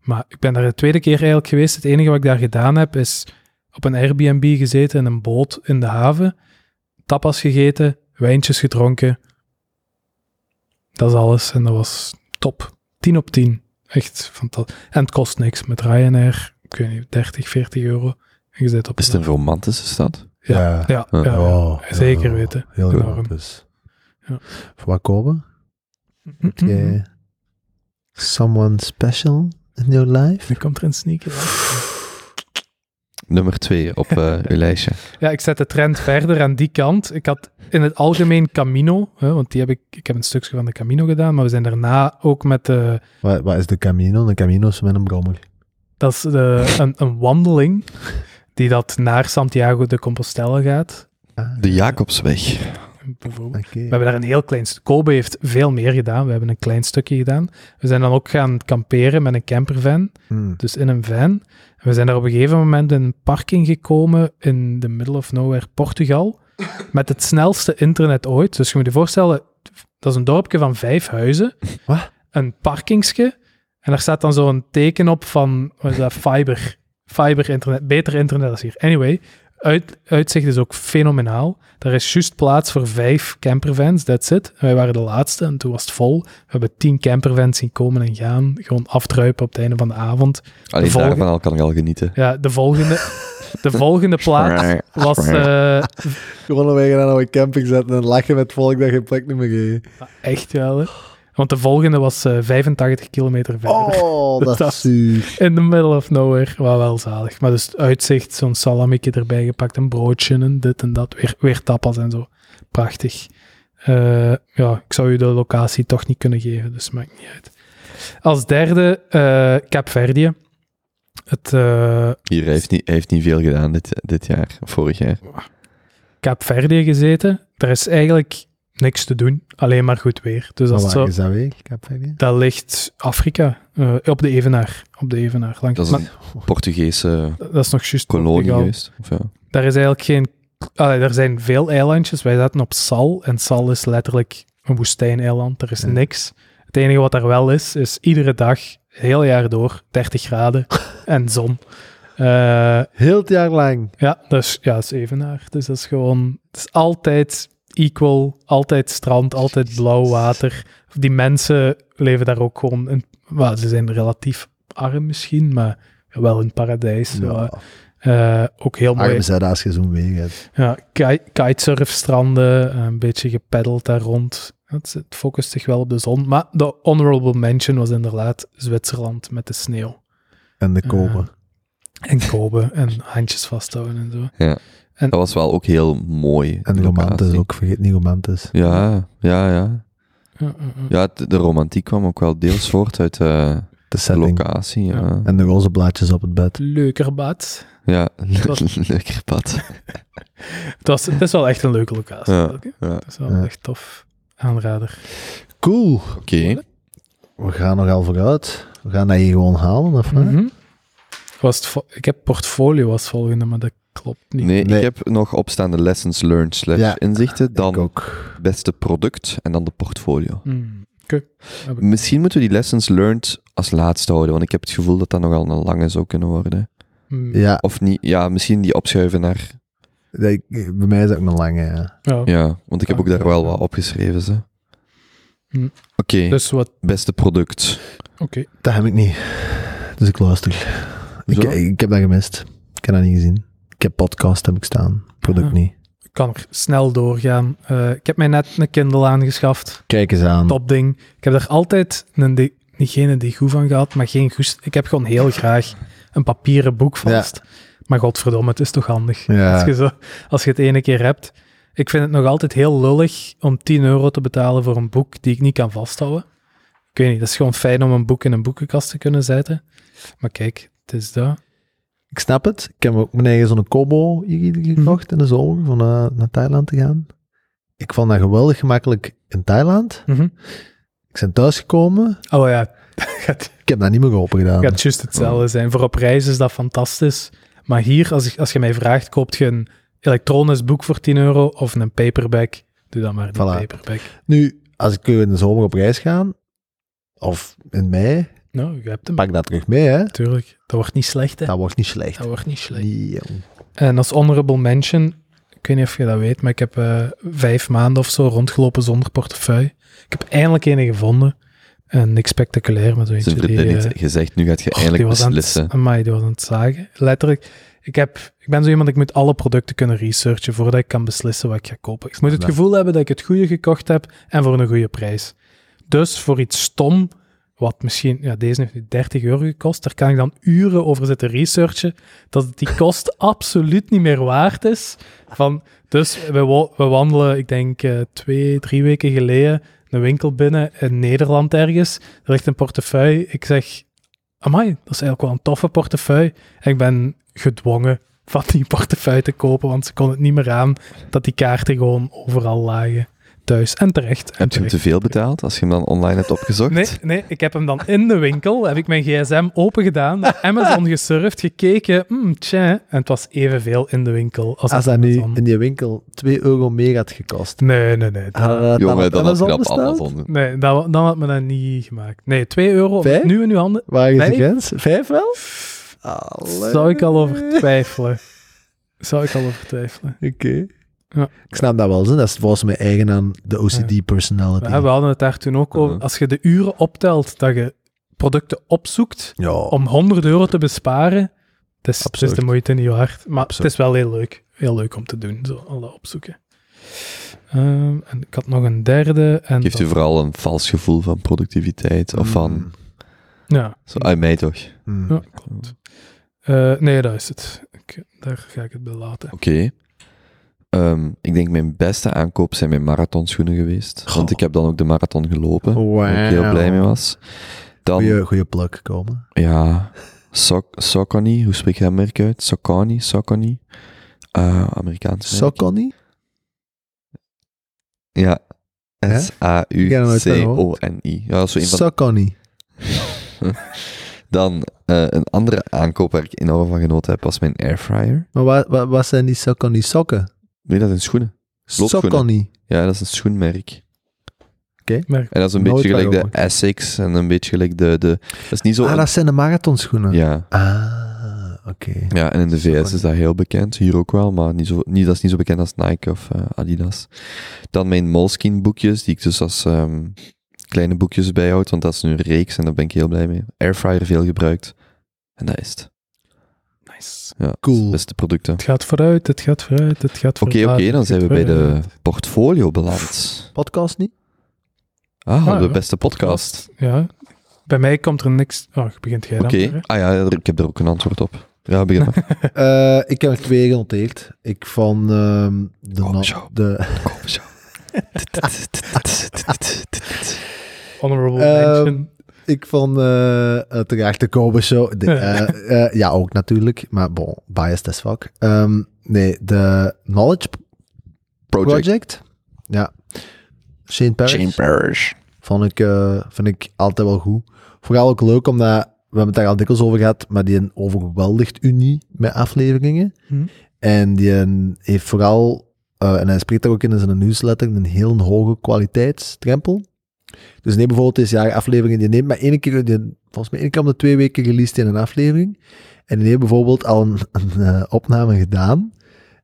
Speaker 2: Maar ik ben daar de tweede keer eigenlijk geweest. Het enige wat ik daar gedaan heb, is op een Airbnb gezeten in een boot in de haven. Tapas gegeten, wijntjes gedronken. Dat is alles en dat was top. 10 op 10. Echt fantastisch. En het kost niks met Ryanair. Ik weet niet, 30, 40 euro. En je zit op
Speaker 1: Is het een Ah. romantische stad?
Speaker 2: Ja.
Speaker 3: ja.
Speaker 2: Ja,
Speaker 1: Ja.
Speaker 2: ja.
Speaker 3: Oh,
Speaker 2: zeker
Speaker 3: ja.
Speaker 2: weten.
Speaker 3: Heel
Speaker 2: Enorm.
Speaker 3: enorm. Dus.
Speaker 2: Ja. Mhm.
Speaker 3: Voor wat komen? Heb
Speaker 2: Mm, mm, mm.
Speaker 3: jij someone special in your life?
Speaker 2: Nu komt er een sneaker. aan.
Speaker 1: Nummer 2 op eh uw lijstje.
Speaker 2: Ja, ik zet de trend verder aan die kant. Ik had in het algemeen Camino, hè, want die heb ik, ik heb een stukje van de Camino gedaan, maar we zijn daarna ook met de,
Speaker 3: Wat, wat is de Camino? Een Camino is met een brommer.
Speaker 2: dat is de, een, een wandeling die dat naar Santiago de Compostela gaat.
Speaker 3: Ah,
Speaker 1: De Jacobsweg.
Speaker 2: Bijvoorbeeld.
Speaker 3: Oké.
Speaker 2: We hebben daar een heel klein stuk. Kobe heeft veel meer gedaan. We hebben een klein stukje gedaan. We zijn dan ook gaan kamperen met een campervan.
Speaker 3: Hmm.
Speaker 2: Dus in een van. We zijn daar op een gegeven moment in een parking gekomen in the middle of nowhere, Portugal. Met het snelste internet ooit. Dus je moet je voorstellen, dat is een dorpje van vijf huizen.
Speaker 3: Wat?
Speaker 2: Een parkingske. En daar staat dan zo'n teken op van, wat is dat, fiber. Fiber internet, beter internet als hier. Anyway, uit, uitzicht is ook fenomenaal. Er is juist plaats voor vijf campervans, that's it. En wij waren de laatste en toen was het vol. We hebben tien campervans zien komen en gaan. Gewoon afdruipen op het einde van de avond.
Speaker 1: Alleen
Speaker 2: volgende-
Speaker 1: daarvan al kan ik al genieten.
Speaker 2: Ja, de volgende, de volgende plaats was... eh,
Speaker 3: Gewoon weg naar een camping zetten en lachen met het volk dat je plek niet meer geeft.
Speaker 2: echt wel, hè. Want de volgende was eh, 85 kilometer verder.
Speaker 3: Oh,
Speaker 2: Dus
Speaker 3: dat
Speaker 2: dat-
Speaker 3: is zuur.
Speaker 2: In the middle of nowhere. Wat wel zalig. Maar dus het uitzicht, zo'n salamietje erbij gepakt, een broodje en dit en dat. Weer, weer tapas en zo. Prachtig. Eh, ja, ik zou u de locatie toch niet kunnen geven, dus maakt niet uit. Als derde, eh Capverdië. Het, eh,
Speaker 1: Hier, hij heeft niet, hij heeft niet veel gedaan dit, dit jaar, vorig jaar.
Speaker 2: Kaapverdië gezeten. Er is eigenlijk niks te doen, alleen maar goed weer. Dus dat,
Speaker 3: Maar
Speaker 2: is zo,
Speaker 3: waar is dat weer? Ik heb geen idee.
Speaker 2: dat ligt Afrika, eh, op de Evenaar. Op de Evenaar, langs.
Speaker 1: Dat is
Speaker 2: maar
Speaker 1: een Portugese
Speaker 2: dat is nog juist
Speaker 1: kolonie
Speaker 2: Portugal.
Speaker 1: geweest. Of ja.
Speaker 2: Daar is eigenlijk geen... Allee, er zijn veel eilandjes. Wij zaten op Sal, en Sal is letterlijk een woestijneiland. Er is
Speaker 3: Ja.
Speaker 2: niks. Het enige wat daar wel is, is iedere dag, heel jaar door, 30 graden en zon. Eh
Speaker 3: Heel het jaar lang.
Speaker 2: Ja, dus ja, dat is evenaar. Dus dat is gewoon, het is altijd equal, altijd strand, altijd blauw water. Die mensen leven daar ook gewoon, in, wel, ze zijn relatief arm misschien, maar wel in paradijs. zo,
Speaker 3: Ja.
Speaker 2: hè. Eh, ook heel mooi.
Speaker 3: Arm zijn als je zo'n weer hebt.
Speaker 2: Ja, ki- kitesurfstranden, eh, een beetje gepeddeld daar rond. Het, het focust zich wel op de zon. Maar de honorable mention was inderdaad Zwitserland met de sneeuw.
Speaker 3: En de
Speaker 2: Ja.
Speaker 3: kopen.
Speaker 2: En Kobe en handjes vasthouden en zo.
Speaker 1: Dat was wel ook heel mooi.
Speaker 3: En
Speaker 1: die
Speaker 3: romantisch
Speaker 1: locatie.
Speaker 3: ook, vergeet niet romantisch.
Speaker 1: Ja, ja, ja.
Speaker 2: Ja, ja, ja.
Speaker 1: Ja, het- de romantiek kwam ook wel deels voort uit eh,
Speaker 3: de setting.
Speaker 1: locatie, ja.
Speaker 2: Ja.
Speaker 1: Ja,
Speaker 3: En de roze blaadjes op het bed.
Speaker 2: Leuker bad.
Speaker 1: le- lekker pad.
Speaker 2: Het, was, het is wel echt een leuke locatie.
Speaker 1: Ja,
Speaker 2: ook, hè.
Speaker 1: ja.
Speaker 2: Het is wel
Speaker 3: Ja.
Speaker 2: echt tof. Aanrader.
Speaker 3: Cool.
Speaker 1: Oké.
Speaker 3: We gaan nogal vooruit. We gaan dat hier gewoon halen, of wat?
Speaker 2: Mhm. was het vo- ik heb portfolio als volgende, maar dat klopt niet.
Speaker 1: Nee,
Speaker 3: Nee.
Speaker 1: ik heb nog opstaande lessons learned slash
Speaker 3: Ja,
Speaker 1: inzichten, dan
Speaker 3: Ik ook.
Speaker 1: beste product en dan de portfolio.
Speaker 2: Hmm.
Speaker 1: Misschien moeten we die lessons learned als laatste houden, want ik heb het gevoel dat dat nogal een lange zou kunnen worden.
Speaker 2: Hmm.
Speaker 3: Ja,
Speaker 1: Of niet, ja, misschien die opschuiven naar...
Speaker 3: dat- ik- bij mij is dat ook een lange. ja.
Speaker 2: Ah, Ja.
Speaker 1: Ja, want ik heb ook daar wel wat opgeschreven, ze.
Speaker 2: Hm.
Speaker 1: Oké,
Speaker 2: Dus wat,
Speaker 1: beste product.
Speaker 2: oké.
Speaker 3: Dat heb ik niet. Dus ik luister. Ik,
Speaker 1: Zo?
Speaker 3: ik heb dat gemist. Ik heb dat niet gezien. Ik heb podcast heb ik staan. Product
Speaker 2: Ah.
Speaker 3: niet.
Speaker 2: Ik kan er snel doorgaan. Eh, ik heb mij net een Kindle aangeschaft.
Speaker 3: Kijk eens aan.
Speaker 2: Top ding. Ik heb daar altijd een di- diegene die goed van gehad, maar geen goest. Ik heb gewoon heel graag een papieren boek vast. Maar godverdomme, het is toch handig.
Speaker 3: Ja.
Speaker 2: Als, je zo, als je het ene keer hebt. Ik vind het nog altijd heel lullig om 10 euro te betalen voor een boek die ik niet kan vasthouden. Ik weet niet, dat is gewoon fijn om een boek in een boekenkast te kunnen zetten. Maar kijk, het is dat.
Speaker 3: Ik snap het. Ik heb ook mijn eigen zo'n kobo hier gekocht in de zomer om eh, naar Thailand te gaan. Ik vond dat geweldig gemakkelijk in Thailand.
Speaker 2: Mhm.
Speaker 3: Ik ben thuisgekomen.
Speaker 2: Oh ja, gaat,
Speaker 3: Ik heb dat niet meer open gedaan.
Speaker 2: gaat juist hetzelfde zijn. Voor op reis is dat fantastisch. Maar hier, als, ik, als je mij vraagt, koopt je een elektronisch boek voor 10 euro of een paperback? Doe dan maar die
Speaker 3: Voilà.
Speaker 2: paperback.
Speaker 3: Nu, als ik in de zomer op reis ga, of in mei,
Speaker 2: Nou, je hebt hem.
Speaker 3: pak dat terug mee. Hè.
Speaker 2: Natuurlijk. Dat wordt niet slecht, hè?
Speaker 3: Dat wordt niet slecht.
Speaker 2: Dat wordt niet slecht.
Speaker 3: Nee, jong.
Speaker 2: En als honorable mention, ik weet niet of je dat weet, maar ik heb eh, vijf maanden of zo rondgelopen zonder portefeuille. Ik heb eindelijk een gevonden. En niks spectaculair, maar zo
Speaker 1: Ze
Speaker 2: eentje
Speaker 1: hebben
Speaker 2: die...
Speaker 1: dit
Speaker 2: eh,
Speaker 1: niet gezegd, nu gaat je
Speaker 2: oh,
Speaker 1: eindelijk
Speaker 2: die was aan het-
Speaker 1: beslissen.
Speaker 2: Amai, die was aan het zagen. Letterlijk, ik, heb, ik ben zo iemand, ik moet alle producten kunnen researchen voordat ik kan beslissen wat ik ga kopen. Ik moet het
Speaker 3: Ja.
Speaker 2: gevoel hebben dat ik het goede gekocht heb en voor een goede prijs. Dus voor iets stom, wat misschien, ja, deze heeft nu 30 euro gekost, daar kan ik dan uren over zitten researchen, dat het die kost absoluut niet meer waard is. Van, dus we, wa- we wandelen, ik denk eh, twee, drie weken geleden, een winkel binnen in Nederland ergens. Er ligt een portefeuille. Ik zeg, amai, dat is eigenlijk wel een toffe portefeuille. En ik ben gedwongen van die portefeuille te kopen, want ze kon het niet meer aan dat die kaarten gewoon overal lagen. Thuis en terecht.
Speaker 1: Heb
Speaker 2: En
Speaker 1: je hem
Speaker 2: terecht.
Speaker 1: te veel betaald als je hem dan online hebt opgezocht?
Speaker 2: Nee, nee, ik heb hem dan in de winkel, heb ik mijn gsm opengedaan, naar Amazon gesurfd, gekeken, hmm, tja, en het was evenveel in de winkel als
Speaker 3: Als
Speaker 2: op
Speaker 3: dat nu
Speaker 2: Amazon.
Speaker 3: in die winkel 2 euro meer had gekost.
Speaker 2: Nee, nee, nee. dat-
Speaker 3: hadden we dat
Speaker 1: Jongen, dan
Speaker 3: op
Speaker 1: had je dat op
Speaker 3: besteld?
Speaker 1: Amazon.
Speaker 2: nee dat, dan had me dat niet gemaakt. Nee, 2 euro, om het
Speaker 3: Vijf?
Speaker 2: nu in uw handen,
Speaker 3: Waar is de
Speaker 2: Vijf?
Speaker 3: grens? Vijf wel?
Speaker 2: zou ik al over twijfelen. Zou ik al over twijfelen.
Speaker 3: Oké.
Speaker 2: Ja.
Speaker 3: Ik snap dat wel. Zin. Dat is volgens mij eigen aan de OCD-personality.
Speaker 2: Ja, we hadden het daar toen ook over.
Speaker 1: Mhm.
Speaker 2: Als je de uren optelt dat je producten opzoekt
Speaker 3: Ja,
Speaker 2: om 100 euro te besparen, het is, het is
Speaker 3: Absurd.
Speaker 2: de moeite niet waard. Maar
Speaker 3: Absurd.
Speaker 2: het is wel heel leuk. Heel leuk om te doen, zo, al dat opzoeken. Ehm, en ik had nog een derde. En
Speaker 1: Geeft u
Speaker 2: dat-
Speaker 1: vooral een vals gevoel van productiviteit of
Speaker 3: Hmm.
Speaker 1: van...
Speaker 2: Ja,
Speaker 1: Zo, uit mij toch? Oké.
Speaker 3: Mm.
Speaker 2: Mm. ja klopt. Eh, nee, dat is het. Ik, daar ga ik het bij laten.
Speaker 1: Ehm, ik denk mijn beste aankoop zijn mijn marathonschoenen geweest. Want ik heb dan ook de marathon gelopen. Waar ik heel blij mee was. Dan,
Speaker 3: Oh, Goeie, goeie pluk komen.
Speaker 1: ja, Sok- Socony, hoe spreek je dat merk uit? Socony, Socony. Eh Amerikaans merk.
Speaker 3: Sokoni?
Speaker 1: Ja.
Speaker 3: Hè? Ik heb dat nooit van gehoord.
Speaker 1: S-A-U-C-O-N-I. Ja, dat is zo een van
Speaker 3: Sokoni.
Speaker 1: Dan eh, een andere aankoop waar ik enorm van genoten heb, was mijn airfryer.
Speaker 3: Maar wat, wat, wat zijn die Sokoni sokken?
Speaker 1: Nee, dat zijn schoenen. Loopschoenen.
Speaker 3: Sokoni.
Speaker 1: Ja, dat is een schoenmerk.
Speaker 2: Maar
Speaker 1: En dat is een
Speaker 3: Nooit
Speaker 1: beetje
Speaker 3: van
Speaker 1: gelijk de
Speaker 3: gehoord.
Speaker 1: Essex en een beetje gelijk de... de dat is niet zo...
Speaker 3: Ah,
Speaker 1: een-
Speaker 3: dat zijn de marathonschoenen.
Speaker 1: ja.
Speaker 3: Ah, oké.
Speaker 1: ja, en in de VS is
Speaker 3: Socony.
Speaker 1: dat heel bekend. Hier ook wel, maar niet zo, niet, dat is niet zo bekend als Nike of eh, Adidas. Dan mijn Moleskine boekjes, die ik dus als ehm, kleine boekjes bijhoud, want dat is nu een reeks en daar ben ik heel blij mee. Airfryer veel gebruikt. En dat is het.
Speaker 2: nice.
Speaker 1: Ja,
Speaker 3: Cool.
Speaker 1: beste producten.
Speaker 2: Het gaat vooruit, het gaat vooruit, het gaat
Speaker 1: Oké,
Speaker 2: vooruit.
Speaker 1: oké, dan
Speaker 2: het
Speaker 1: zijn we
Speaker 2: gaat
Speaker 1: bij de
Speaker 2: vooruit.
Speaker 1: portfolio beland.
Speaker 3: Podcast niet?
Speaker 1: Ah,
Speaker 2: Ah,
Speaker 1: de
Speaker 2: ja.
Speaker 1: beste podcast.
Speaker 2: Ja. Bij mij komt er niks... Oh, begint jij dan?
Speaker 1: Oké.
Speaker 2: maar, hè?
Speaker 1: Ah ja, er- ik heb er ook een antwoord op. Ja, begin maar.
Speaker 3: Eh, ik heb er twee genoteerd. Ik van ehm, de,
Speaker 1: Oh,
Speaker 3: na-
Speaker 1: zo.
Speaker 3: de...
Speaker 1: Kom zo.
Speaker 2: Honorable
Speaker 3: Ehm,
Speaker 2: Eh, mention.
Speaker 3: ik vond eh, uiteraard de Kobe Show. de- eh, eh, ja, ook natuurlijk. Maar bon, biased as fuck. Ehm, nee, de Knowledge
Speaker 1: Project.
Speaker 3: Project. Ja. Shane Parrish.
Speaker 1: Shane Parrish.
Speaker 3: Vond ik, eh, vind ik altijd wel goed. Vooral ook leuk, omdat we hebben het daar al dikwijls over gehad, maar die een overweldigt Unie met afleveringen.
Speaker 2: Mhm.
Speaker 3: En die een heeft vooral, eh, en hij spreekt daar ook in in zijn newsletter, een heel hoge kwaliteitstrempel. Dus neem bijvoorbeeld deze jaar afleveringen, die neemt maar één keer, die, volgens mij één keer om de twee weken released in een aflevering. En die heeft bijvoorbeeld al een, een eh, opname gedaan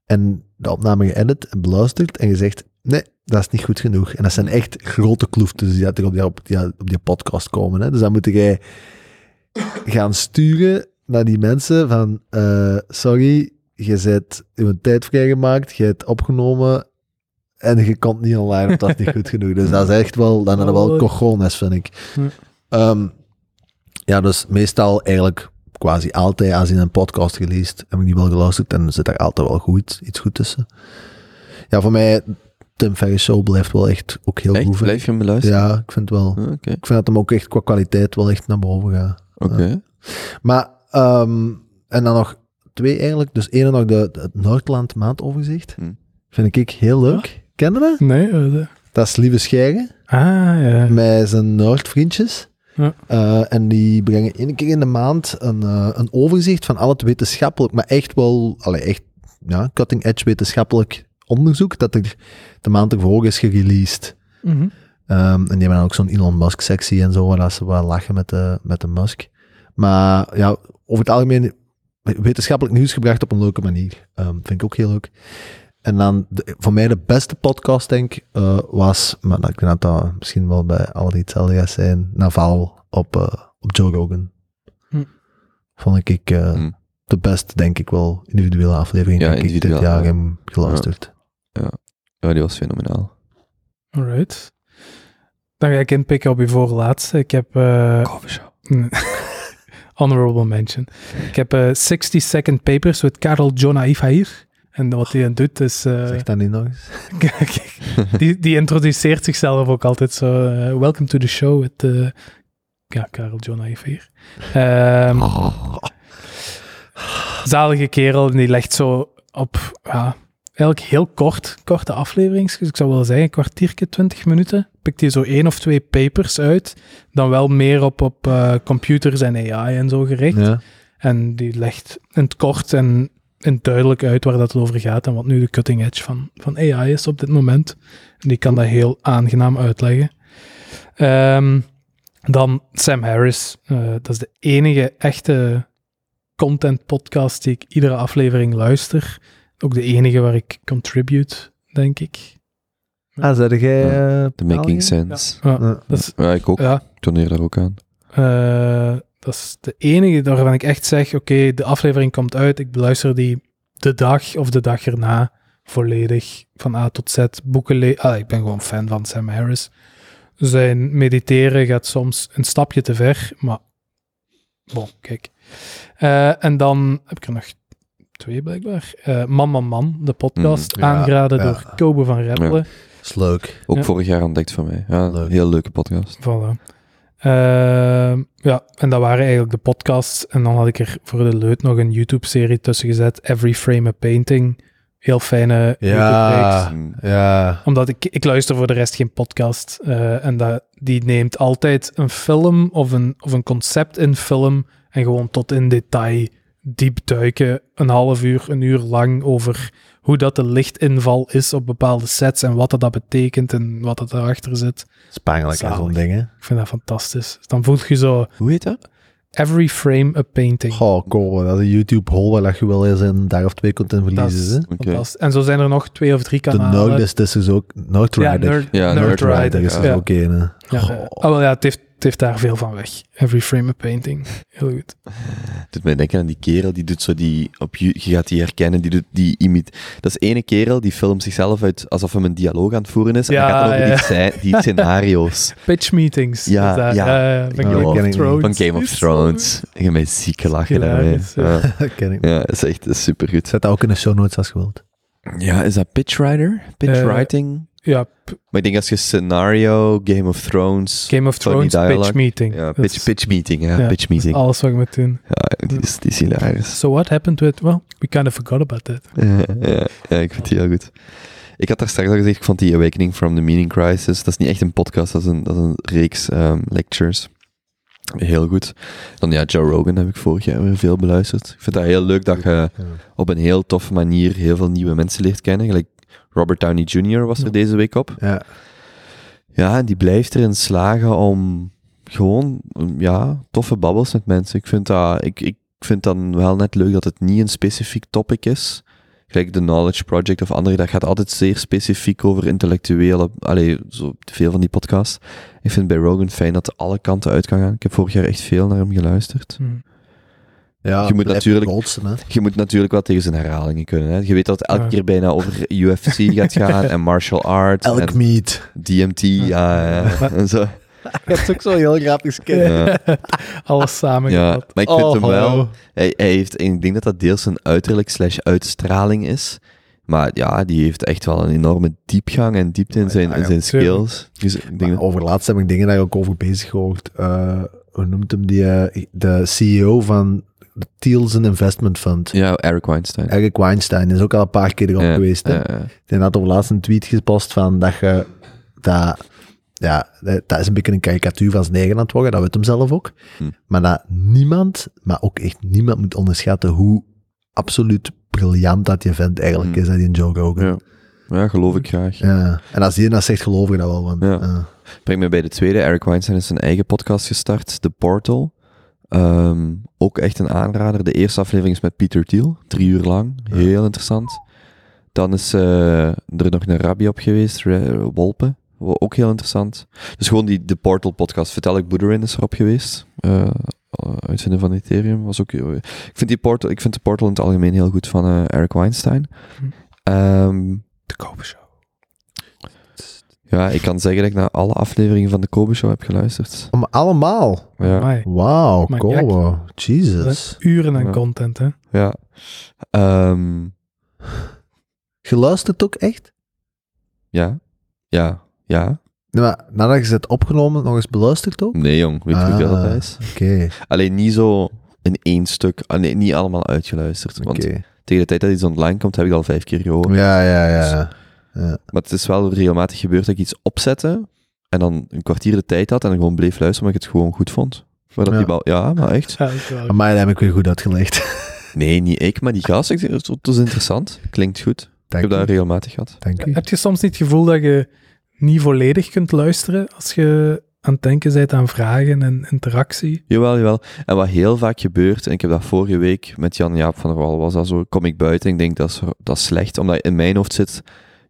Speaker 3: en de opname geëdit en beluisterd en gezegd, nee, dat is niet goed genoeg. En dat
Speaker 2: Mm.
Speaker 3: zijn echt grote kloeftes die dat er op die, op die, op die podcast komen. Hè. Dus dan moet jij gaan sturen naar die mensen van, eh, sorry, je bent je tijd vrijgemaakt, je hebt opgenomen en je komt niet online, want dat is niet goed genoeg. Dus dat is echt wel, dan hebben we wel
Speaker 2: Mm. Oh.
Speaker 3: cojones, vind ik.
Speaker 2: Ja.
Speaker 3: Ehm, ja, dus meestal eigenlijk quasi altijd, als in een podcast geleest, heb ik die wel geluisterd en zit daar altijd wel goed, iets goed tussen. Ja, voor mij, Tim Ferriss Show blijft wel echt ook heel
Speaker 1: Echt?
Speaker 3: goed. vind ik.
Speaker 1: Blijf je hem beluisteren?
Speaker 3: Ja, ik vind het wel.
Speaker 1: Ah, Oké.
Speaker 3: Ik vind dat hem ook echt qua kwaliteit wel echt naar boven gaat.
Speaker 1: Oké.
Speaker 3: Maar, ehm, en dan nog twee eigenlijk. Dus één nog de, de- het Noordland maandoverzicht.
Speaker 1: Hm.
Speaker 3: Vind ik heel leuk. Ken je dat?
Speaker 2: Nee, eh, de-
Speaker 3: Dat is Lieve Schijgen.
Speaker 2: Ah, ja.
Speaker 3: met zijn Noordvriendjes.
Speaker 2: Ja.
Speaker 3: Eh, en die brengen één keer in de maand een, eh, een overzicht van al het wetenschappelijk, maar echt wel, allee, echt ja, cutting edge wetenschappelijk onderzoek dat er de maand ervoor is gereleased.
Speaker 2: Mhm.
Speaker 3: Ehm, en die hebben dan ook zo'n Elon Musk sectie en zo, waar dat ze wel lachen met de, met de Musk. Maar ja, over het algemeen wetenschappelijk nieuws gebracht op een leuke manier. Ehm, vind ik ook heel leuk. En dan, de- voor mij de beste podcast, denk ik, eh, was, maar dat ik denk dat dat misschien wel bij alle die hetzelfde gaat zijn, Naval op, eh, op Joe Rogan.
Speaker 2: Hm.
Speaker 3: Vond ik eh,
Speaker 1: Hm.
Speaker 3: de beste, denk ik wel, individuele aflevering
Speaker 1: Ja,
Speaker 3: die ik dit
Speaker 1: individueel,
Speaker 3: jaar
Speaker 1: ja.
Speaker 3: heb geluisterd.
Speaker 1: Ja, die was fenomenaal.
Speaker 2: Alright. Dan ga ik inpikken op je voorlaatste. Ik heb... eh,
Speaker 1: Covershow.
Speaker 2: honorable mention. Ik heb eh 60 Second Papers met Karel Jonah Ifahir. En wat hij dan doet is... eh,
Speaker 3: Zeg dat niet nog eens.
Speaker 2: Kijk, die, die introduceert zichzelf ook altijd zo. eh, welcome to the show with eh, ja, Karel John even hier. Ehm,
Speaker 1: Oh.
Speaker 3: Oh,
Speaker 2: zalige kerel en die legt zo op ja, eigenlijk heel kort, korte afleveringen. Dus ik zou wel zeggen, een kwartiertje, twintig minuten. Pikt hij zo één of twee papers uit. Dan wel meer op, op eh, computers en AI en zo gericht.
Speaker 3: Ja.
Speaker 2: En die legt in het kort en in het duidelijk uit waar dat het over gaat en wat nu de cutting edge van, van AI is op dit moment. En die kan dat heel aangenaam uitleggen. Ehm, dan Sam Harris. Eh, dat is de enige echte content podcast die ik iedere aflevering luister. Ook de enige waar ik contribute, denk ik.
Speaker 3: Ah, zei jij... eh,
Speaker 1: The Making
Speaker 3: België?
Speaker 1: Sense.
Speaker 2: Ja,
Speaker 3: Ja.
Speaker 2: dat is,
Speaker 1: Ja, ik ook.
Speaker 2: ja,
Speaker 1: Ik toneer daar ook aan.
Speaker 2: Eh, dat is de enige waarvan ik echt zeg: oké, de aflevering komt uit. Ik beluister die de dag of de dag erna volledig van A tot Z. Boeken le- Ah, ik ben gewoon fan van Sam Harris. Zijn mediteren gaat soms een stapje te ver, maar bon, kijk. Eh, en dan heb ik er nog twee blijkbaar. Eh Man, Man, Man, de podcast,
Speaker 3: Mm, ja,
Speaker 2: aangeraden
Speaker 3: ja.
Speaker 2: door Kobe van Reppelen.
Speaker 3: Is leuk.
Speaker 1: Ook
Speaker 2: Ja.
Speaker 1: vorig jaar ontdekt van mij. Ja,
Speaker 3: Leuk.
Speaker 1: heel leuke podcast.
Speaker 2: Voilà. Ehm, ja, en dat waren eigenlijk de podcasts. En dan had ik er voor de leut nog een YouTube-serie tussen gezet. Every Frame a Painting. Heel fijne YouTube-reeks.
Speaker 3: Ja.
Speaker 1: Mm.
Speaker 3: Ja.
Speaker 2: Omdat ik, ik luister voor de rest geen podcast. eh, en dat, die neemt altijd een film of een, of een concept in film. En gewoon tot in detail diep duiken. Een half uur, een uur lang over hoe dat de lichtinval is op bepaalde sets. En wat dat, dat betekent en wat dat daarachter zit.
Speaker 3: Spangelijk en zo'n
Speaker 2: Zalig.
Speaker 3: dingen.
Speaker 2: Ik vind dat fantastisch. Dan voel je zo
Speaker 1: Hoe heet dat?
Speaker 2: every frame a painting.
Speaker 3: Goh, Cor, dat is een YouTube-hol waar dat je wel eens een dag of twee kunt in
Speaker 2: dat
Speaker 3: verliezen.
Speaker 2: is
Speaker 3: hè.
Speaker 1: Oké.
Speaker 2: fantastisch. En zo zijn er nog twee of drie
Speaker 3: De
Speaker 2: kanalen.
Speaker 3: Nerd is dus, dus ook
Speaker 2: ja,
Speaker 3: Noordrider.
Speaker 2: Nerd,
Speaker 1: Ja,
Speaker 2: Nerd
Speaker 1: Nerd
Speaker 2: Rider.
Speaker 1: Rider
Speaker 3: is dus
Speaker 2: ja.
Speaker 3: ook een. hè.
Speaker 2: Ja,
Speaker 3: Goh.
Speaker 2: eh, oh, wel ja, het heeft, het heeft daar veel van weg. Every frame a painting. Heel goed.
Speaker 1: doet mij denken aan die kerel die doet zo die op Ju- je gaat die herkennen die doet die imit dat is ene kerel die filmt zichzelf uit alsof hem een dialoog aan het voeren is en
Speaker 2: Ja,
Speaker 1: hij gaat dan over
Speaker 2: ja.
Speaker 1: die, scè- die scenario's
Speaker 2: Pitch meetings.
Speaker 1: Ja,
Speaker 2: is dat. eh,
Speaker 1: ja.
Speaker 2: van
Speaker 1: Ja,
Speaker 2: Game
Speaker 1: ken
Speaker 2: of
Speaker 3: ik niet.
Speaker 2: Thrones.
Speaker 1: van Game of Thrones je mij ziek gelachen daarmee
Speaker 2: Hilarisch, ja.
Speaker 1: ja.
Speaker 3: Dat ken ik niet.
Speaker 1: ja dat is echt super goed
Speaker 3: Zet dat ook in de show notes als je wilt.
Speaker 1: ja is dat pitch rider pitch
Speaker 2: Eh,
Speaker 1: writing
Speaker 2: ja,
Speaker 1: Maar ik denk als je scenario, Game of Thrones...
Speaker 2: Game of
Speaker 1: Funny
Speaker 2: Thrones pitch
Speaker 1: dialogue.
Speaker 2: meeting.
Speaker 1: ja,
Speaker 2: Dat is
Speaker 1: pitch, pitch meeting, ja,
Speaker 2: Ja, Oh.
Speaker 1: pitch meeting.
Speaker 2: Alles wat je moet doen.
Speaker 1: Ja, die is, die is hilarisch.
Speaker 2: So what happened with, well, we kind of forgot about that.
Speaker 1: Ja, ja, ja, ik vind die heel goed. Ik had daar straks al gezegd, ik vond die Awakening from the Meaning Crisis, dat is niet echt een podcast, dat is een, dat is een reeks ehm, lectures. Heel goed. Dan ja, Joe Rogan heb ik vorig jaar weer veel beluisterd. Ik vind dat heel leuk dat je
Speaker 3: Ja.
Speaker 1: op een heel toffe manier heel veel nieuwe mensen leert kennen. Gelijk Robert Downey Jr. was er
Speaker 2: Ja.
Speaker 1: deze week op.
Speaker 3: Ja.
Speaker 1: Ja, en die blijft erin slagen om gewoon, mm, ja, toffe babbels met mensen. Ik vind dat, ik, ik vind dan wel net leuk dat het niet een specifiek topic is. Gelijk de Knowledge Project of andere, dat gaat altijd zeer specifiek over intellectuele, allee, zo veel van die podcasts. Ik vind bij Rogan fijn dat het alle kanten uit kan gaan. Ik heb vorig jaar echt veel naar hem geluisterd.
Speaker 2: Hmm.
Speaker 3: Ja,
Speaker 1: Je moet
Speaker 3: blijf
Speaker 1: natuurlijk-
Speaker 3: roodsen, hè.
Speaker 1: Je moet natuurlijk wel tegen zijn herhalingen kunnen. Hè? Je weet dat het elke
Speaker 2: Ja.
Speaker 1: keer bijna over UFC gaat gaan en martial arts
Speaker 3: Elk
Speaker 1: en
Speaker 3: meet.
Speaker 1: DMT ja, ja, ja, en zo.
Speaker 3: Je hebt ook zo'n heel grappig skin.
Speaker 1: Ja.
Speaker 2: Alles samen
Speaker 1: Ja,
Speaker 2: gehad.
Speaker 1: maar ik
Speaker 3: Oh,
Speaker 1: vind hem wel. Hij, hij heeft, en ik denk dat dat deels zijn uiterlijk slash uitstraling is. Maar ja, die heeft echt wel een enorme diepgang en diepte in zijn,
Speaker 3: Ja,
Speaker 1: in
Speaker 3: ja,
Speaker 1: zijn
Speaker 2: tuurlijk.
Speaker 1: skills. Dus ik denk
Speaker 3: Maar
Speaker 1: dat-
Speaker 3: over laatst heb ik dingen daar ook over bezig gehoord. Eh, hoe noemt hem die? eh, de CEO van de Thielsen Investment Fund.
Speaker 1: ja, Eric Weinstein.
Speaker 3: Eric Weinstein is ook al een paar keer erop
Speaker 1: Ja,
Speaker 3: geweest. Hè?
Speaker 1: ja, ja.
Speaker 3: Die had over laatst een tweet gepost van dat je dat, ja, dat dat is een beetje een karikatuur van zijn eigen aan het worden, dat weet hem zelf ook.
Speaker 1: Hm.
Speaker 3: Maar dat niemand, maar ook echt niemand moet onderschatten hoe absoluut briljant dat je vent eigenlijk
Speaker 1: Hm.
Speaker 3: is, dat die een Joe Rogan.
Speaker 1: Ja. Ja, geloof ik graag.
Speaker 3: Ja. En als die dat zegt, geloof ik dat wel. Want,
Speaker 1: Ja.
Speaker 3: eh,
Speaker 1: Breng me bij de tweede. Eric Weinstein is zijn eigen podcast gestart, The Portal. Ehm, ook echt een aanrader. De eerste aflevering is met Peter Thiel, drie uur lang.
Speaker 3: Ja.
Speaker 1: Heel interessant. Dan is eh, er nog een rabbi op geweest, Re- Wolpen. Wo- Ook heel interessant. Dus gewoon die The Portal podcast. Vitalik Buterin is erop geweest. Eh uitzenden van Ethereum was ook... heel- Ik vind, die portal, ik vind de Portal in het algemeen heel goed van eh, Eric Weinstein.
Speaker 2: Hm.
Speaker 1: Ehm,
Speaker 2: De kopen show.
Speaker 1: ja, ik kan zeggen dat ik naar alle afleveringen van de Kobe Show heb geluisterd.
Speaker 3: om allemaal.
Speaker 1: Ja.
Speaker 2: Amai.
Speaker 3: Wauw,
Speaker 2: Maar
Speaker 3: Kobo.
Speaker 2: Dat
Speaker 3: Jesus.
Speaker 2: is Uren aan
Speaker 1: Ja.
Speaker 2: content, hè.
Speaker 1: Ja. Ehm,
Speaker 3: Je luistert ook echt?
Speaker 1: ja. Ja. Ja.
Speaker 3: Nee, maar Nou, nadat je ze hebt opgenomen, nog eens beluisterd ook?
Speaker 1: Nee, jong. Weet je hoeveel
Speaker 3: Ah.
Speaker 1: dat is?
Speaker 3: Oké,
Speaker 1: Alleen niet zo in één stuk. ah, nee, niet allemaal uitgeluisterd.
Speaker 3: oké.
Speaker 1: Want tegen de tijd dat iets online komt, heb ik dat al vijf keer gehoord.
Speaker 3: Ja, ja, ja. ja.
Speaker 1: Maar het is wel regelmatig gebeurd dat ik iets opzette en dan een kwartier de tijd had en dan gewoon bleef luisteren omdat ik het gewoon goed vond. Maar dat
Speaker 3: Ja.
Speaker 1: die bal, ja, maar echt.
Speaker 2: Ja, dat is wel-
Speaker 3: Maar dat heb ik weer goed uitgelegd.
Speaker 1: Nee, niet ik, maar die gast. Ik zeg, dat is interessant. Klinkt goed. Ik
Speaker 3: Dank
Speaker 1: heb dat
Speaker 3: u.
Speaker 1: regelmatig gehad.
Speaker 3: Dank u.
Speaker 2: Heb je soms niet het gevoel dat je niet volledig kunt luisteren als je aan het denken bent aan vragen en interactie?
Speaker 1: Jawel, jawel. En wat heel vaak gebeurt, en ik heb dat vorige week met Jan-Jaap van der Wal, was dat zo, kom ik buiten en ik denk dat is, dat is slecht, omdat in mijn hoofd zit,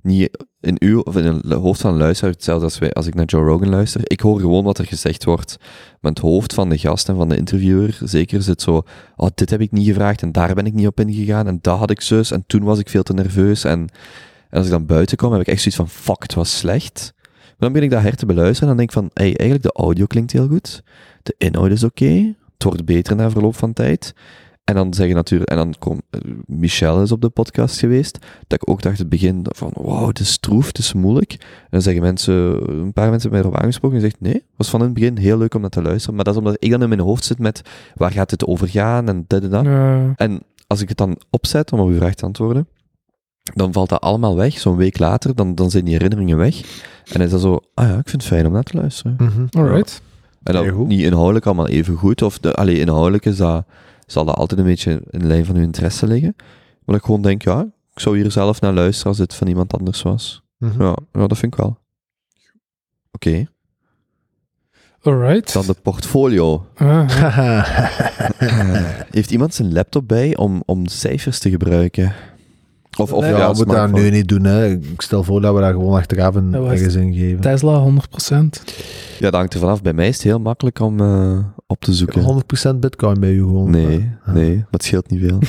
Speaker 1: niet in uw, of in het hoofd van een luisteraar, hetzelfde als, wij, als ik naar Joe Rogan luister, ik hoor gewoon wat er gezegd wordt. Maar het hoofd van de gast en van de interviewer, zeker, zit zo, oh, dit heb ik niet gevraagd en daar ben ik niet op ingegaan en dat had ik zus en toen was ik veel te nerveus en, en als ik dan buiten kom, heb ik echt zoiets van, fuck, het was slecht. Maar dan begin ik dat her te beluisteren en dan denk ik van, hey, eigenlijk de audio klinkt heel goed de inhoud is oké, het wordt beter na verloop van tijd. En dan zeggen natuurlijk, en dan komt Michel is op de podcast geweest, dat ik ook dacht in het begin van, wauw, het is stroef, het is moeilijk. En dan zeggen mensen, een paar mensen hebben mij erop aangesproken en zegt, nee, het was van in het begin heel leuk om naar te luisteren, maar dat is omdat ik dan in mijn hoofd zit met, waar gaat dit over gaan en dit en dat.
Speaker 2: Eh,
Speaker 1: En als ik het dan opzet om op uw vraag te antwoorden, dan valt dat allemaal weg. Zo'n week later, dan, dan zijn die herinneringen weg. En dan is dat zo, ah ja, ik vind het fijn om naar te luisteren.
Speaker 3: Mhm.
Speaker 2: alright.
Speaker 1: En
Speaker 3: Heel
Speaker 1: dat
Speaker 3: goed.
Speaker 1: niet inhoudelijk allemaal even goed. Of de, allee, inhoudelijk is dat, zal dat altijd een beetje in de lijn van uw interesse liggen. Maar dat ik gewoon denk, ja, ik zou hier zelf naar luisteren als dit van iemand anders was.
Speaker 3: Mhm.
Speaker 1: Ja, ja dat vind ik wel. Oké,
Speaker 2: Alright.
Speaker 1: dan de portfolio.
Speaker 2: Ah,
Speaker 1: Heeft iemand zijn laptop bij om, om cijfers te gebruiken? Of, of
Speaker 2: Nee,
Speaker 1: ja,
Speaker 3: ja, we moeten dat
Speaker 1: smartphone.
Speaker 3: nu niet doen. Hè. Ik stel voor dat we daar gewoon achteraf een
Speaker 2: Dat was-
Speaker 3: ergens in geven.
Speaker 2: Tesla 100%.
Speaker 1: Ja, dat hangt er vanaf. Bij mij is het heel makkelijk om eh, op te zoeken.
Speaker 3: 100% bitcoin bij u gewoon.
Speaker 1: Nee,
Speaker 3: Ah.
Speaker 1: nee, maar het scheelt niet veel.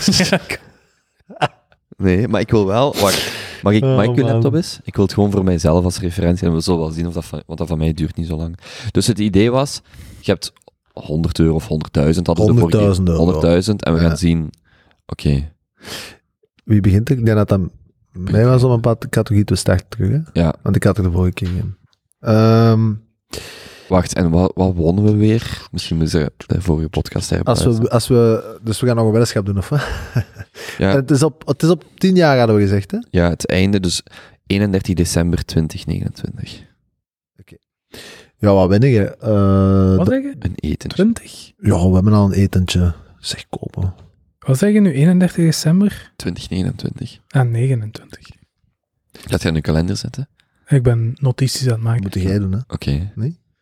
Speaker 1: Nee, maar ik wil wel. Wacht, mag ik,
Speaker 3: Oh,
Speaker 1: mag ik uw
Speaker 3: man.
Speaker 1: laptop eens? Ik wil het gewoon voor mijzelf als referentie. En we zullen wel zien of dat van, want dat van mij duurt niet zo lang. Dus het idee was: je hebt 100 euro of 100.000. hadden we de vorige keer.
Speaker 3: 100.000 euro.
Speaker 1: 100.000 en we
Speaker 3: Ja.
Speaker 1: gaan zien. Oké.
Speaker 3: Wie begint er? Ik denk dat dat Bij mij was het om een pat- categorie te starten terug, hè?
Speaker 1: Ja.
Speaker 3: Want ik had er de vorige keer in. Ehm,
Speaker 1: Wacht, en wat, wat wonnen we weer? Misschien moeten we de vorige podcast hebben.
Speaker 3: als, we, als we... Dus we gaan nog een weddenschap doen, of wat? En
Speaker 1: ja,
Speaker 3: Het is, op, het is op tien jaar, hadden we gezegd, hè?
Speaker 1: ja, het einde dus 31 december 2029.
Speaker 3: Ja, wat winnen je? Eh,
Speaker 2: Wat
Speaker 3: de-
Speaker 2: zeg je?
Speaker 1: Een eten.
Speaker 2: 20?
Speaker 3: ja, we hebben al een etentje. Zeg, kopen.
Speaker 2: Wat zeg je nu? 31 december Ah,
Speaker 1: 2029.
Speaker 2: aan 29.
Speaker 1: Gaat jij in de kalender zetten?
Speaker 2: Ik ben notities aan het
Speaker 3: Dat
Speaker 2: maken.
Speaker 3: moet jij doen, hè?
Speaker 1: Oké.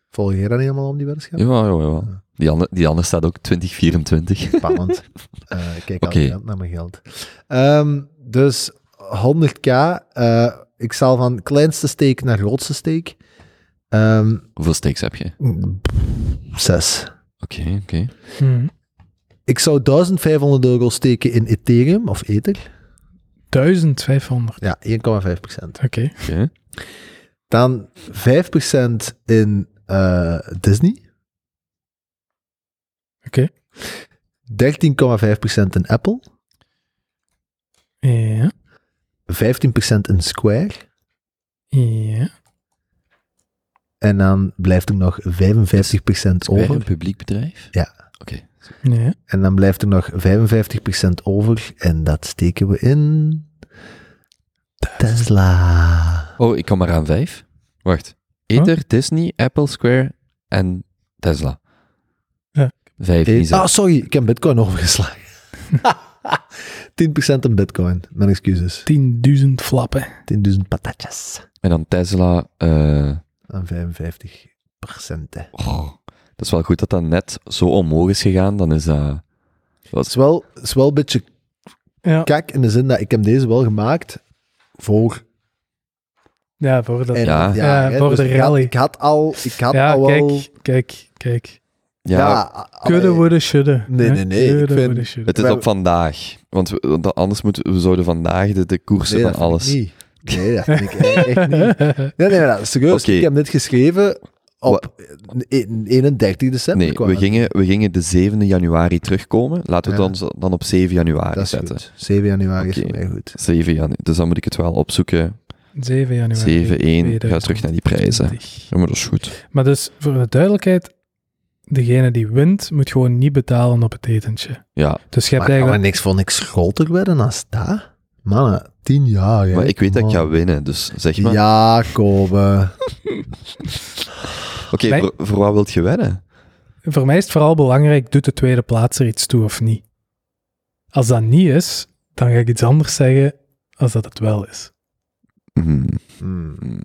Speaker 3: Volg jij dan helemaal om die weddenschap?
Speaker 1: Jawel, jawel, jawel. Die ander, die ander staat ook 2024.
Speaker 3: Spannend. Eh, ik kijk
Speaker 1: Oké.
Speaker 3: altijd naar mijn geld. Ehm, dus 100k. eh, ik zal van kleinste steek naar grootste steek. Ehm,
Speaker 1: Hoeveel steeks heb je?
Speaker 3: zes.
Speaker 1: Oké, oké.
Speaker 2: Mhm.
Speaker 3: Ik zou 1500 euro steken in Ethereum of Ether.
Speaker 2: 1500.
Speaker 3: Ja, 1,5%.
Speaker 2: Oké.
Speaker 1: oké.
Speaker 3: Dan 5% in eh, Disney.
Speaker 2: Oké.
Speaker 3: 13,5% in Apple.
Speaker 2: Ja.
Speaker 3: 15% in Square.
Speaker 2: Ja.
Speaker 3: En dan blijft er nog 55%
Speaker 1: Bij een
Speaker 3: over.
Speaker 1: publiek bedrijf?
Speaker 3: Ja.
Speaker 1: Oké.
Speaker 2: Ja.
Speaker 3: En dan blijft er nog 55% over. En dat steken we in. Tesla.
Speaker 1: Oh, ik kom maar aan vijf. Wacht. Ether, Disney, Apple, Square en Tesla.
Speaker 2: Ja.
Speaker 1: Vijf,
Speaker 3: Eh,
Speaker 1: niet zes.
Speaker 3: Ah, sorry, ik heb Bitcoin overgeslagen. 10% in Bitcoin. Mijn excuses.
Speaker 2: 10.000 flappen.
Speaker 3: 10.000 patatjes.
Speaker 1: En dan Tesla. eh,
Speaker 3: Aan 55%. hè.
Speaker 1: oh, dat is wel goed dat dat net zo omhoog is gegaan. Dan is dat...
Speaker 3: Het is wel, het is wel een beetje
Speaker 2: Ja.
Speaker 3: kak in de zin dat ik heb deze wel gemaakt voor
Speaker 2: Ja, voor dat.
Speaker 3: einde
Speaker 1: Ja.
Speaker 3: van het jaar,
Speaker 2: Ja,
Speaker 3: hè. dus
Speaker 2: voor de
Speaker 3: ik had-
Speaker 2: rally.
Speaker 3: Ik had al, ik had
Speaker 2: Ja,
Speaker 3: al wel... ah,
Speaker 2: kijk, kijk, kijk.
Speaker 1: Ja,
Speaker 3: allee.
Speaker 2: Kudde worden shudden.
Speaker 3: Nee, nee, nee, ik
Speaker 2: Kudde
Speaker 3: vind-
Speaker 2: worden shudden.
Speaker 1: het is
Speaker 3: we-
Speaker 1: op vandaag. Want we- want anders moeten we zouden vandaag de, de koersen van
Speaker 3: Nee, dat vind
Speaker 1: alles...
Speaker 3: ik niet. Nee, dat vind ik echt niet. Nee, nee, nee, serieus.
Speaker 1: Oké.
Speaker 3: Ik heb dit geschreven op eh, 31 december.
Speaker 1: Nee,
Speaker 3: kwam
Speaker 1: we
Speaker 3: het.
Speaker 1: gingen, we gingen de 7 januari terugkomen. Laten we
Speaker 3: Ja.
Speaker 1: het dan, dan op 7 januari
Speaker 3: Dat is
Speaker 1: zetten.
Speaker 3: goed. 7 januari is
Speaker 1: Oké.
Speaker 3: voor mij goed.
Speaker 1: 7 januari. Dus dan moet ik het wel opzoeken.
Speaker 2: 7 januari.
Speaker 1: 7-1. Ga terug naar die prijzen.
Speaker 2: 2020.
Speaker 1: Ja, maar dat is goed.
Speaker 2: Maar dus, voor de duidelijkheid, degene die wint, moet gewoon niet betalen op het etentje.
Speaker 1: Ja,
Speaker 2: Dus je hebt
Speaker 3: Maar kan we
Speaker 2: eigenlijk...
Speaker 3: niks voor niks groter werden dan dat? Mannen, 10 jaar. hè.
Speaker 1: maar ik weet dat ik
Speaker 3: Man. eh.
Speaker 1: ga winnen, dus zeg maar.
Speaker 3: Oh. Ja, Kobe.
Speaker 1: Oké,
Speaker 2: Wij-
Speaker 1: voor, voor wat wilt je winnen?
Speaker 2: Voor mij is het vooral belangrijk, doet de tweede plaats er iets toe of niet? Als dat niet is, dan ga ik iets anders zeggen als dat het wel is.
Speaker 1: Hmm,
Speaker 3: Mm,
Speaker 1: hmm.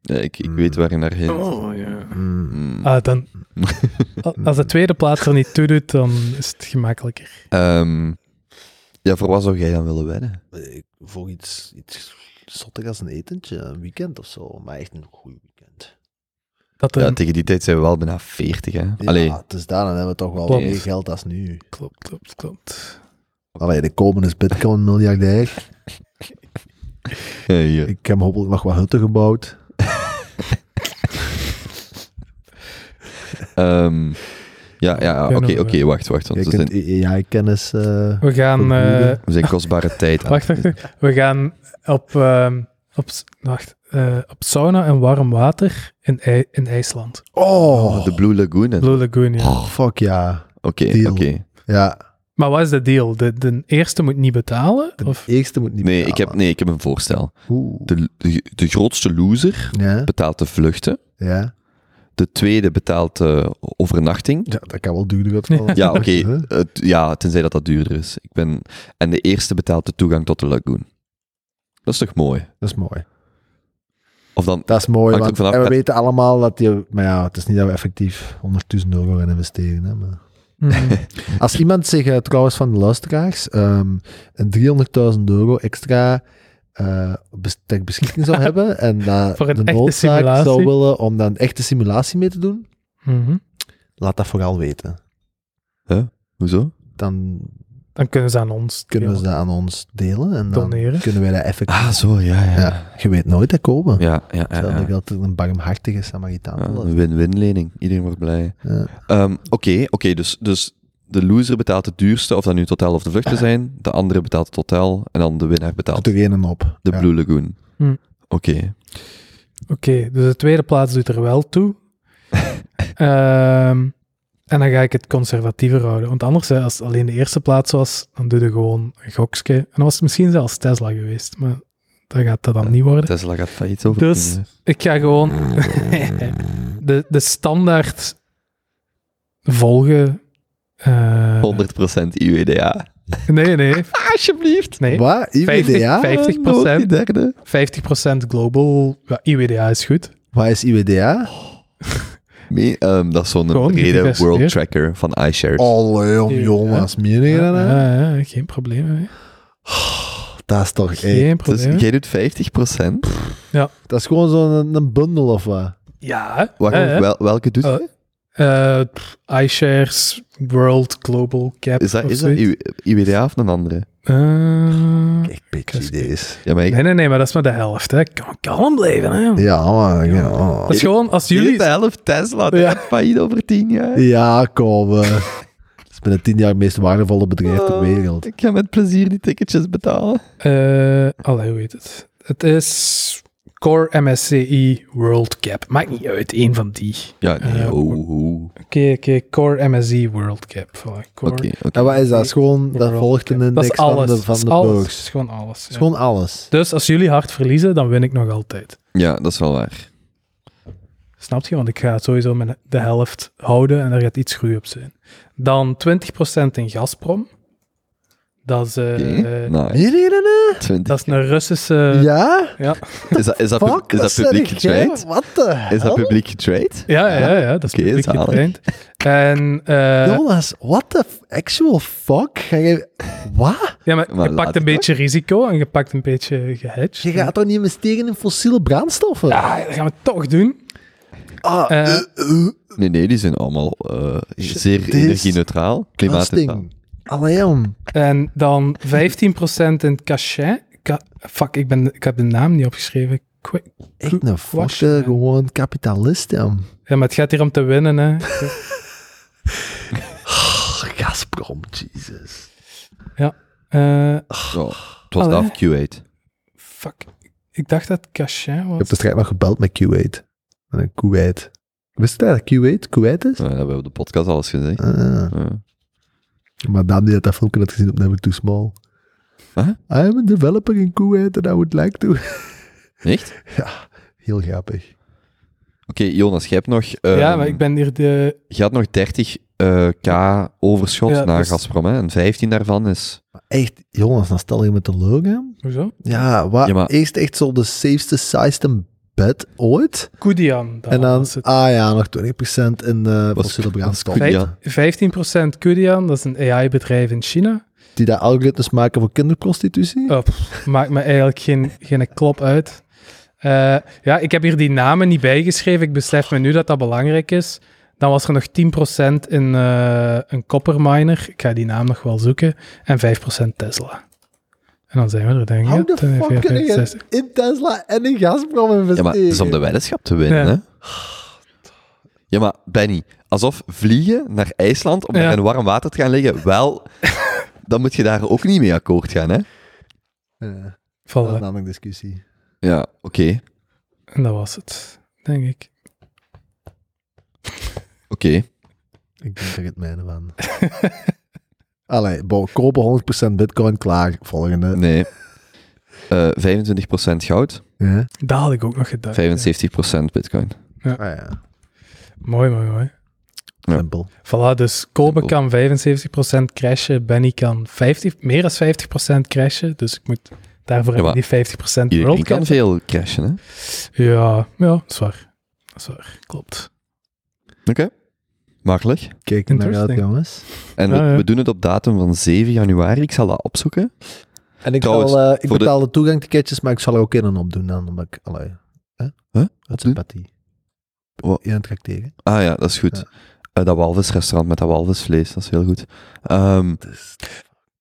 Speaker 1: Ja, ik ik
Speaker 3: Hmm.
Speaker 1: weet waar je naar Hmm. heen.
Speaker 2: Oh, ja.
Speaker 3: mm.
Speaker 2: Ah, dan, a- als de tweede plaats er niet toe doet, dan is het gemakkelijker.
Speaker 1: Ehm, ja, voor wat zou jij dan willen winnen?
Speaker 3: Ik- Voor iets, iets zottig als een etentje, een weekend of zo. Maar echt een goed weekend.
Speaker 2: Dat er
Speaker 1: Ja, tegen die tijd zijn we wel bijna 40, hè?
Speaker 3: Ja,
Speaker 1: Allee,
Speaker 3: dus daarna hebben we toch wel
Speaker 2: Klopt.
Speaker 3: meer geld als nu.
Speaker 2: Klopt, klopt, klopt.
Speaker 3: Allee, de Kobe is bitcoin-miljardair.
Speaker 1: eh, hier.
Speaker 3: Ik heb hopelijk nog wat hutten gebouwd.
Speaker 1: Ehm, ja, ja, oké,
Speaker 2: Kunnen
Speaker 1: oké,
Speaker 2: we-
Speaker 1: wacht, wacht. Want
Speaker 3: Je
Speaker 1: we
Speaker 3: kunt
Speaker 1: zijn,
Speaker 3: AI-kennis... E eh,
Speaker 2: We gaan... eh,
Speaker 1: we zijn kostbare tijd aan.
Speaker 2: wacht, wacht, wacht. We gaan op, ehm, op, s- wacht, eh, op sauna en warm water in, IJ- in IJsland.
Speaker 3: Oh,
Speaker 1: De Blue Lagoon. en-
Speaker 2: Blue Lagoon, ja.
Speaker 3: fuck ja.
Speaker 1: Oké, oké.
Speaker 3: Deal. Ja,
Speaker 2: Maar wat is de deal? De, de eerste moet niet betalen?
Speaker 3: de
Speaker 2: Of,
Speaker 3: eerste moet niet
Speaker 1: Nee, ik heb,
Speaker 3: betalen.
Speaker 1: nee, ik heb een voorstel.
Speaker 3: Oeh.
Speaker 1: De, de, de grootste loser
Speaker 3: Ja,
Speaker 1: betaalt de vluchten.
Speaker 3: ja.
Speaker 1: De tweede betaalt de overnachting.
Speaker 3: ja, dat kan wel duurder uitvallen.
Speaker 1: Ja, oké.
Speaker 3: Huh?
Speaker 1: het- ja, tenzij dat dat duurder is. Ik ben... En de eerste betaalt de toegang tot de lagoon. Dat is toch mooi?
Speaker 3: Dat is mooi.
Speaker 1: Of dan...
Speaker 3: Dat is mooi,
Speaker 1: Hangt
Speaker 3: want
Speaker 1: ook vanaf
Speaker 3: en we
Speaker 1: met-
Speaker 3: weten allemaal dat je... Maar ja, het is niet dat we effectief 100.000 euro gaan investeren. Hè, maar.
Speaker 2: Mhm.
Speaker 3: Als iemand zich eh, trouwens van de luisteraars ehm, een 300.000 euro extra eh, bes- ter beschikking zou hebben en dat
Speaker 2: Voor een
Speaker 3: de
Speaker 2: echte
Speaker 3: noodzaak zou
Speaker 2: simulatie.
Speaker 3: willen om dan een echte simulatie mee te doen,
Speaker 2: Mhm.
Speaker 3: laat dat vooral weten.
Speaker 1: Hoezo?
Speaker 3: Dan
Speaker 2: Dan kunnen ze aan ons
Speaker 3: kunnen we
Speaker 2: delen.
Speaker 3: ze aan ons delen en dan
Speaker 2: Doneren.
Speaker 3: kunnen wij dat effectief...
Speaker 1: Ah, zo, ja, ja. Ja,
Speaker 3: Ja, je weet nooit dat komen.
Speaker 1: ja, ja. ja, Ah,
Speaker 3: Hetzelfde geldt dat er een barmhartige Samaritaan
Speaker 1: Ja,
Speaker 3: wil.
Speaker 1: een win-win lening. Iedereen wordt blij.
Speaker 3: Ja.
Speaker 1: Ehm, Oké, oké, dus, dus de loser betaalt het duurste, of dat nu het hotel of de vluchten zijn. De andere betaalt het hotel en dan de winnaar betaalt
Speaker 3: Doet er één hem op.
Speaker 1: de
Speaker 3: Ja.
Speaker 1: Blue Lagoon.
Speaker 2: Hm.
Speaker 1: Oké,
Speaker 2: Oké, dus de tweede plaats doet er wel toe. Ehm, en dan ga ik het conservatiever houden. Want anders, hè, als het alleen de eerste plaats was, dan doe je gewoon een gokske. En dan was het misschien zelfs Tesla geweest, maar dat gaat dat dan niet worden.
Speaker 1: Tesla gaat failliet over.
Speaker 2: Dus- Ik ga gewoon de, de standaard volgen. Eh,
Speaker 1: 100% IWDA.
Speaker 2: Nee, nee,
Speaker 1: Alsjeblieft.
Speaker 2: nee.
Speaker 3: Wat?
Speaker 2: 50,
Speaker 3: IWDA?
Speaker 2: 50
Speaker 1: Nog die derde.
Speaker 2: 50% global. Ja, IWDA is goed.
Speaker 3: Wat is IWDA?
Speaker 1: Nee, ehm, dat is zo'n
Speaker 2: Gewoon
Speaker 1: brede
Speaker 2: gediversifieerd.
Speaker 1: world tracker van iShares.
Speaker 3: Allee, jong, jongens. Meen je dat? hè?
Speaker 2: Ja, ja, geen probleem. hè.
Speaker 3: Dat is toch... echt-
Speaker 2: Geen
Speaker 1: dus
Speaker 2: probleem.
Speaker 1: jij doet 50%.
Speaker 3: dat is gewoon zo'n een, een bundel of wat?
Speaker 2: Ja.
Speaker 1: Waarom,
Speaker 2: hè, hè.
Speaker 1: wel, welke doet
Speaker 2: Eh, Eh, pff, iShares, World, Global, Cap.
Speaker 1: Is dat,
Speaker 2: of
Speaker 1: is dat
Speaker 2: zoiets.
Speaker 1: uw- IWDA of een andere?
Speaker 2: Eh,
Speaker 3: Ik pik
Speaker 2: Dat is-
Speaker 3: idees.
Speaker 1: Ja, maar ik,
Speaker 2: nee, nee, nee, maar dat is maar de helft. Hè. Kan kalm blijven. Hè. jongen.
Speaker 3: Ja, maar... Ja,
Speaker 2: Dat is gewoon als
Speaker 1: jullie
Speaker 2: jullie.
Speaker 1: de helft Tesla, die
Speaker 2: Ja.
Speaker 1: gaat failliet over 10 jaar.
Speaker 3: ja kom. eh. Dat is binnen tien jaar het meest waardevolle bedrijf ter
Speaker 1: Oh,
Speaker 3: wereld.
Speaker 1: Ik ga met plezier die ticketjes betalen.
Speaker 2: eh allee, hoe heet het? Het is Core MSCI World Cap. Maakt niet uit, één van die.
Speaker 1: Ja, nee,
Speaker 2: Eh,
Speaker 1: oh, oh.
Speaker 2: Oké, oké, Core MSCI World Cap. Voilà, core
Speaker 1: Oké, oké. nou,
Speaker 3: En wat is dat? Dat is gewoon... Dat
Speaker 2: World
Speaker 3: volgt
Speaker 2: Cap.
Speaker 3: een
Speaker 2: Dat is
Speaker 3: index van
Speaker 2: alles.
Speaker 3: de, van
Speaker 2: dat is
Speaker 3: de
Speaker 2: alles.
Speaker 3: beurs.
Speaker 2: Dat is gewoon alles.
Speaker 3: Het is
Speaker 2: ja.
Speaker 3: gewoon alles.
Speaker 2: Dus als jullie hard verliezen, dan win ik nog altijd.
Speaker 1: Ja, dat is wel waar.
Speaker 2: Snap je? Want ik ga het sowieso met de helft houden en er gaat iets groei op zijn. Dan 20% in Gazprom. Dat is, eh,
Speaker 1: Oké, nou,
Speaker 2: eh,
Speaker 1: nice.
Speaker 3: Meen je dat, hè?
Speaker 1: 20.
Speaker 2: dat is een Russische... Ja,
Speaker 3: nou, Ja?
Speaker 1: Is dat, is dat, pub-
Speaker 3: Fuck,
Speaker 1: is dat
Speaker 3: zeg
Speaker 1: publiek
Speaker 3: ik, hè?
Speaker 1: getraind?
Speaker 3: Wat de
Speaker 1: Is dat
Speaker 3: hel?
Speaker 1: publiek getraind?
Speaker 2: ja, ja, ja, dat is
Speaker 1: Oké,
Speaker 2: publiek
Speaker 1: zalig.
Speaker 2: getraind. En eh,
Speaker 3: Jonas, what the f- actual fuck? Ga je... Wat?
Speaker 2: ja, maar
Speaker 1: Maar laat
Speaker 2: je pakt een
Speaker 1: het
Speaker 2: beetje risico en je pakt een beetje gehedged.
Speaker 3: Je gaat toch niet investeren in fossiele brandstoffen?
Speaker 2: Ja, dat gaan we toch doen.
Speaker 3: Ah,
Speaker 2: Eh,
Speaker 1: Nee, nee, die zijn allemaal eh,
Speaker 3: Shit,
Speaker 1: zeer
Speaker 3: dit is-
Speaker 1: energie-neutraal, klimaatneutraal.
Speaker 3: belasting. Allee, jong.
Speaker 2: En dan 15% in cachet. Ka- fuck, ik, ben, ik heb de naam niet opgeschreven. Quick.
Speaker 3: Echt een
Speaker 2: Kwakje,
Speaker 3: fucking
Speaker 2: hè.
Speaker 3: gewoon kapitalist, jong.
Speaker 2: Ja, maar het gaat hier om te winnen, hè.
Speaker 3: Pff, Gazprom, Jesus.
Speaker 2: Eh,
Speaker 1: Zo, het was
Speaker 2: Allee.
Speaker 1: af Eh, Q8.
Speaker 2: fuck. Ik dacht dat cachet
Speaker 3: Ik
Speaker 2: was.
Speaker 3: heb de strijd nog gebeld met Kuwait. Met een Kuwait. Wist je dat Kuwait Kuwait is?
Speaker 1: Nou, dat hebben we op de podcast alles gezegd.
Speaker 3: Ah,
Speaker 1: Eh,
Speaker 3: maar Daan die dat, dat filmpje had gezien op Never Too Small.
Speaker 1: Huh?
Speaker 3: I am a developer in Kuwait and I would like to...
Speaker 1: echt? Oké,
Speaker 3: Heel grappig.
Speaker 1: Jonas, jij hebt nog... ehm,
Speaker 2: ja, maar ik ben hier de...
Speaker 1: Je had nog 30k overschot
Speaker 2: Ja,
Speaker 1: naar
Speaker 2: dus-
Speaker 1: Gazprom, hè? En 15 daarvan is...
Speaker 3: Maar echt, jongens, dan stel je me teleur, hè?
Speaker 2: Hoezo?
Speaker 3: Ja, wat
Speaker 1: Ja, maar-
Speaker 3: eerst echt zo de safeste, saaiste bed ooit.
Speaker 2: Kudian. Dan
Speaker 3: en dan,
Speaker 2: was het.
Speaker 3: ah ja, nog 20% in eh
Speaker 1: Wat-
Speaker 3: fossiele
Speaker 1: wat-
Speaker 3: brandstof.
Speaker 1: wat-
Speaker 2: Vijf-
Speaker 1: ja.
Speaker 2: 15% Kudian, dat is een AI-bedrijf in China.
Speaker 3: Die dat algoritmes maken voor kinderprostitutie.
Speaker 2: Oh, pff, maakt me eigenlijk geen, geen klop uit. Eh, ja, ik heb hier die namen niet bijgeschreven. Ik besef me nu dat dat belangrijk is. Dan was er nog 10% in eh, een copperminer. Ik ga die naam nog wel zoeken. En 5% Tesla. En dan zijn we er, denk ik.
Speaker 3: How
Speaker 2: Ja,
Speaker 3: the
Speaker 2: 10,
Speaker 3: fuck
Speaker 2: 14,
Speaker 3: kun je
Speaker 2: 16.
Speaker 3: in Tesla en in Gazprom
Speaker 1: Ja, maar
Speaker 3: investeren?
Speaker 1: het is om de weddenschap te winnen,
Speaker 2: Ja.
Speaker 1: hè? Ja, maar Benny, alsof vliegen naar IJsland om
Speaker 2: Ja.
Speaker 1: daar in warm water te gaan liggen, wel... dan moet je daar ook niet mee akkoord gaan, hè?
Speaker 2: Oh,
Speaker 3: Ja, nou. dat is
Speaker 2: Voilà.
Speaker 3: een andere discussie.
Speaker 1: Ja, oké.
Speaker 2: En dat was het, denk ik.
Speaker 1: Oké.
Speaker 3: Ik denk er het mijne van. Allee, bo, kopen 100% bitcoin, klaar, volgende.
Speaker 1: Nee. Eh 25% goud,
Speaker 3: Ja.
Speaker 2: Dat had ik ook nog gedaan.
Speaker 1: 75% bitcoin.
Speaker 3: Ah ja,
Speaker 2: Mooi, mooi, mooi.
Speaker 1: Ja.
Speaker 3: simpel.
Speaker 2: Voilà, dus Kobe
Speaker 1: Simpel.
Speaker 2: kan 75% crashen, Benny kan 50, meer dan 50% crashen, dus ik moet daarvoor
Speaker 1: Ja,
Speaker 2: hebben die 50%
Speaker 1: Iedereen
Speaker 2: world
Speaker 1: kan
Speaker 2: cap.
Speaker 1: veel crashen, hè?
Speaker 2: Ja, ja, dat is waar. Dat is waar, klopt.
Speaker 1: Oké. Makkelijk.
Speaker 3: Kijk er naar uit,
Speaker 2: Interesting.
Speaker 3: jongens.
Speaker 1: En
Speaker 2: Ja,
Speaker 1: we,
Speaker 2: ja.
Speaker 1: we doen het op datum van 7 januari. Ik zal dat opzoeken.
Speaker 3: En ik,
Speaker 1: Trouwens,
Speaker 3: zal, eh, ik
Speaker 1: voor de-
Speaker 3: betaal de... toegangticketjes, maar ik zal er ook in en opdoen dan. Omdat ik, allee, hè?
Speaker 1: Huh?
Speaker 3: Wat
Speaker 1: doen?
Speaker 3: sympathie.
Speaker 1: Wat?
Speaker 3: Ja, tracteren.
Speaker 1: Ah ja, eh, dat is goed.
Speaker 3: Ja.
Speaker 1: Eh, dat walvisrestaurant met dat walvisvlees, dat is heel goed. Ehm,
Speaker 3: Dus,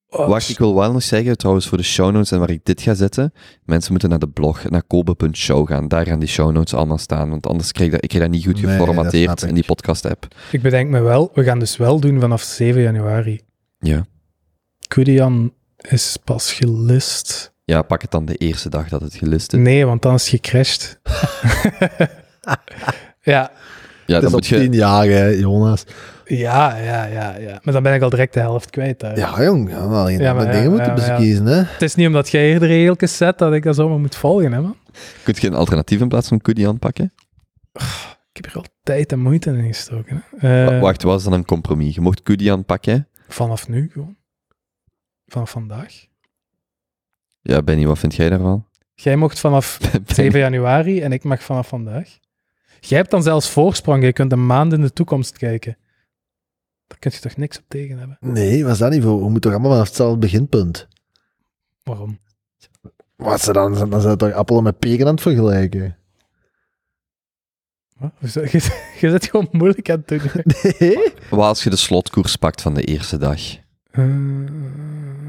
Speaker 2: Oh,
Speaker 1: Wacht, ik wil wel nog zeggen, trouwens voor de show notes en waar ik dit ga zetten, mensen moeten naar de blog, naar kobe.show gaan. Daar gaan die show notes allemaal staan, want anders krijg ik dat, ik krijg dat niet goed
Speaker 3: Nee, dat
Speaker 1: geformateerd
Speaker 3: snap
Speaker 1: in die
Speaker 3: ik.
Speaker 1: podcast-app.
Speaker 2: Ik bedenk me wel, we gaan dus wel doen vanaf 7 januari.
Speaker 1: Ja.
Speaker 2: Kudian is pas gelist.
Speaker 1: ja, pak het dan de eerste dag dat het gelist is.
Speaker 2: Nee, want dan is het gecrashed. ja,
Speaker 1: ja, dan
Speaker 3: Het is op
Speaker 1: moet je,
Speaker 3: tien jaar, hè, Jonas.
Speaker 2: ja, ja, ja, ja. Maar dan ben ik al direct de helft kwijt daar.
Speaker 3: Ja, jong. Ja, maar je
Speaker 2: Ja, maar
Speaker 3: hebt
Speaker 2: ja,
Speaker 3: dingen
Speaker 2: ja,
Speaker 3: moeten
Speaker 2: maar ja.
Speaker 3: besliezen, hè.
Speaker 2: Het is niet omdat jij hier de regeltjes zet dat ik dat zomaar moet volgen, hè man.
Speaker 1: kun je een alternatief in plaats van Kudi aanpakken?
Speaker 2: Ik heb hier al tijd en moeite in gestoken. hè. Eh,
Speaker 1: Wacht, was dan een compromis? Je mocht Kudi aanpakken.
Speaker 2: Vanaf nu gewoon. Vanaf vandaag.
Speaker 1: Ja, Benny, wat vind jij daarvan?
Speaker 2: Jij mocht vanaf 7 januari en ik mag vanaf vandaag. Jij hebt dan zelfs voorsprong. Je kunt een maand in de toekomst kijken. Daar kun je toch niks op tegen hebben?
Speaker 3: Nee, wat is dat niet voor? We moeten toch allemaal vanaf hetzelfde beginpunt.
Speaker 2: Waarom?
Speaker 3: Wat ze dan? Dan zijn het toch appelen met peren aan het vergelijken?
Speaker 2: Wat? Hoezo? Je, je zit gewoon moeilijk aan het doen.
Speaker 3: Nee.
Speaker 1: Wat als je de slotkoers pakt van de eerste dag?
Speaker 2: Eh,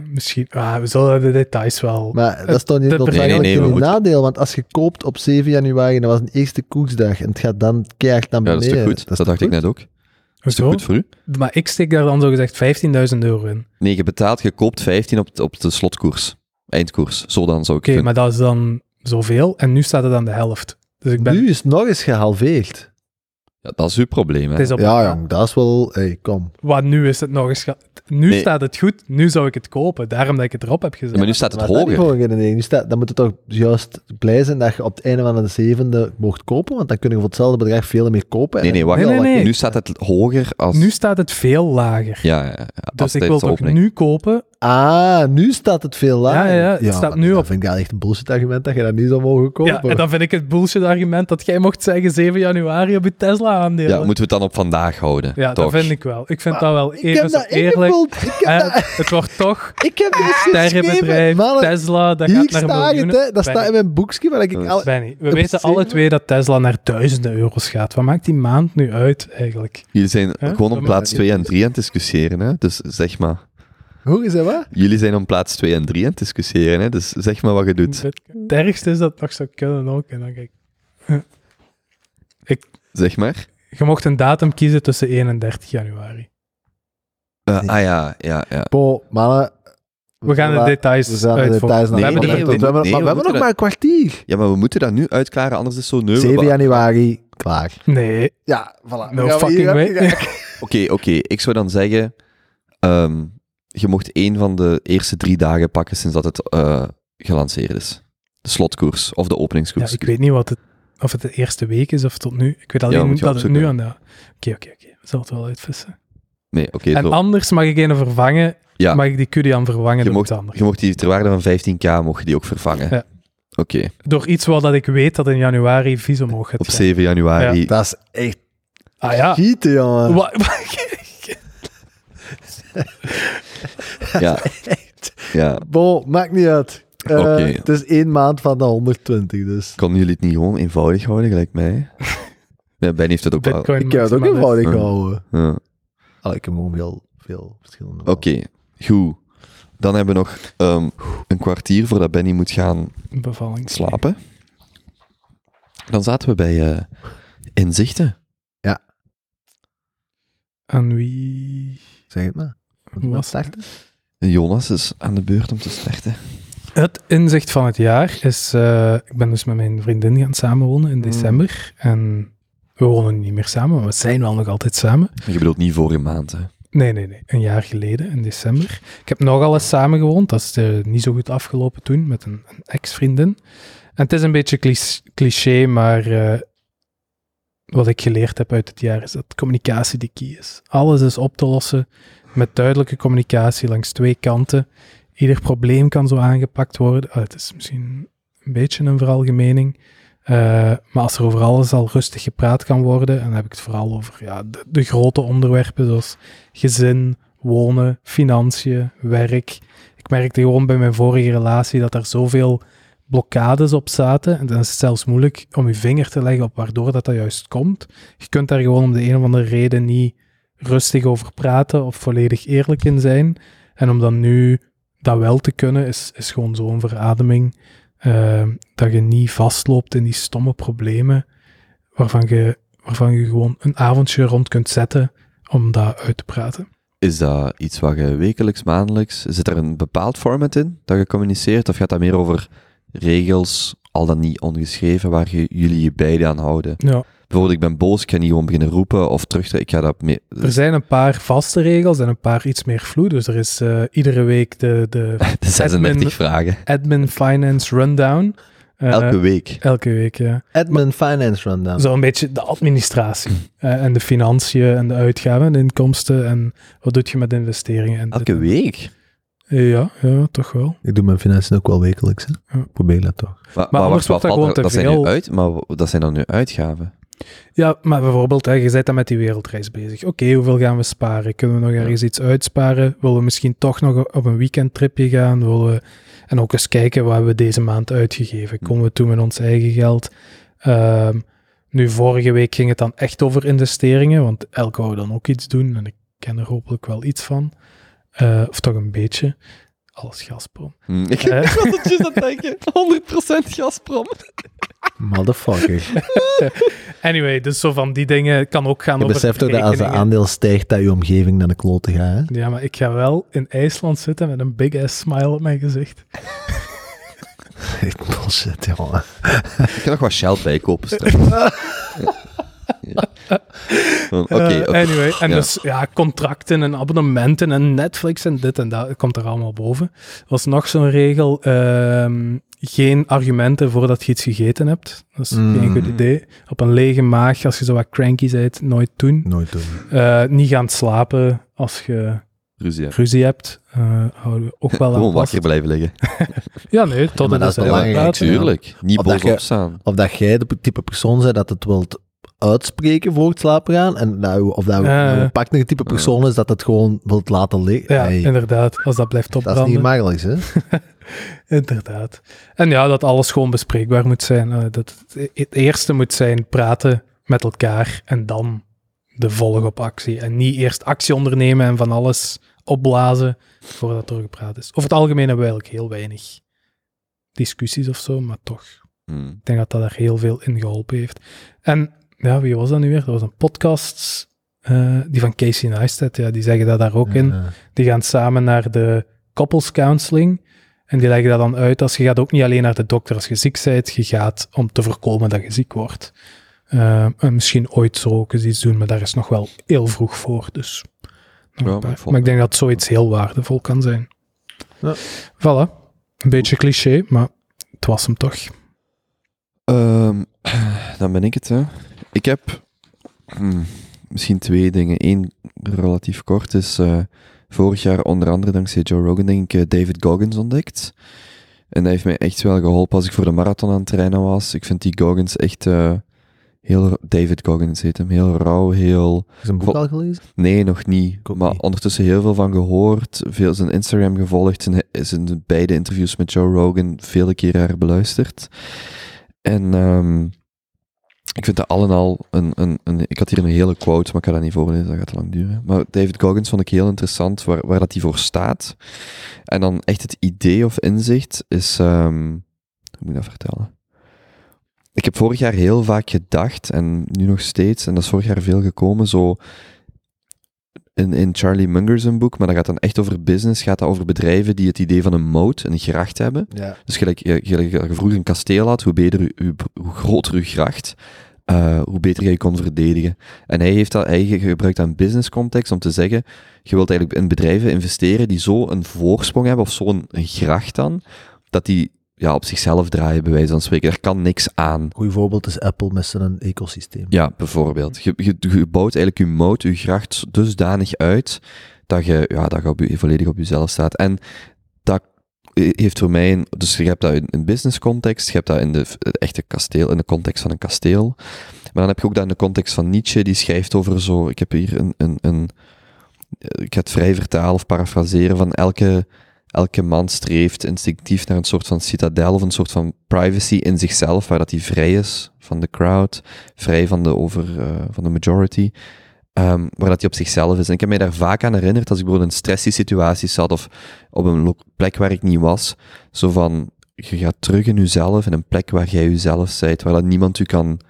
Speaker 2: misschien. Ah, we zullen de details wel.
Speaker 3: Maar dat is toch niet
Speaker 2: de-
Speaker 3: dat is
Speaker 2: nee, nee,
Speaker 3: eigenlijk
Speaker 1: nee, we
Speaker 3: een
Speaker 1: moeten-
Speaker 3: nadeel, want als je koopt op 7 januari, dat was een eerste koersdag, en het gaat dan keihard naar
Speaker 1: Ja, dat
Speaker 3: beneden.
Speaker 1: is toch goed? Dat,
Speaker 3: toch
Speaker 1: dacht ik
Speaker 3: goed?
Speaker 1: net ook. Dat is toch
Speaker 2: Hoezo?
Speaker 1: goed voor u?
Speaker 2: Maar ik steek daar dan zogezegd 15.000 euro in. Oké,
Speaker 1: Nee, je betaalt, je koopt 15 op, op de slotkoers. Eindkoers. Zo dan zou ik het
Speaker 2: maar dat is dan zoveel. En nu staat het aan de helft. Dus ik ben...
Speaker 3: Nu is het nog eens gehalveerd.
Speaker 1: Ja, dat is uw probleem. Hè?
Speaker 2: het is op
Speaker 3: Ja, jong, dat is wel... hey, kom.
Speaker 2: Wat nu is het nog eens. ge- Nu
Speaker 1: Nee.
Speaker 2: staat het goed, nu zou ik het kopen. Daarom dat ik het erop heb gezet.
Speaker 1: maar nu staat het
Speaker 3: Maar dat is niet
Speaker 1: hoger.
Speaker 3: voor een reden. Nu staat- Dan moet het toch juist blij zijn dat je op het einde van de zevende mocht kopen, want dan kun je voor hetzelfde bedrag veel meer kopen.
Speaker 1: Nee, nee, wacht.
Speaker 2: Nee, nee, nee.
Speaker 1: Nu staat het hoger als...
Speaker 2: Nu staat het veel lager.
Speaker 1: Ja, ja, ja, als
Speaker 2: dus ik wil
Speaker 1: tijdens de
Speaker 2: toch
Speaker 1: opening.
Speaker 2: nu kopen.
Speaker 3: Ah, nu staat het veel lager.
Speaker 2: Ja, ja, het staat
Speaker 3: maar
Speaker 2: nu
Speaker 3: dan
Speaker 2: op-
Speaker 3: vind ik dat echt een bullshit argument dat je dat nu zou mogen kopen.
Speaker 2: Ja, en dan vind ik het bullshit argument dat jij mocht zeggen 7 januari op je Tesla aandeel.
Speaker 1: Ja, moeten we het dan op vandaag houden?
Speaker 2: Ja,
Speaker 1: toch?
Speaker 2: dat vind ik wel. Ik vind
Speaker 3: Maar
Speaker 2: dat wel
Speaker 3: ik heb
Speaker 2: even zo
Speaker 3: dat
Speaker 2: eerlijk.
Speaker 3: ingevuld. Ik heb,
Speaker 2: En
Speaker 3: dat,
Speaker 2: het wordt toch
Speaker 3: ik heb dit geschreven.
Speaker 2: sterrenbedrijf,
Speaker 3: Mannen,
Speaker 2: Tesla, dat
Speaker 3: hier
Speaker 2: gaat naar
Speaker 3: staat het,
Speaker 2: miljoenen.
Speaker 3: hè. Dat staat in mijn boekje, maar dat ik
Speaker 1: Dat is-
Speaker 3: al...
Speaker 2: Benny, we
Speaker 3: Op
Speaker 2: weten alle
Speaker 3: zeven?
Speaker 2: twee dat Tesla naar duizenden euro's gaat. Wat maakt die maand nu uit eigenlijk?
Speaker 1: Jullie zijn
Speaker 2: Hè?
Speaker 1: gewoon op
Speaker 2: Dat
Speaker 1: plaats
Speaker 3: mag
Speaker 1: 2 en 3 aan het discussiëren, hè? Dus zeg maar.
Speaker 3: Hoe is dat wat?
Speaker 1: Jullie zijn op plaats 2 en 3 aan het discussiëren, hè? Dus zeg maar wat je doet.
Speaker 2: Het ergste is dat het nog zou kunnen ook. En dan kijk,
Speaker 1: Zeg maar.
Speaker 2: je mocht een datum kiezen tussen 1 en 30 januari.
Speaker 1: Eh, ah ja, ja, ja.
Speaker 3: Bo, mannen...
Speaker 2: We gaan de details
Speaker 3: We gaan de
Speaker 2: uitvolgen.
Speaker 3: details naar
Speaker 1: Nee, nee,
Speaker 3: de
Speaker 1: we-
Speaker 3: volgende tot- we hebben-
Speaker 1: nee,
Speaker 3: Maar
Speaker 1: we
Speaker 3: we hebben
Speaker 1: moeten
Speaker 3: nog maar een kwartier.
Speaker 1: Ja, maar we moeten dat nu uitklaren, anders is het zo neu.
Speaker 3: 7
Speaker 1: Oké,
Speaker 3: januari, klaar.
Speaker 2: Nee,
Speaker 3: Ja, voilà.
Speaker 2: no Nou, fucking way.
Speaker 1: oké. Ik zou dan zeggen, ehm, je mocht één van de eerste drie dagen pakken sinds dat het eh, gelanceerd is. De slotkoers of de
Speaker 2: Ja,
Speaker 1: openingskoers.
Speaker 2: ik weet niet wat het, of het de eerste week is of tot nu. Ik weet alleen
Speaker 1: moet
Speaker 2: niet
Speaker 1: je
Speaker 2: dat het nu aan
Speaker 1: opzoeken.
Speaker 2: de... Oké, oké, oké. We zullen het wel uitvissen.
Speaker 1: Nee, oké.
Speaker 2: en
Speaker 1: zo.
Speaker 2: anders mag ik een vervangen.
Speaker 1: Ja.
Speaker 2: Mag ik die Kudian vervangen
Speaker 1: je
Speaker 2: door
Speaker 1: mocht,
Speaker 2: iets anders.
Speaker 1: je mocht die ter waarde van 15k mocht je die ook vervangen.
Speaker 2: Ja.
Speaker 1: Oké,
Speaker 2: Door iets wat dat ik weet dat in januari vies omhoog gaat
Speaker 1: op
Speaker 2: gaan.
Speaker 1: 7 januari.
Speaker 3: Dat is echt
Speaker 2: Ah ja.
Speaker 3: gieten, jongen.
Speaker 2: Wa-
Speaker 1: Ja. ja.
Speaker 3: Bo, maakt niet uit. Eh,
Speaker 1: Oké.
Speaker 3: Het is één maand van de 120, dus...
Speaker 1: Kan jullie het niet gewoon eenvoudig houden, gelijk mij? Ja, Ben heeft het ook wel.
Speaker 2: Bitcoin
Speaker 3: Ik heb het ook
Speaker 2: maximalist.
Speaker 3: eenvoudig
Speaker 1: Ja.
Speaker 3: gehouden.
Speaker 1: Ja.
Speaker 3: Ah, ik heb gewoon heel veel verschillende.
Speaker 1: Oké, goed. Dan hebben we nog ehm, een kwartier voordat Benny moet gaan
Speaker 2: Bevalling.
Speaker 1: slapen. Dan zaten we bij eh, inzichten.
Speaker 2: Aan wie...
Speaker 3: Zeg het maar. Moet ik
Speaker 2: Was
Speaker 3: maar
Speaker 2: het?
Speaker 3: starten?
Speaker 1: Jonas is aan de beurt om te starten.
Speaker 2: Het inzicht van het jaar is... eh, ik ben dus met mijn vriendin gaan samenwonen
Speaker 1: Hmm.
Speaker 2: in december. En we wonen niet meer samen, maar we zijn wel nog altijd samen.
Speaker 1: Je bedoelt niet vorige maand, hè?
Speaker 2: Nee, nee, nee. Een jaar geleden, in december. Ik heb nogal eens samengewoond. Dat is eh, niet zo goed afgelopen toen, met een, een ex-vriendin. En het is een beetje clis- cliché, maar eh, wat ik geleerd heb uit het jaar is dat communicatie de key is. Alles is op te lossen met duidelijke communicatie langs twee kanten. Ieder probleem kan zo aangepakt worden. Ah, het is misschien een beetje een veralgemening. Eh, maar als er over alles al rustig gepraat kan worden, en dan heb ik het vooral over ja, de, de grote onderwerpen zoals gezin, wonen, financiën, werk. Ik merkte gewoon bij mijn vorige relatie dat er zoveel blokkades op zaten. En dan is het zelfs moeilijk om je vinger te leggen op waardoor dat, dat juist komt. Je kunt daar gewoon om de een of andere reden niet rustig over praten of volledig eerlijk in zijn. En om dan nu dat wel te kunnen, is, is gewoon zo'n verademing. eh, dat je niet vastloopt in die stomme problemen waarvan je, waarvan je gewoon een avondje rond kunt zetten om dat uit te praten.
Speaker 1: Is dat iets wat je wekelijks, maandelijks, zit er een bepaald format in dat je communiceert? Of gaat dat meer over regels, al dan niet ongeschreven, waar je, jullie je beide aan houden?
Speaker 2: Ja.
Speaker 1: Bijvoorbeeld, ik ben boos, ik ga niet gewoon beginnen roepen of terugtrekken. Ik ga dat meer...
Speaker 2: Er zijn een paar vaste regels en een paar iets meer vloed. Dus er is eh, iedere week de, de
Speaker 1: De 36
Speaker 2: admin-
Speaker 1: vragen.
Speaker 2: Admin Finance Rundown. Eh,
Speaker 1: Elke week.
Speaker 2: elke week, ja.
Speaker 3: Admin Finance Rundown.
Speaker 2: Zo'n beetje de administratie
Speaker 1: Hm.
Speaker 2: eh, en de financiën en de uitgaven en de inkomsten en wat doe je met investeringen. En
Speaker 1: Elke week?
Speaker 2: dit. Ja, ja, toch wel.
Speaker 3: Ik doe mijn financiën ook wel wekelijks. Hè?
Speaker 2: Ja.
Speaker 3: Ik Probeer dat toch.
Speaker 1: Maar,
Speaker 2: anders wordt
Speaker 1: valt
Speaker 2: dat gewoon
Speaker 1: er-
Speaker 2: te
Speaker 1: dat zijn
Speaker 2: veel.
Speaker 1: nu uit, maar w- dat zijn dan nu uitgaven.
Speaker 2: Ja, maar bijvoorbeeld, hè, je bent dan met die wereldreis bezig. Oké, hoeveel gaan we sparen? Kunnen we nog ergens iets uitsparen? Willen we misschien toch nog op een weekendtripje gaan? Willen we... En ook eens kijken wat hebben we deze maand
Speaker 3: Hm.
Speaker 2: uitgegeven. Komen we toe met ons eigen geld? Ehm, nu, vorige week ging het dan echt over investeringen, want elk wou dan ook iets doen. En ik ken er hopelijk wel iets van. Eh, of toch een beetje. Alles Gazprom.
Speaker 1: Hm, ik
Speaker 2: Eh.
Speaker 1: ik was het juist aan het denken. 100% Gazprom.
Speaker 3: Motherfucker.
Speaker 2: Anyway, dus zo van die dingen kan ook gaan
Speaker 3: Je
Speaker 2: over
Speaker 3: beseft toch dat als de
Speaker 2: rekeningen.
Speaker 3: aandeel stijgt, dat je omgeving naar de klote gaat. Hè?
Speaker 2: Ja, maar ik ga wel in IJsland zitten met een big ass smile op mijn gezicht.
Speaker 3: Echt Bullshit, jongen.
Speaker 1: Ik kan nog wat Shell bijkopen. straks. Ja. Van, Oké,
Speaker 2: Eh,
Speaker 1: oké.
Speaker 2: anyway, en
Speaker 1: Ja.
Speaker 2: dus ja, contracten en abonnementen en Netflix en dit en dat komt er allemaal boven. was nog zo'n regel: ehm, geen argumenten voordat je iets gegeten hebt. Dat is
Speaker 3: Mm.
Speaker 2: geen goed idee. Op een lege maag, als je zo wat cranky bent, nooit doen.
Speaker 3: Nooit doen.
Speaker 2: Eh, niet gaan slapen als je
Speaker 1: Ruzie. hebben.
Speaker 2: ruzie hebt. Eh, houden we ook wel aan
Speaker 1: Gewoon wakker
Speaker 2: vast.
Speaker 1: blijven liggen.
Speaker 2: Ja, nee, tot
Speaker 3: Ja, maar
Speaker 2: het
Speaker 3: dat is
Speaker 2: zelf
Speaker 3: belangrijk,
Speaker 2: uitpraat.
Speaker 3: hè.
Speaker 1: Tuurlijk. Niet
Speaker 3: Omdat
Speaker 1: boos
Speaker 3: je-
Speaker 1: opstaan.
Speaker 3: Of dat jij de type persoon bent dat het wilt uitspreken voor het slapen gaan. En dat, je- of dat je
Speaker 2: Ja, ja.
Speaker 3: een partner type persoon is dat het gewoon wilt laten liggen.
Speaker 2: Ja,
Speaker 3: Hey,
Speaker 2: inderdaad. Als dat blijft
Speaker 3: dat is niet
Speaker 2: opbranden.
Speaker 3: makkelijk, hè?
Speaker 2: Inderdaad. En ja, dat alles gewoon bespreekbaar moet zijn. Eh, dat het, het eerste moet zijn praten met elkaar en dan de volg op actie. En niet eerst actie ondernemen en van alles opblazen voordat er gepraat is. Over het algemeen hebben we eigenlijk heel weinig discussies of zo, maar toch.
Speaker 1: Hm.
Speaker 2: Ik denk dat dat er heel veel in geholpen heeft. En ja, wie was dat nu weer? Dat was een podcast, eh, die van Casey Neistat, ja, die zeggen dat daar ook in.
Speaker 3: Ja.
Speaker 2: Die gaan samen naar de koppelscounseling. En die leggen dat dan uit als je gaat ook niet alleen naar de dokter als je ziek bent. Je gaat om te voorkomen dat je ziek wordt. Eh, en misschien ooit zo ook eens iets doen, maar daar is nog wel heel vroeg voor. Dus nog
Speaker 1: Ja, maar
Speaker 2: een paar. maar,
Speaker 1: ik
Speaker 2: ik
Speaker 1: vond-
Speaker 2: denk dat zoiets heel waardevol kan zijn.
Speaker 3: Ja.
Speaker 2: Voilà. Een beetje cliché, maar het was hem toch.
Speaker 1: Ehm, dan ben ik het, hè. Ik heb hm, misschien twee dingen. Eén relatief kort is eh, vorig jaar onder andere dankzij Joe Rogan denk ik eh, David Goggins ontdekt. En dat heeft mij echt wel geholpen als ik voor de marathon aan het trainen was. Ik vind die Goggins echt eh, heel... David Goggins heet hem. Heel rauw, heel...
Speaker 3: Is een boek al gelezen?
Speaker 1: Nee, nog niet.
Speaker 3: ook
Speaker 1: Maar
Speaker 3: niet.
Speaker 1: ondertussen heel veel van gehoord. Veel zijn Instagram gevolgd. Zijn, zijn beide interviews met Joe Rogan vele keren haar beluisterd. En ehm, ik vind dat al en al een, een, een... Ik had hier een hele quote, maar ik ga dat niet voorlezen. Dat gaat te lang duren. Maar David Goggins vond ik heel interessant waar, waar dat hij voor staat. En dan echt het idee of inzicht is... ehm, hoe moet ik dat vertellen? Ik heb vorig jaar heel vaak gedacht, en nu nog steeds, en dat is vorig jaar veel gekomen, zo in, in Charlie Munger zijn boek, maar dat gaat dan echt over business, gaat dat over bedrijven die het idee van een moat, een gracht hebben.
Speaker 3: Ja.
Speaker 1: Dus gelijk, je- gelijk dat je vroeger een kasteel had, hoe, beter, u- uw- hoe groter uw gracht, eh, hoe beter jij je kon verdedigen. En hij, heeft dat, hij ge- gebruikt dat in business context om te zeggen, je wilt eigenlijk in bedrijven investeren die zo een voorsprong hebben, of zo'n een gracht dan, dat die ja, op zichzelf draaien, bij wijze van spreken. Er kan niks aan.
Speaker 3: Goed voorbeeld is Apple met zijn ecosysteem.
Speaker 1: Ja, bijvoorbeeld. Je, je, je bouwt eigenlijk je moot, je gracht dusdanig uit dat je, ja, dat je op je- volledig op jezelf staat. En dat heeft voor mij, een, dus je hebt dat in een business context, je hebt dat in de v- het echte kasteel, in de context van een kasteel. Maar dan heb je ook dat in de context van Nietzsche, die schrijft over zo, ik heb hier een, een, een ik ga het vrij vertalen of parafraseren van elke, elke man streeft instinctief naar een soort van citadel of een soort van privacy in zichzelf, waar dat hij vrij is van de crowd vrij van de, over, eh, van de majority. ehm, waar dat die op zichzelf is. En ik heb mij daar vaak aan herinnerd als ik bijvoorbeeld in stressige situaties zat of op een lo- plek waar ik niet was. Zo van, je gaat terug in jezelf, in een plek waar jij jezelf bent, waar dat niemand u kan...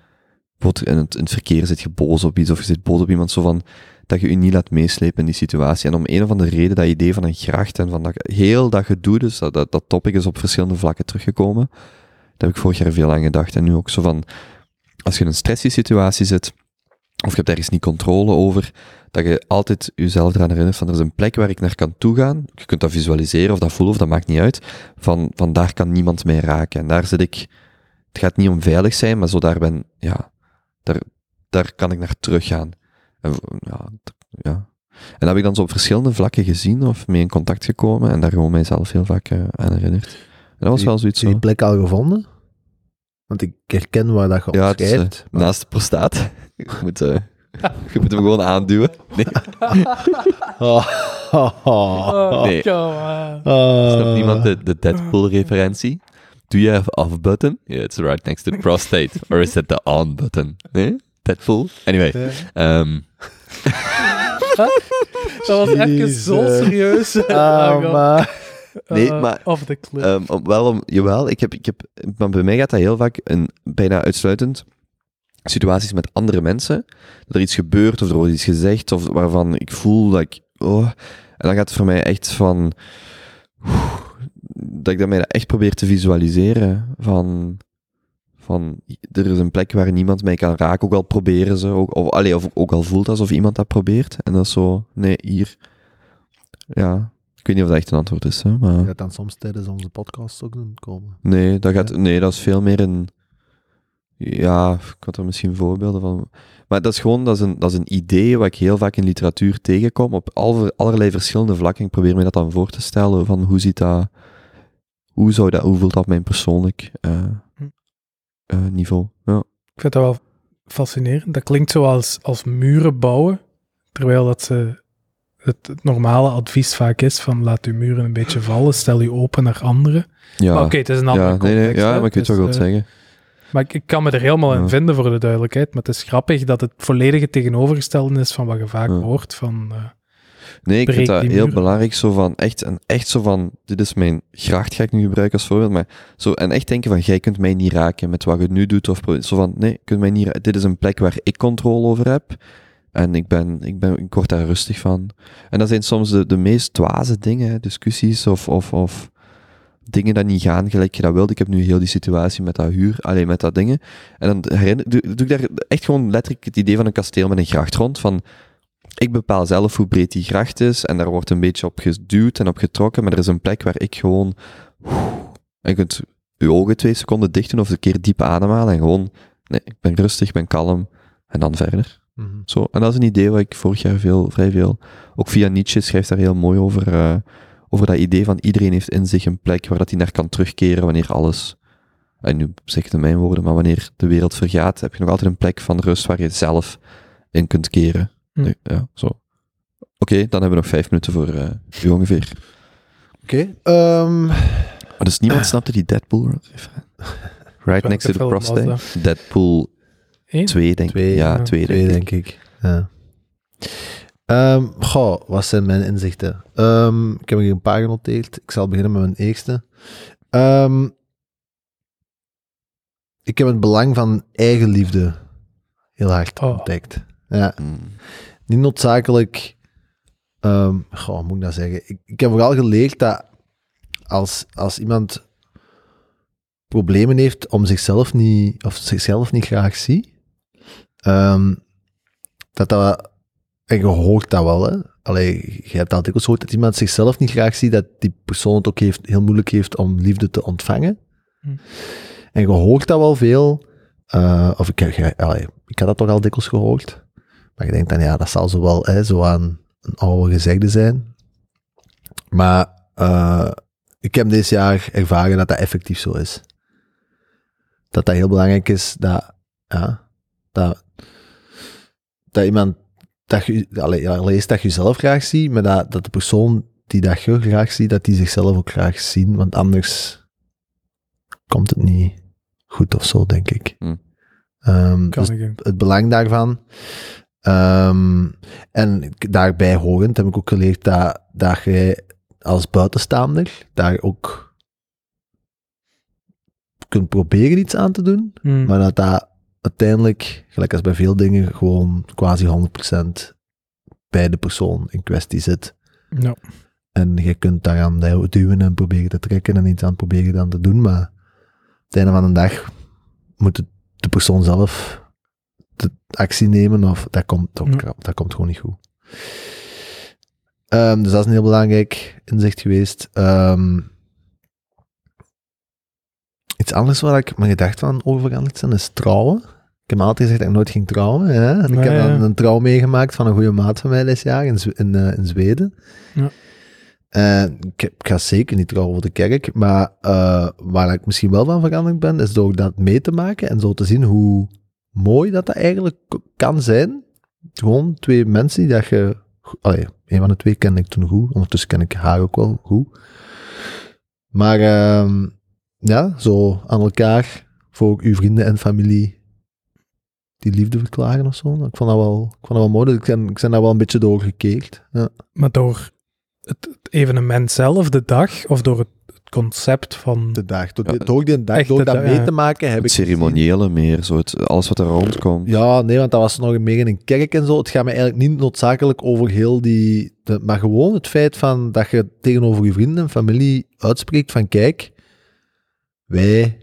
Speaker 1: Bijvoorbeeld in het, in het verkeer zit je boos op iets of je zit boos op iemand, zo van dat je je niet laat meeslepen in die situatie. En om een of andere reden, dat idee van een gracht en van dat, heel dat gedoe, dus dat, dat, dat topic is op verschillende vlakken teruggekomen. Daar heb ik vorig jaar veel aan gedacht. En nu ook zo van, als je in een stressige situatie zit, of je hebt ergens niet controle over, dat je altijd jezelf eraan herinnert van er is een plek waar ik naar kan toegaan. Je kunt dat visualiseren of dat voelen, of dat maakt niet uit. Van, van daar kan niemand mij raken. En daar zit ik, het gaat niet om veilig zijn, maar zo daar ben, ja, daar, daar kan ik naar teruggaan. En, v- ja, d- ja. En dat heb ik dan zo op verschillende vlakken gezien of mee in contact gekomen en daar gewoon mijzelf heel vaak eh, aan herinnerd. En dat was wel zoiets
Speaker 3: Heb je
Speaker 1: zo.
Speaker 3: die plek al gevonden? Want ik herken waar dat je
Speaker 1: Ja, het is, eh,
Speaker 3: opschrijft. maar-
Speaker 1: naast de prostaat. Je moet, eh, je moet hem gewoon aanduwen. Nee,
Speaker 3: Oh, oh, oh,
Speaker 2: Oh,
Speaker 1: nee.
Speaker 2: come on.
Speaker 1: snapt
Speaker 3: oh.
Speaker 1: niemand de, de Deadpool-referentie? Do you have off button? Yeah, it's right next to the prostate. Or is that the on button? Nee? Deadpool? Anyway.
Speaker 3: Ja.
Speaker 1: ehm,
Speaker 2: Dat was even zo
Speaker 3: Jezus.
Speaker 2: serieus.
Speaker 3: Ah,
Speaker 2: Oh god.
Speaker 3: maar-
Speaker 1: Nee,
Speaker 2: Eh,
Speaker 1: maar-
Speaker 2: Off the cliff.
Speaker 1: Ehm, om- wel, om, jawel, ik heb, ik heb, maar bij mij gaat dat heel vaak een, bijna uitsluitend situaties met andere mensen. Dat er iets gebeurt of er wordt iets gezegd of waarvan ik voel dat ik. Oh, en dan gaat het voor mij echt van. oeh, dat ik dat mij dat echt probeer te visualiseren. Van, van. Er is een plek waar niemand mij kan raken. Ook al proberen ze. Ook, of, allee, of ook al voelt alsof iemand dat probeert. En dat is zo. Nee, hier. Ja. Ik weet niet of dat echt een antwoord is. Hè, maar...
Speaker 3: Je gaat dan soms tijdens onze podcast ook doen komen.
Speaker 1: Nee, dat, gaat, nee, dat is veel meer een. Ja, ik had er misschien voorbeelden van. Maar dat is gewoon dat is een, dat is een idee wat ik heel vaak in literatuur tegenkom. Op al- allerlei verschillende vlakken. Ik probeer me dat dan voor te stellen. Van hoe ziet dat. Hoe, zou dat, hoe voelt dat op mijn persoonlijk eh,
Speaker 2: Hm.
Speaker 1: eh, niveau? Ja.
Speaker 2: Ik vind dat wel fascinerend. Dat klinkt zo als, als muren bouwen, terwijl dat ze het, het normale advies vaak is van laat uw muren een beetje vallen, stel u open naar anderen.
Speaker 1: ja.
Speaker 2: Maar oké, het is een andere
Speaker 1: ja, nee,
Speaker 2: context.
Speaker 1: nee, ja,
Speaker 2: hè,
Speaker 1: maar ik weet wat
Speaker 2: dus,
Speaker 1: je
Speaker 2: eh,
Speaker 1: wilt zeggen.
Speaker 2: Maar ik, ik kan me er helemaal in
Speaker 1: Ja.
Speaker 2: vinden voor de duidelijkheid, maar het is grappig dat het volledige tegenovergestelde is van wat je vaak
Speaker 1: Ja.
Speaker 2: hoort van... eh,
Speaker 1: Nee, ik
Speaker 2: breek
Speaker 1: vind dat
Speaker 2: die
Speaker 1: heel
Speaker 2: muren.
Speaker 1: belangrijk. Zo van, echt, en echt zo van, dit is mijn gracht, ga ik nu gebruiken als voorbeeld. Maar zo, en echt denken van, jij kunt mij niet raken met wat je nu doet. Of pro- zo van, nee, je kunt mij niet ra- Dit is een plek waar ik controle over heb. En ik, ben, ik, ben, ik word daar rustig van. En dat zijn soms de, de meest dwaze dingen, hè, discussies of, of, of dingen dat niet gaan gelijk je dat wilt. Ik heb nu heel die situatie met dat huur, alleen met dat dingen. En dan herinner, doe, doe ik daar echt gewoon letterlijk het idee van een kasteel met een gracht rond. Van, ik bepaal zelf hoe breed die gracht is en daar wordt een beetje op geduwd en op getrokken, maar er is een plek waar ik gewoon... En je kunt je ogen twee seconden dicht doen of een keer diep ademhalen en gewoon... Nee, ik ben rustig, ik ben kalm en dan verder.
Speaker 3: Mhm.
Speaker 1: Zo. En dat is een idee wat ik vorig jaar veel, vrij veel... Ook via Nietzsche schrijft daar heel mooi over, eh, over dat idee van iedereen heeft in zich een plek waar dat hij naar kan terugkeren wanneer alles... En nu zeg ik het in mijn woorden, maar wanneer de wereld vergaat, heb je nog altijd een plek van rust waar je zelf in kunt keren.
Speaker 2: Hm.
Speaker 1: Nee, Ja, zo. Oké, dan hebben we nog vijf minuten voor eh, u ongeveer.
Speaker 3: Oké. ehm,
Speaker 1: Maar dus niemand snapte die Deadpool referentie. Right
Speaker 2: Welke
Speaker 1: next to the
Speaker 2: film was
Speaker 1: prostate. Deadpool
Speaker 2: één?
Speaker 1: 2, denk ik.
Speaker 3: Twee,
Speaker 1: ja,
Speaker 2: ja.
Speaker 1: 2, denk
Speaker 3: Twee,
Speaker 1: ik.
Speaker 3: denk ik. Ja. Ehm, goh, wat zijn mijn inzichten? Ehm, ik heb er hier een paar genoteerd. Ik zal beginnen met mijn eerste. Ehm, ik heb het belang van eigenliefde heel hard
Speaker 2: Oh.
Speaker 3: ontdekt. Ja,
Speaker 1: Mm.
Speaker 3: niet noodzakelijk. ehm, goh, hoe moet ik dat zeggen? Ik, ik heb vooral geleerd dat als, als iemand problemen heeft om zichzelf niet, of zichzelf niet graag ziet, ehm, dat dat. En je hoort dat wel, hè? Allee, je hebt altijd gehoord dat iemand zichzelf niet graag ziet, dat die persoon het ook heeft, heel moeilijk heeft om liefde te ontvangen.
Speaker 2: Hm.
Speaker 3: En je hoort dat wel veel. eh, of ik, ik- allee, ik had dat toch al dikwijls gehoord. Maar je denkt dan, ja, dat zal zo wel hè, zo aan een oude gezegde zijn. Maar eh, ik heb dit jaar ervaren dat dat effectief zo is. Dat dat heel belangrijk is, dat, ja, dat, dat iemand, dat je, allee, allereerst dat je jezelf graag ziet, maar dat, dat de persoon die dat je graag ziet, dat die zichzelf ook graag zien, want anders komt het niet goed of zo, denk ik.
Speaker 1: Hmm.
Speaker 3: Ehm, dus
Speaker 2: Kan ik een-
Speaker 3: het belang daarvan. Ehm, Ehm, en k- daarbij horend heb ik ook geleerd dat, dat je als buitenstaander daar ook kunt proberen iets aan te doen,
Speaker 2: Hmm.
Speaker 3: maar dat dat uiteindelijk, gelijk als bij veel dingen, gewoon quasi 100% bij de persoon in kwestie zit.
Speaker 2: Ja.
Speaker 3: En je kunt daaraan du- duwen en proberen te trekken en iets aan proberen dan te doen, maar op het einde van de dag moet het de persoon zelf de actie nemen of dat komt, dat,
Speaker 2: Ja.
Speaker 3: dat komt gewoon niet goed. Ehm, dus dat is een heel belangrijk inzicht geweest. Ehm, iets anders waar ik mijn gedachten van over veranderd zijn, is trouwen. Ik heb altijd gezegd dat ik nooit ging trouwen. Hè? En ik
Speaker 2: Nee,
Speaker 3: heb dan
Speaker 2: ja.
Speaker 3: een trouw meegemaakt van een goede maat van mij dit jaar in, Zwe- in, eh, in Zweden.
Speaker 2: Ja.
Speaker 3: Eh, ik, heb- ik ga zeker niet trouwen voor de kerk, maar eh, waar ik misschien wel van veranderd ben, is door dat mee te maken en zo te zien hoe mooi dat dat eigenlijk k- kan zijn. Gewoon twee mensen die dat je... go- Allee, een van de twee kende ik toen goed, ondertussen ken ik haar ook wel goed. Maar ehm, ja, zo aan elkaar voor uw vrienden en familie die liefde verklaren of zo. Ik vond dat wel, ik vond dat wel mooi. Dus ik ben, ik ben daar wel een beetje doorgekeerd. Ja.
Speaker 2: Maar door het, het evenement zelf, de dag, of door het, het concept van...
Speaker 3: De dag. Door,
Speaker 1: Ja,
Speaker 3: die- door die dag,
Speaker 2: echt
Speaker 3: door
Speaker 2: de
Speaker 3: dat
Speaker 2: dag,
Speaker 3: mee
Speaker 2: ja.
Speaker 3: te maken heb
Speaker 1: Het
Speaker 3: ik...
Speaker 1: ceremoniële meer, zo het, alles wat er rondkomt.
Speaker 3: Ja, nee, want dat was nog meer in een kerk en zo. Het gaat me eigenlijk niet noodzakelijk over heel die... de- maar gewoon het feit van dat je tegenover je vrienden en familie uitspreekt van kijk, wij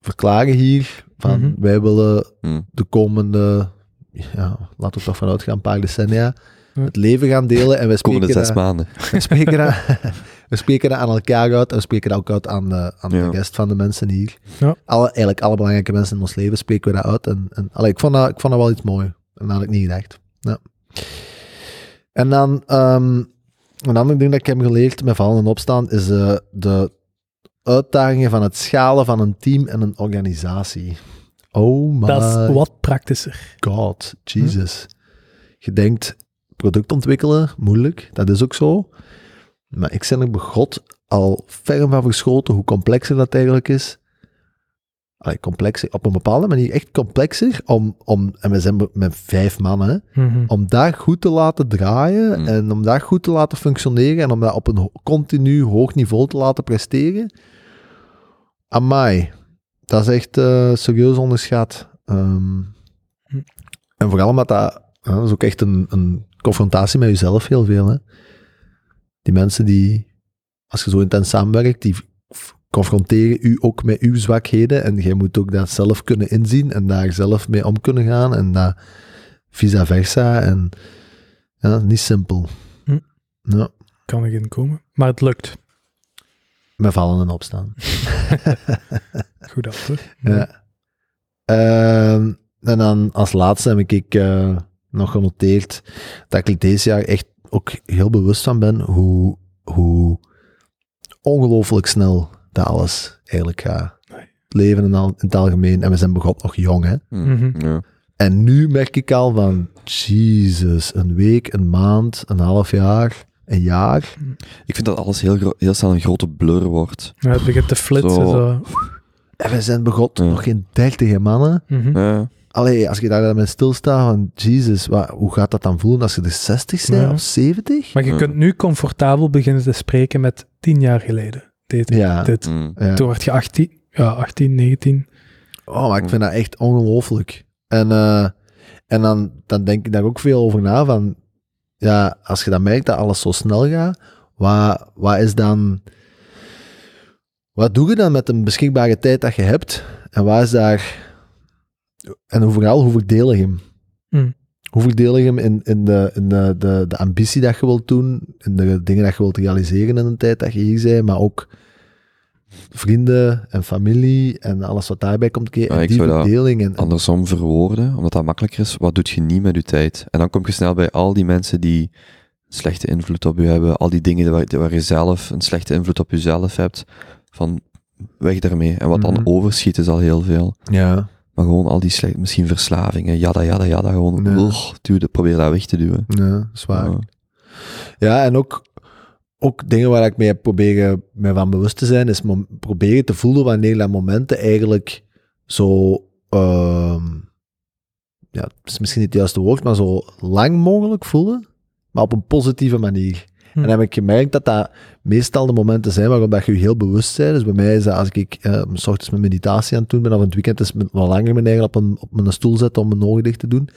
Speaker 3: verklaren hier van
Speaker 2: Mhm.
Speaker 3: wij willen
Speaker 1: Hm.
Speaker 3: de komende... Ja, laten we toch vanuit gaan, een paar decennia,
Speaker 2: Ja.
Speaker 3: het leven gaan delen en we spreken...
Speaker 1: Komende zes
Speaker 3: dat-
Speaker 1: maanden.
Speaker 3: We spreken, dat, we spreken dat aan elkaar uit en we spreken dat ook uit aan de, aan
Speaker 1: Ja.
Speaker 3: de rest van de mensen hier.
Speaker 2: Ja.
Speaker 3: Alle, eigenlijk alle belangrijke mensen in ons leven spreken we dat uit. En, en, allee, ik, vond dat, ik vond dat wel iets moois. En dat had ik niet gedacht. Ja. En dan ehm, een ander ding dat ik heb geleerd met vallen en opstaan is eh, de uitdagingen van het schalen van een team en een organisatie. Oh my
Speaker 2: Dat is wat praktischer.
Speaker 3: God, Jesus. Je denkt, product ontwikkelen, moeilijk, dat is ook zo. Maar ik ben er bij God al ferm van verschoten hoe complexer dat eigenlijk is. Allee, complexer, op een bepaalde manier echt complexer, om, om, en we zijn met vijf mannen, hè,
Speaker 2: Mhm.
Speaker 3: om dat goed te laten draaien
Speaker 1: Mm.
Speaker 3: en om dat goed te laten functioneren en om dat op een ho- continu hoog niveau te laten presteren. Amai, dat is echt eh, serieus onderschat. Ehm,
Speaker 2: Hm.
Speaker 3: En vooral omdat dat, hè, dat is ook echt een, een confrontatie met jezelf heel veel. Hè. Die mensen die, als je zo intens samenwerkt, die f- confronteren u ook met uw zwakheden en jij moet ook dat zelf kunnen inzien en daar zelf mee om kunnen gaan en dat vice versa. En ja, niet simpel.
Speaker 2: Hm.
Speaker 3: Ja,
Speaker 2: Kan ik inkomen. Maar het lukt.
Speaker 3: met vallen en opstaan.
Speaker 2: Goed af, hoor.
Speaker 3: Ja. Ehm, en dan als laatste heb ik eh, nog genoteerd dat ik deze jaar echt ook heel bewust van ben hoe, hoe ongelooflijk snel dat alles eigenlijk gaat.
Speaker 2: Nee.
Speaker 3: Het leven in, al, in het algemeen. En we zijn begonnen nog jong, hè.
Speaker 1: Hm.
Speaker 2: Mhm.
Speaker 1: Ja.
Speaker 3: En nu merk ik al van, Jesus, een week, een maand, een half jaar, een jaar.
Speaker 1: Ik vind dat alles heel, gro- heel snel een grote blur wordt.
Speaker 2: Ja, het begint te flitsen.
Speaker 1: Zo.
Speaker 2: Zo.
Speaker 3: En we zijn begonnen
Speaker 1: Ja.
Speaker 3: nog geen dertig mannen.
Speaker 2: Mhm.
Speaker 1: Ja.
Speaker 3: Allee, als je daar dan bij stilstaat, van Jesus, wa- hoe gaat dat dan voelen als je er 60 bent
Speaker 2: Ja.
Speaker 3: of 70?
Speaker 2: Maar je
Speaker 1: Ja.
Speaker 2: kunt nu comfortabel beginnen te spreken met tien jaar geleden. Dit,
Speaker 3: Ja.
Speaker 2: dit.
Speaker 1: Hm.
Speaker 3: Ja.
Speaker 2: Toen werd je 18, ja, 18, 19.
Speaker 3: Oh, maar ik vind dat echt ongelooflijk. En, eh, en dan, dan denk ik daar ook veel over na, van ja, als je dan merkt dat alles zo snel gaat, wat, wat is dan... Wat doe je dan met de beschikbare tijd dat je hebt? En waar is daar... En hoe- vooral, hoe verdeel je hem?
Speaker 2: Mm.
Speaker 3: Hoe verdeel je hem in, in, de, in de, de, de ambitie dat je wilt doen, in de dingen dat je wilt realiseren in de tijd dat je hier bent, maar ook vrienden en familie en alles wat daarbij komt kijken.
Speaker 1: Ja,
Speaker 3: en
Speaker 1: ik
Speaker 3: die
Speaker 1: zou dat
Speaker 3: verdeling. En,
Speaker 1: andersom verwoorden, omdat dat makkelijker is. Wat doet je niet met je tijd? En dan kom je snel bij al die mensen die slechte invloed op je hebben, al die dingen waar, waar je zelf een slechte invloed op jezelf hebt, van weg daarmee. En wat
Speaker 3: Mhm.
Speaker 1: dan overschiet is al heel veel.
Speaker 3: ja.
Speaker 1: Maar gewoon al die slechte, misschien verslavingen, jada, jada, jada, gewoon,
Speaker 3: Ja.
Speaker 1: oh, dude, probeer dat weg te duwen.
Speaker 3: ja, zwaar.
Speaker 1: Ja.
Speaker 3: Ja, en ook, ook dingen waar ik mee heb proberen me van bewust te zijn, is mom- proberen te voelen wanneer dat momenten eigenlijk zo ehm, ja, het is misschien niet het juiste woord, maar zo lang mogelijk voelen, maar op een positieve manier.
Speaker 2: Hm.
Speaker 3: En dan heb ik gemerkt dat dat meestal de momenten zijn waarop dat je je heel bewust bent. Dus bij mij is dat als ik eh, s ochtends mijn meditatie aan het doen ben, of in het weekend is wat langer mijn eigen op, een, op mijn stoel zetten om mijn ogen dicht te doen,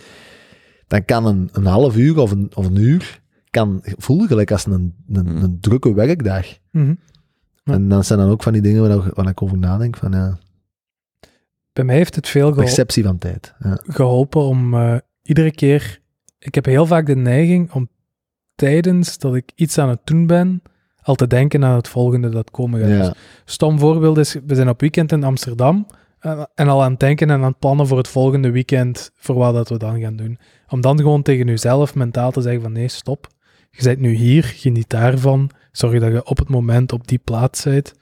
Speaker 3: dan kan een, een half uur of een, of een uur kan voelen gelijk als een, een,
Speaker 1: Hm.
Speaker 3: een drukke werkdag.
Speaker 2: Mhm. Ja.
Speaker 3: En dan zijn dan ook van die dingen waar, ik- waar ik over nadenk, van ja,
Speaker 2: Bij mij heeft het veel geholpen.
Speaker 3: perceptie van tijd. Ja.
Speaker 2: geholpen om eh, iedere keer. Ik heb heel vaak de neiging om tijdens dat ik iets aan het doen ben, al te denken aan het volgende dat komen gaat.
Speaker 3: Ja.
Speaker 2: Dus stom voorbeeld is: we zijn op weekend in Amsterdam en, en al aan het denken en aan het plannen voor het volgende weekend, voor wat dat we dan gaan doen. Om dan gewoon tegen jezelf mentaal te zeggen: van nee, stop. Je bent nu hier, geniet daarvan. Zorg dat je op het moment op die plaats bent.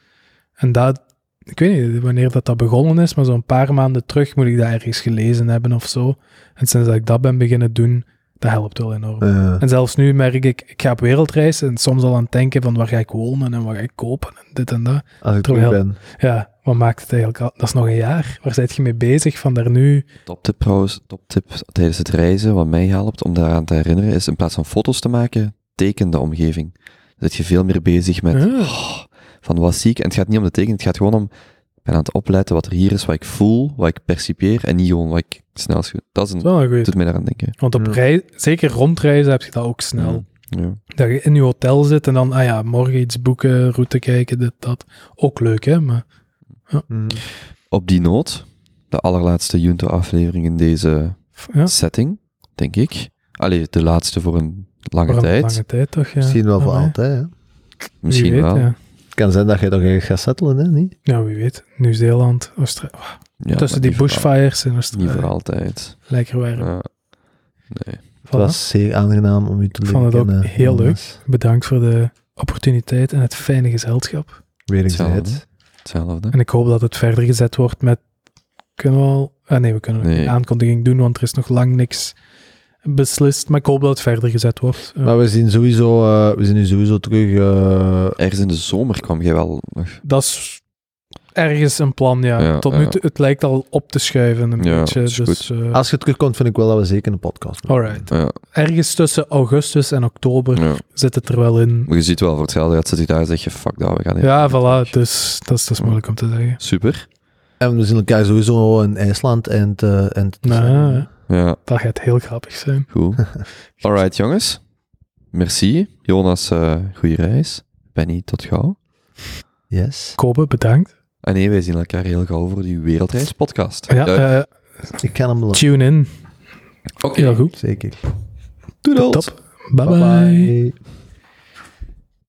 Speaker 2: En dat, ik weet niet wanneer dat, dat begonnen is, maar zo'n paar maanden terug moet ik dat ergens gelezen hebben of zo. En sinds dat ik dat ben beginnen doen, dat helpt wel enorm.
Speaker 3: Eh,
Speaker 2: En zelfs nu merk ik, ik ga op wereldreis en soms al aan het denken van waar ga ik wonen en wat ga ik kopen en dit en dat.
Speaker 3: als ik terug
Speaker 2: terwijl-
Speaker 3: ben.
Speaker 2: Ja, wat maakt het eigenlijk al? Dat is nog een jaar. Waar zijt je mee bezig van daar nu?
Speaker 1: Toptip trouwens, toptip tijdens het reizen, wat mij helpt om daaraan te herinneren, is in plaats van foto's te maken, teken de omgeving. Dan zit je veel meer bezig met,
Speaker 2: Huh?
Speaker 1: "Oh, van wat zie ik? En het gaat niet om de teken, het gaat gewoon om, ik ben aan het opletten wat er hier is, wat ik voel, wat ik percipieer, en niet gewoon wat ik snel schiet. Dat is een,
Speaker 2: Dat is wel een goeie.
Speaker 1: doet mij daaraan denken.
Speaker 2: Want op
Speaker 3: Ja.
Speaker 2: rei- zeker rondreizen heb je dat ook snel.
Speaker 1: Ja.
Speaker 2: Dat je in je hotel zit en dan, ah ja, morgen iets boeken, route kijken, dit, dat. Ook leuk, hè? Maar
Speaker 3: Mhm.
Speaker 1: Op die noot, de allerlaatste Junto-aflevering in deze
Speaker 2: f- ja,
Speaker 1: setting, denk ik. Allee, de laatste voor een lange
Speaker 2: voor een
Speaker 1: tijd.
Speaker 2: lange tijd toch? Ja.
Speaker 3: Misschien wel voor
Speaker 2: Amai.
Speaker 3: altijd. Hè?
Speaker 2: Wie
Speaker 1: Misschien
Speaker 2: weet,
Speaker 1: wel. Ja.
Speaker 2: Ja.
Speaker 3: Het kan zijn dat je toch ergens gaat settelen, hè? Niet?
Speaker 2: ja, wie weet. Nieuw-Zeeland, Australië. Tussen
Speaker 1: maar
Speaker 2: die
Speaker 1: niet voor al-
Speaker 2: bushfires in
Speaker 1: Niet voor
Speaker 2: Australië.
Speaker 1: altijd.
Speaker 2: Lekker warm.
Speaker 1: Ja. Nee.
Speaker 3: Het was zeer aangenaam om u
Speaker 2: Ik
Speaker 3: te leren
Speaker 2: vond het ook
Speaker 3: kennen, dus,
Speaker 2: heel leuk.
Speaker 3: Jonas.
Speaker 2: Bedankt voor de opportuniteit en het fijne gezelschap.
Speaker 3: Wederzijds.
Speaker 1: Hetzelfde.
Speaker 2: En ik hoop dat het verder gezet wordt met... Kunnen we al... ah, nee, we kunnen nog
Speaker 1: Nee.
Speaker 2: geen aankondiging doen, want er is nog lang niks beslist. Maar ik hoop dat het verder gezet wordt. Eh,
Speaker 3: Maar we zien, sowieso, eh, we zien u sowieso terug. eh,
Speaker 1: Ergens in de zomer kwam jij wel nog.
Speaker 2: dat is ergens een plan, ja.
Speaker 1: Ja,
Speaker 2: Tot nu
Speaker 1: ja.
Speaker 2: toe, het lijkt al op te schuiven een
Speaker 1: Ja,
Speaker 2: beetje.
Speaker 1: is
Speaker 2: Dus, eh,
Speaker 3: als je terugkomt, vind ik wel dat we zeker een podcast maken.
Speaker 2: Alright.
Speaker 1: Ja,
Speaker 2: ergens tussen augustus en oktober
Speaker 1: ja.
Speaker 2: zit het er wel in.
Speaker 1: Maar je ziet wel, voor hetzelfde geld zit hij daar en zeg je, fuck dat, we gaan hier.
Speaker 2: Ja, voilà. Dus dat is, dat is moeilijk om te zeggen.
Speaker 1: Super.
Speaker 3: En we zien elkaar sowieso in IJsland en te, en te
Speaker 2: Nou,
Speaker 3: zijn, hè.
Speaker 1: Ja,
Speaker 2: Dat gaat heel grappig zijn.
Speaker 1: goed. Alright, jongens. Merci. Jonas, eh goede reis. Benny, tot gauw.
Speaker 3: Yes.
Speaker 2: Kobe, bedankt.
Speaker 1: En nee, wij zien elkaar heel gauw voor die wereldreispodcast.
Speaker 2: Ja,
Speaker 1: Eh,
Speaker 2: eh,
Speaker 3: Ik kan hem beloven.
Speaker 2: tune in.
Speaker 1: Oké,
Speaker 2: Heel goed.
Speaker 3: Zeker.
Speaker 1: doedels.
Speaker 2: Top. Bye bye.
Speaker 3: Bye.